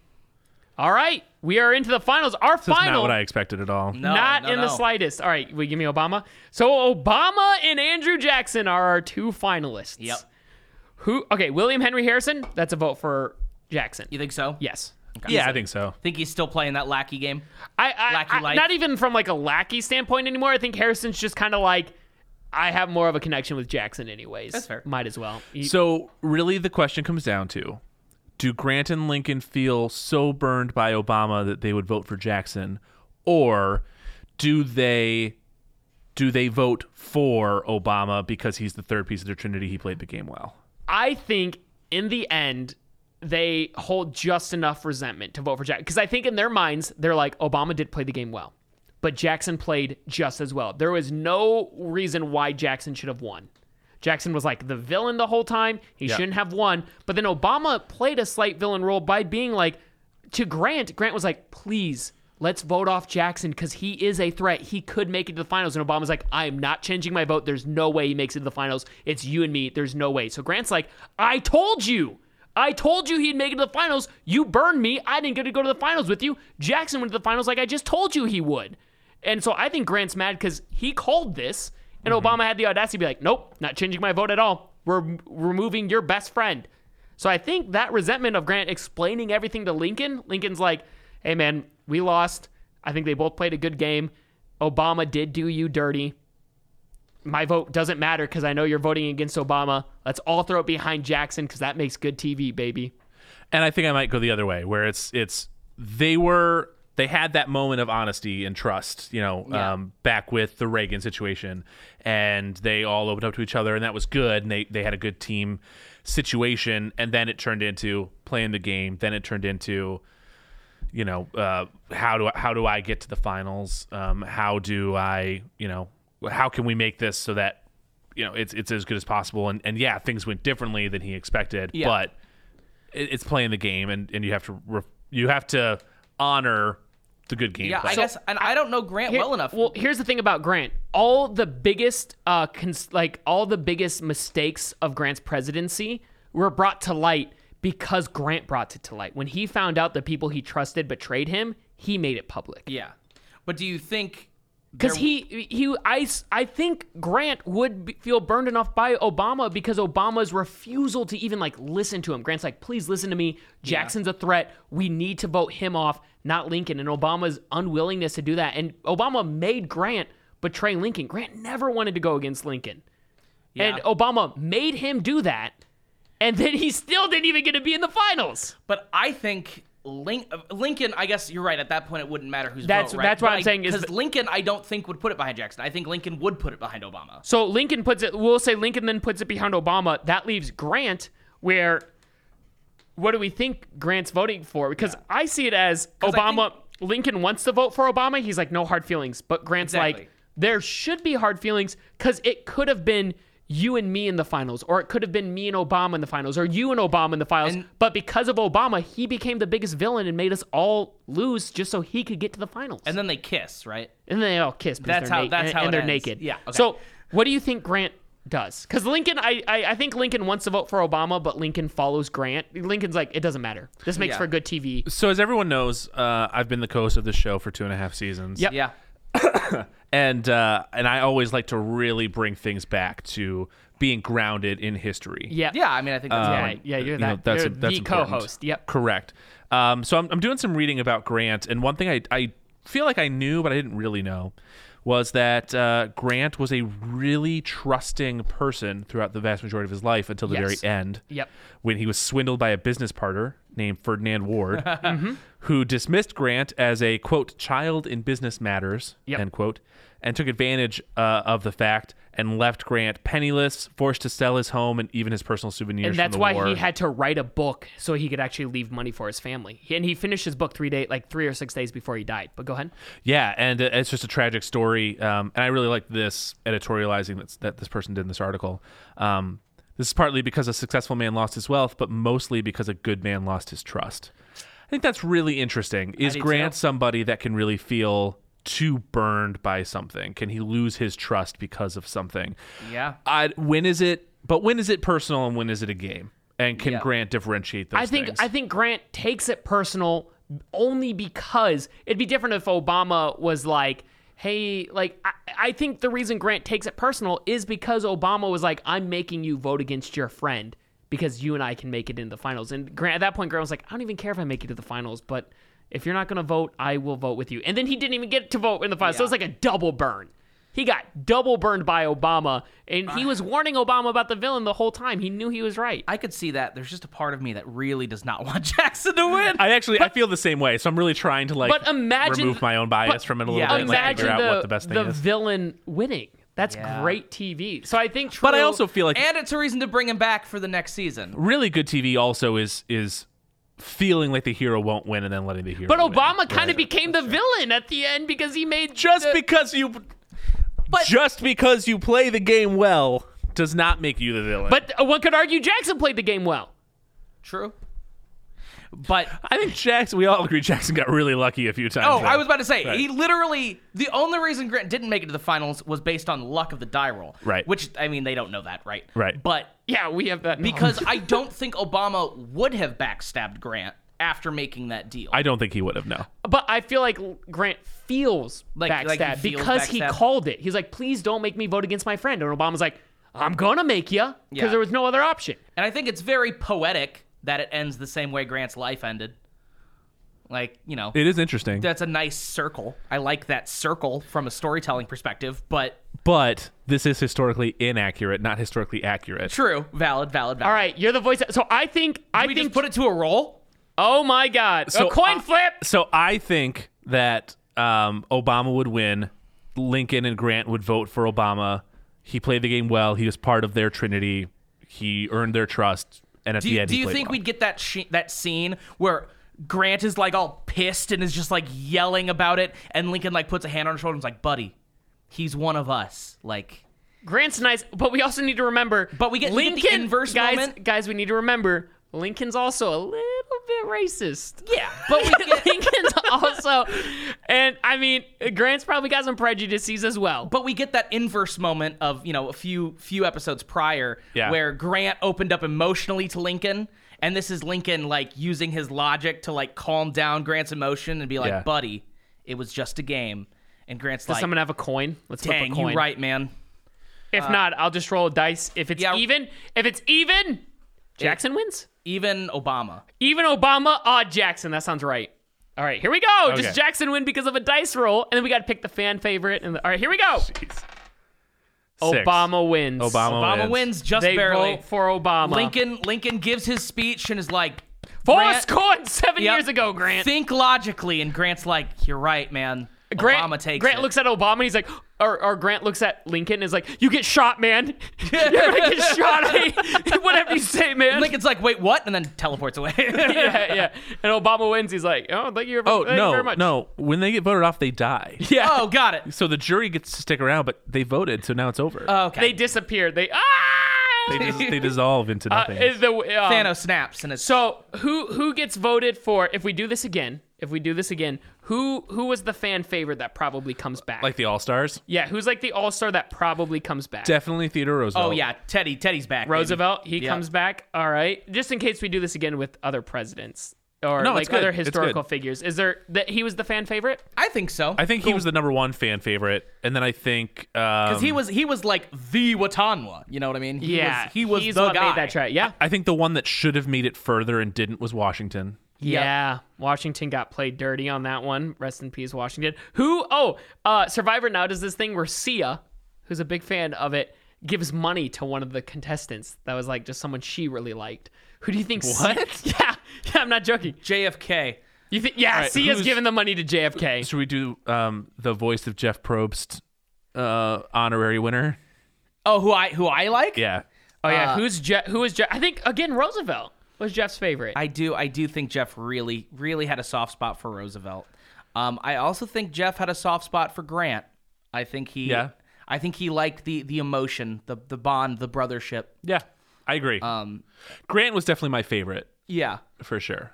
All right, we are into the finals. Our
That's
final,
not what I expected at all.
No,
not
no,
in the
no.
slightest. All right, we give me Obama. So Obama and Andrew Jackson are our two finalists.
Yep.
Who? Okay, William Henry Harrison. That's a vote for Jackson.
You think so?
Yes.
Yeah, I think so.
Think he's still playing that lackey game?
I, I,
Lackey
I-
life.
not even from like a lackey standpoint anymore. I think Harrison's just kind of like, I have more of a connection with Jackson, anyways.
That's fair.
Might as well. He-
So really, the question comes down to: Do Grant and Lincoln feel so burned by Obama that they would vote for Jackson, or do they do they vote for Obama because he's the third piece of their trinity? He played the game well.
I think in the end, they hold just enough resentment to vote for Jackson. Because I think in their minds, they're like, Obama did play the game well, but Jackson played just as well. There was no reason why Jackson should have won. Jackson was like the villain the whole time. He shouldn't have won. But then Obama played a slight villain role by being like, to Grant, Grant was like, please, let's vote off Jackson because he is a threat. He could make it to the finals. And Obama's like, I am not changing my vote. There's no way he makes it to the finals. It's you and me. There's no way. So Grant's like, I told you. I told you he'd make it to the finals. You burned me. I didn't get to go to the finals with you. Jackson went to the finals like I just told you he would. And so I think Grant's mad because he called this, and Obama had the audacity to be like, nope, not changing my vote at all. We're m- removing your best friend. So I think that resentment of Grant explaining everything to Lincoln, Lincoln's like, hey man, we lost. I think they both played a good game. Obama did do you dirty. My vote doesn't matter because I know you're voting against Obama. Let's all throw it behind Jackson because that makes good TV, baby.
And I think I might go the other way, where it's it's they were they had that moment of honesty and trust, you know, um, back with the Reagan situation, and they all opened up to each other, and that was good, and they they had a good team situation, and then it turned into playing the game, then it turned into you know uh, how do I, how do I get to the finals? Um, how do I you know how can we make this so that you know it's it's as good as possible? And and yeah, things went differently than he expected,
Yeah.
but it, it's playing the game, and and you have to re- you have to honor the good game.
Yeah,
play.
I guess. And I, don't know Grant
Here-
well enough.
Well, here's the thing about Grant. All the biggest, uh, cons- like all the biggest mistakes of Grant's presidency were brought to light because Grant brought it to light. When he found out the people he trusted betrayed him, he made it public.
yeah. But do you think.
Because
there-
he, he, I, s- I think Grant would be, feel burned enough by Obama because Obama's refusal to even like listen to him. Grant's like, please listen to me. Jackson's a threat. We need to vote him off, not Lincoln. And Obama's unwillingness to do that. And Obama made Grant betray Lincoln. Grant never wanted to go against Lincoln. And Obama made him do that. And then he still didn't even get to be in the finals.
But I think Link, uh, Lincoln. I guess you're right. At that point, it wouldn't matter who's
That's-
vote, right?
that's what I'm saying is
because
that-
Lincoln, I don't think would put it behind Jackson. I think Lincoln would put it behind Obama.
So Lincoln puts it. We'll say Lincoln then puts it behind Obama. That leaves Grant. Where, what do we think Grant's voting for? Because I see it as
I
Obama. Lincoln wants to vote for Obama. He's like no hard feelings, but Grant's like
Exactly.
there should be hard feelings because it could have been you and me in the finals, or it could have been me and Obama in the finals, or you and Obama in the finals.
And-
but because of Obama, he became the biggest villain and made us all lose just so he could get to the finals.
And then they kiss, right?
And then they all kiss. because
That's
they're
how-
na-
that's
and,
how
and
it
they're
ends.
naked.
Yeah, okay.
So, what do you think Grant does? Because Lincoln, I, I I think Lincoln wants to vote for Obama, but Lincoln follows Grant. Lincoln's like, it doesn't matter. This makes
Yeah.
for good TV.
so as everyone knows, uh, I've been the co-host of this show for two and a half seasons.
Yep.
Yeah.
and uh, and I always like to really bring things back to being grounded in history.
Yeah.
Yeah, I mean, I think that's
Um, Yeah,
fine.
yeah, you're
you know,
that.
that's-
you're
that's
the
important.
co-host. Yep.
Correct. Um, so I'm, I'm doing some reading about Grant, and one thing I, I feel like I knew, but I didn't really know, was that uh, Grant was a really trusting person throughout the vast majority of his life until the
Yes.
very end.
Yep.
When he was swindled by a business partner named Ferdinand Ward, who dismissed Grant as a, quote, child in business matters,
Yep.
end quote, and took advantage uh, of the fact and left Grant penniless, forced to sell his home and even his personal souvenirs.
And
from
that's
the
why
war.
he had to write a book so he could actually leave money for his family. He- And he finished his book three day, like three or six days before he died. But go ahead.
Yeah, and uh, it's just a tragic story. Um, and I really like this editorializing that's, that this person did in this article. Um, this is partly because a successful man lost his wealth, but mostly because a good man lost his trust. I think that's really interesting. Is
do
Grant
too.
somebody that can really feel too burned by something? Can he lose his trust because of something?
Yeah.
I, when is it? But when is it personal and when is it a game? And can
Yeah.
Grant differentiate those?
I think
things?
I think Grant takes it personal only because it'd be different if Obama was like, "Hey, like I, I think the reason Grant takes it personal is because Obama was like, "I'm making you vote against your friend because you and I can make it into the finals." And Grant at that point Grant was like, "I don't even care if I make it to the finals, but if you're not going to vote, I will vote with you." And then he didn't even get to vote in the finals. So it's like a double burn. He got double burned by Obama, and
Ah.
he was warning Obama about the villain the whole time. He knew he was right.
I could see that. There's just a part of me that really does not want Jackson to win.
I actually I feel the same way, so I'm really trying to like
But imagine-
remove my own bias
but
from it a little
yeah.
bit and like, figure
imagine
out
the,
what the best thing is.
villain winning. That's
Yeah.
great TV. So I think,
But I
True-
also feel like
and it's a reason to bring him back for the next season.
really good TV also is is feeling like the hero won't win and then letting the hero.
but
win.
Obama kind of became the villain at the end because he made
just
the-
because you just because you play the game well does not make you the villain.
But uh, one could argue Jackson played the game well.
True. But
I think Jackson. We all agree Jackson got really lucky a few times.
oh,
there.
I was about to say
Right.
he literally the only reason Grant didn't make it to the finals was based on luck of the die roll.
Right.
Which I mean they don't know that, right?
Right.
But
Yeah, we have that knowledge.
because I don't think Obama would have backstabbed Grant after making that deal.
I don't think he would have no.
But I feel like Grant feels
Like-
backstab
like he feels
because he
backstabbed.
called it. He's like, "Please don't make me vote against my friend." And Obama's like, "I'm gonna make you," because
Yeah.
there was no other option.
And I think it's very poetic that it ends the same way Grant's life ended. Like, you know,
It is interesting,
that's a nice circle. I like that circle from a storytelling perspective, but
but this is historically inaccurate, not historically accurate.
true, valid, valid, valid.
All right, you're the voice. So I think I
we
think
just put it to a roll.
Oh my God!
So
a coin
I-
flip.
So I think that um, Obama would win. Lincoln and Grant would vote for Obama. He played the game well. He was part of their trinity. He earned their trust. And at
Do
the
you,
end,
do
he
you
played
think
well.
we'd get that sh- that scene where Grant is like all pissed and is just like yelling about it, and Lincoln like puts a hand on his shoulder and is like, "Buddy, he's one of us." Like,
Grant's nice, but we also need to remember.
But we get- we get the inverse
guys.
moment.
Guys, we need to remember Lincoln's also a little bit racist.
yeah, but we get
Lincoln's also, and I mean, Grant's probably got some prejudices as well. But
but we get that inverse moment of you know a few few episodes prior
Yeah.
where grant opened up emotionally to lincoln and this is lincoln like using his logic to like calm down grant's emotion and be like
Yeah.
buddy it was just a game and grant's
does
like
someone have a coin? Let's
dang
flip a coin.
you right man
If not, I'll just roll a dice. If it's
Yeah.
even, if it's even, Jackson wins.
even obama
Even Obama, odd Jackson. That sounds right. All right, here we go.
Okay.
Just Jackson win because of a dice roll, and then we got to pick the fan favorite. And the, all right, here we go.
Jeez. Six.
Obama wins.
Obama,
obama
wins.
wins. just
they
barely
vote for Obama.
lincoln lincoln gives his speech and is like
Forrest
Grant-
Cohen seven
Yep.
years ago. Grant.
think logically and grant's like you're right man
Grant,
obama takes
Grant
it.
looks at Obama and he's like, or, or Grant looks at Lincoln and is like, "You get shot, man. You're gonna get shot. I- Whatever you say, man."
lincoln's like wait what and then teleports away
yeah, yeah. And Obama wins. He's like, "Oh, thank you,
Oh
thank you very
no,
much."
no! When they get voted off, they die.
Yeah.
oh got it
So the jury gets to stick around, but they voted, so now it's over.
Okay.
They disappear. They ah.
they, dis- they dissolve into
Uh,
nothing.
is the um,
Thanos snaps and it's
So who who gets voted for if we do this again? If we do this again, who who was the fan favorite that probably comes back?
like the All Stars,
yeah, who's like the all star that probably comes back?
definitely Theodore Roosevelt.
oh yeah, Teddy. Teddy's back. baby.
Roosevelt, he
Yeah.
comes back. All right, just in case we do this again with other presidents. or
No,
like
it's good.
other
It's good.
historical figures? Is there that he was the fan favorite?
I think so.
I think he was the number one fan favorite, and then I think um,
because he was he was like the Watanwa. You know what I mean? He
yeah,
was, he was
he's
the
what
guy.
made that try. Yeah,
I think the one that should have made it further and didn't was Washington.
Yeah, Washington got played dirty on that one. Rest in peace, Washington. Who? Oh, uh, Survivor now does this thing where Sia, who's a big fan of it, gives money to one of the contestants that was like just someone she really liked. Who do you think? What? yeah, yeah, I'm not joking.
JFK.
You think? Yeah,
right,
Sia's
who's-
giving the money to JFK.
Should we do um, the voice of Jeff Probst uh, honorary winner?
Oh, who I who I like?
Yeah.
Oh
Uh,
yeah, who's Je- who is Jeff? I think again Roosevelt was Jeff's favorite.
I do. I do think Jeff really really had a soft spot for Roosevelt. Um, I also think Jeff had a soft spot for Grant. I think he.
Yeah.
I think he liked the the emotion, the the bond, the brothership.
Yeah. I agree.
Um,
Grant was definitely my favorite
yeah.
for sure.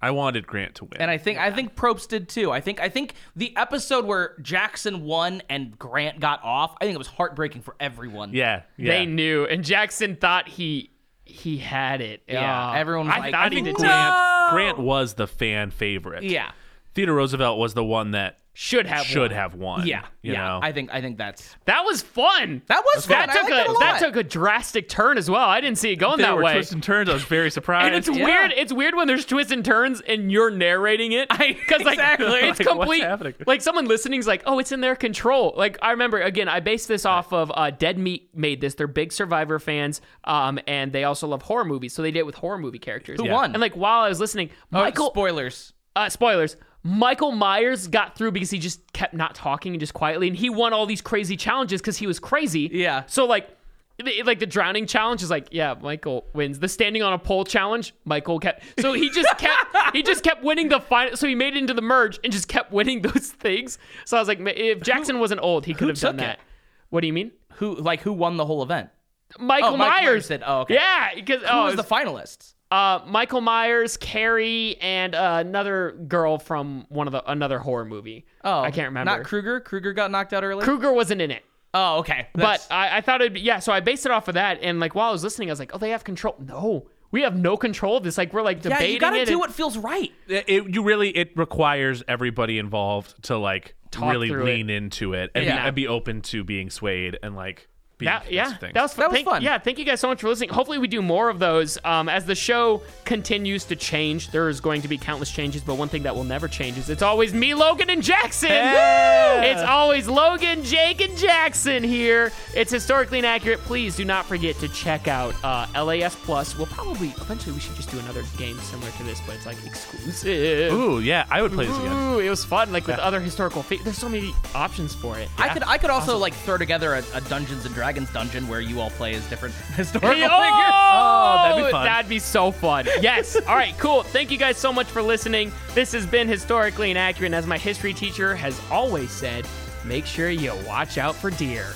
I wanted Grant to win.
And I think I think Probst did too. I think I think the episode where Jackson won and Grant got off, I think it was heartbreaking for everyone.
yeah, yeah.
They knew, and Jackson thought he he had it.
Yeah,
Oh,
everyone was
I
like,
thought he
I
did
think
too.
Grant, Grant was the fan favorite.
Yeah.
Theodore Roosevelt was the one that
should have won.
should have won.
Yeah.
You
yeah.
know?
I think I think that's
That was fun.
That was
that
fun. I
took
liked
a,
it a lot.
took a drastic turn as well. I didn't see it going
there
that
were
way.
twists and turns. I was very surprised.
and it's
Yeah.
weird. It's weird when there's twists and turns and you're narrating it because like
Exactly.
it's
Like, what's
complete.
happening?
Like someone listening's like, oh, it's in their control. Like I remember again, I based this off of uh, Dead Meat made this. They're big Survivor fans, um, and they also love horror movies, so they did it with horror movie characters.
who won.
And like while I was listening, Michael
spoilers.
uh, spoilers. Michael Myers got through because he just kept not talking and just quietly, and he won all these crazy challenges because he was crazy.
Yeah.
So like, the- like the drowning challenge is like, yeah, Michael wins. The standing on a pole challenge, Michael kept. So he just kept, he just kept winning the final. So he made it into the merge and just kept winning those things. So I was like, ma- if Jackson wasn't old, he could have done
took it?
that. What do you mean,
Who like who won the whole event?
Michael
Michael Oh, Myers
Myers?
did. Oh, okay.
Yeah, because
Who
oh,
was
it
the
was,
finalists?
uh, Michael Myers, Carrie, and uh, another girl from one of the another horror movie.
Oh,
I can't remember.
Not Kruger. Kruger got knocked out early.
Kruger wasn't in it.
oh, okay.
But
That's-
I, I thought it'd be, yeah, so I based it off of that. And like while I was listening, I was like, oh, they have control. No, we have no control of this. Like we're like
yeah,
debating
you gotta
it.
do
and-
what feels right.
it, it- you really it requires everybody involved to like
Talk
really
through
lean into it and,
Yeah.
be, and be open to being swayed and like being
That,
convinced
yeah,
of things.
that was,
That was
thank-
fun.
Yeah, thank you guys so much for listening. Hopefully, we do more of those um, as the show continues to change. There is going to be countless changes, but one thing that will never change is it's always me, Logan, and Jackson. Woo! It's always Logan, Jake, and Jackson here. It's historically inaccurate. Please do not forget to check out uh, LAS Plus. We'll probably eventually we should just do another game similar to this, but it's like exclusive.
Ooh, yeah, I would play this again.
Ooh, it was fun. Like with other historical, fi- there's so many options for it.
I could I could also like throw together a, a Dungeons and Dragons dungeon where you all play as different historical
Hey,
figures.
Oh,
that'd be fun.
That'd be so fun. Yes. All right, cool. Thank you guys so much for listening. This has been Historically Inaccurate, and as my history teacher has always said, make sure you watch out for deer.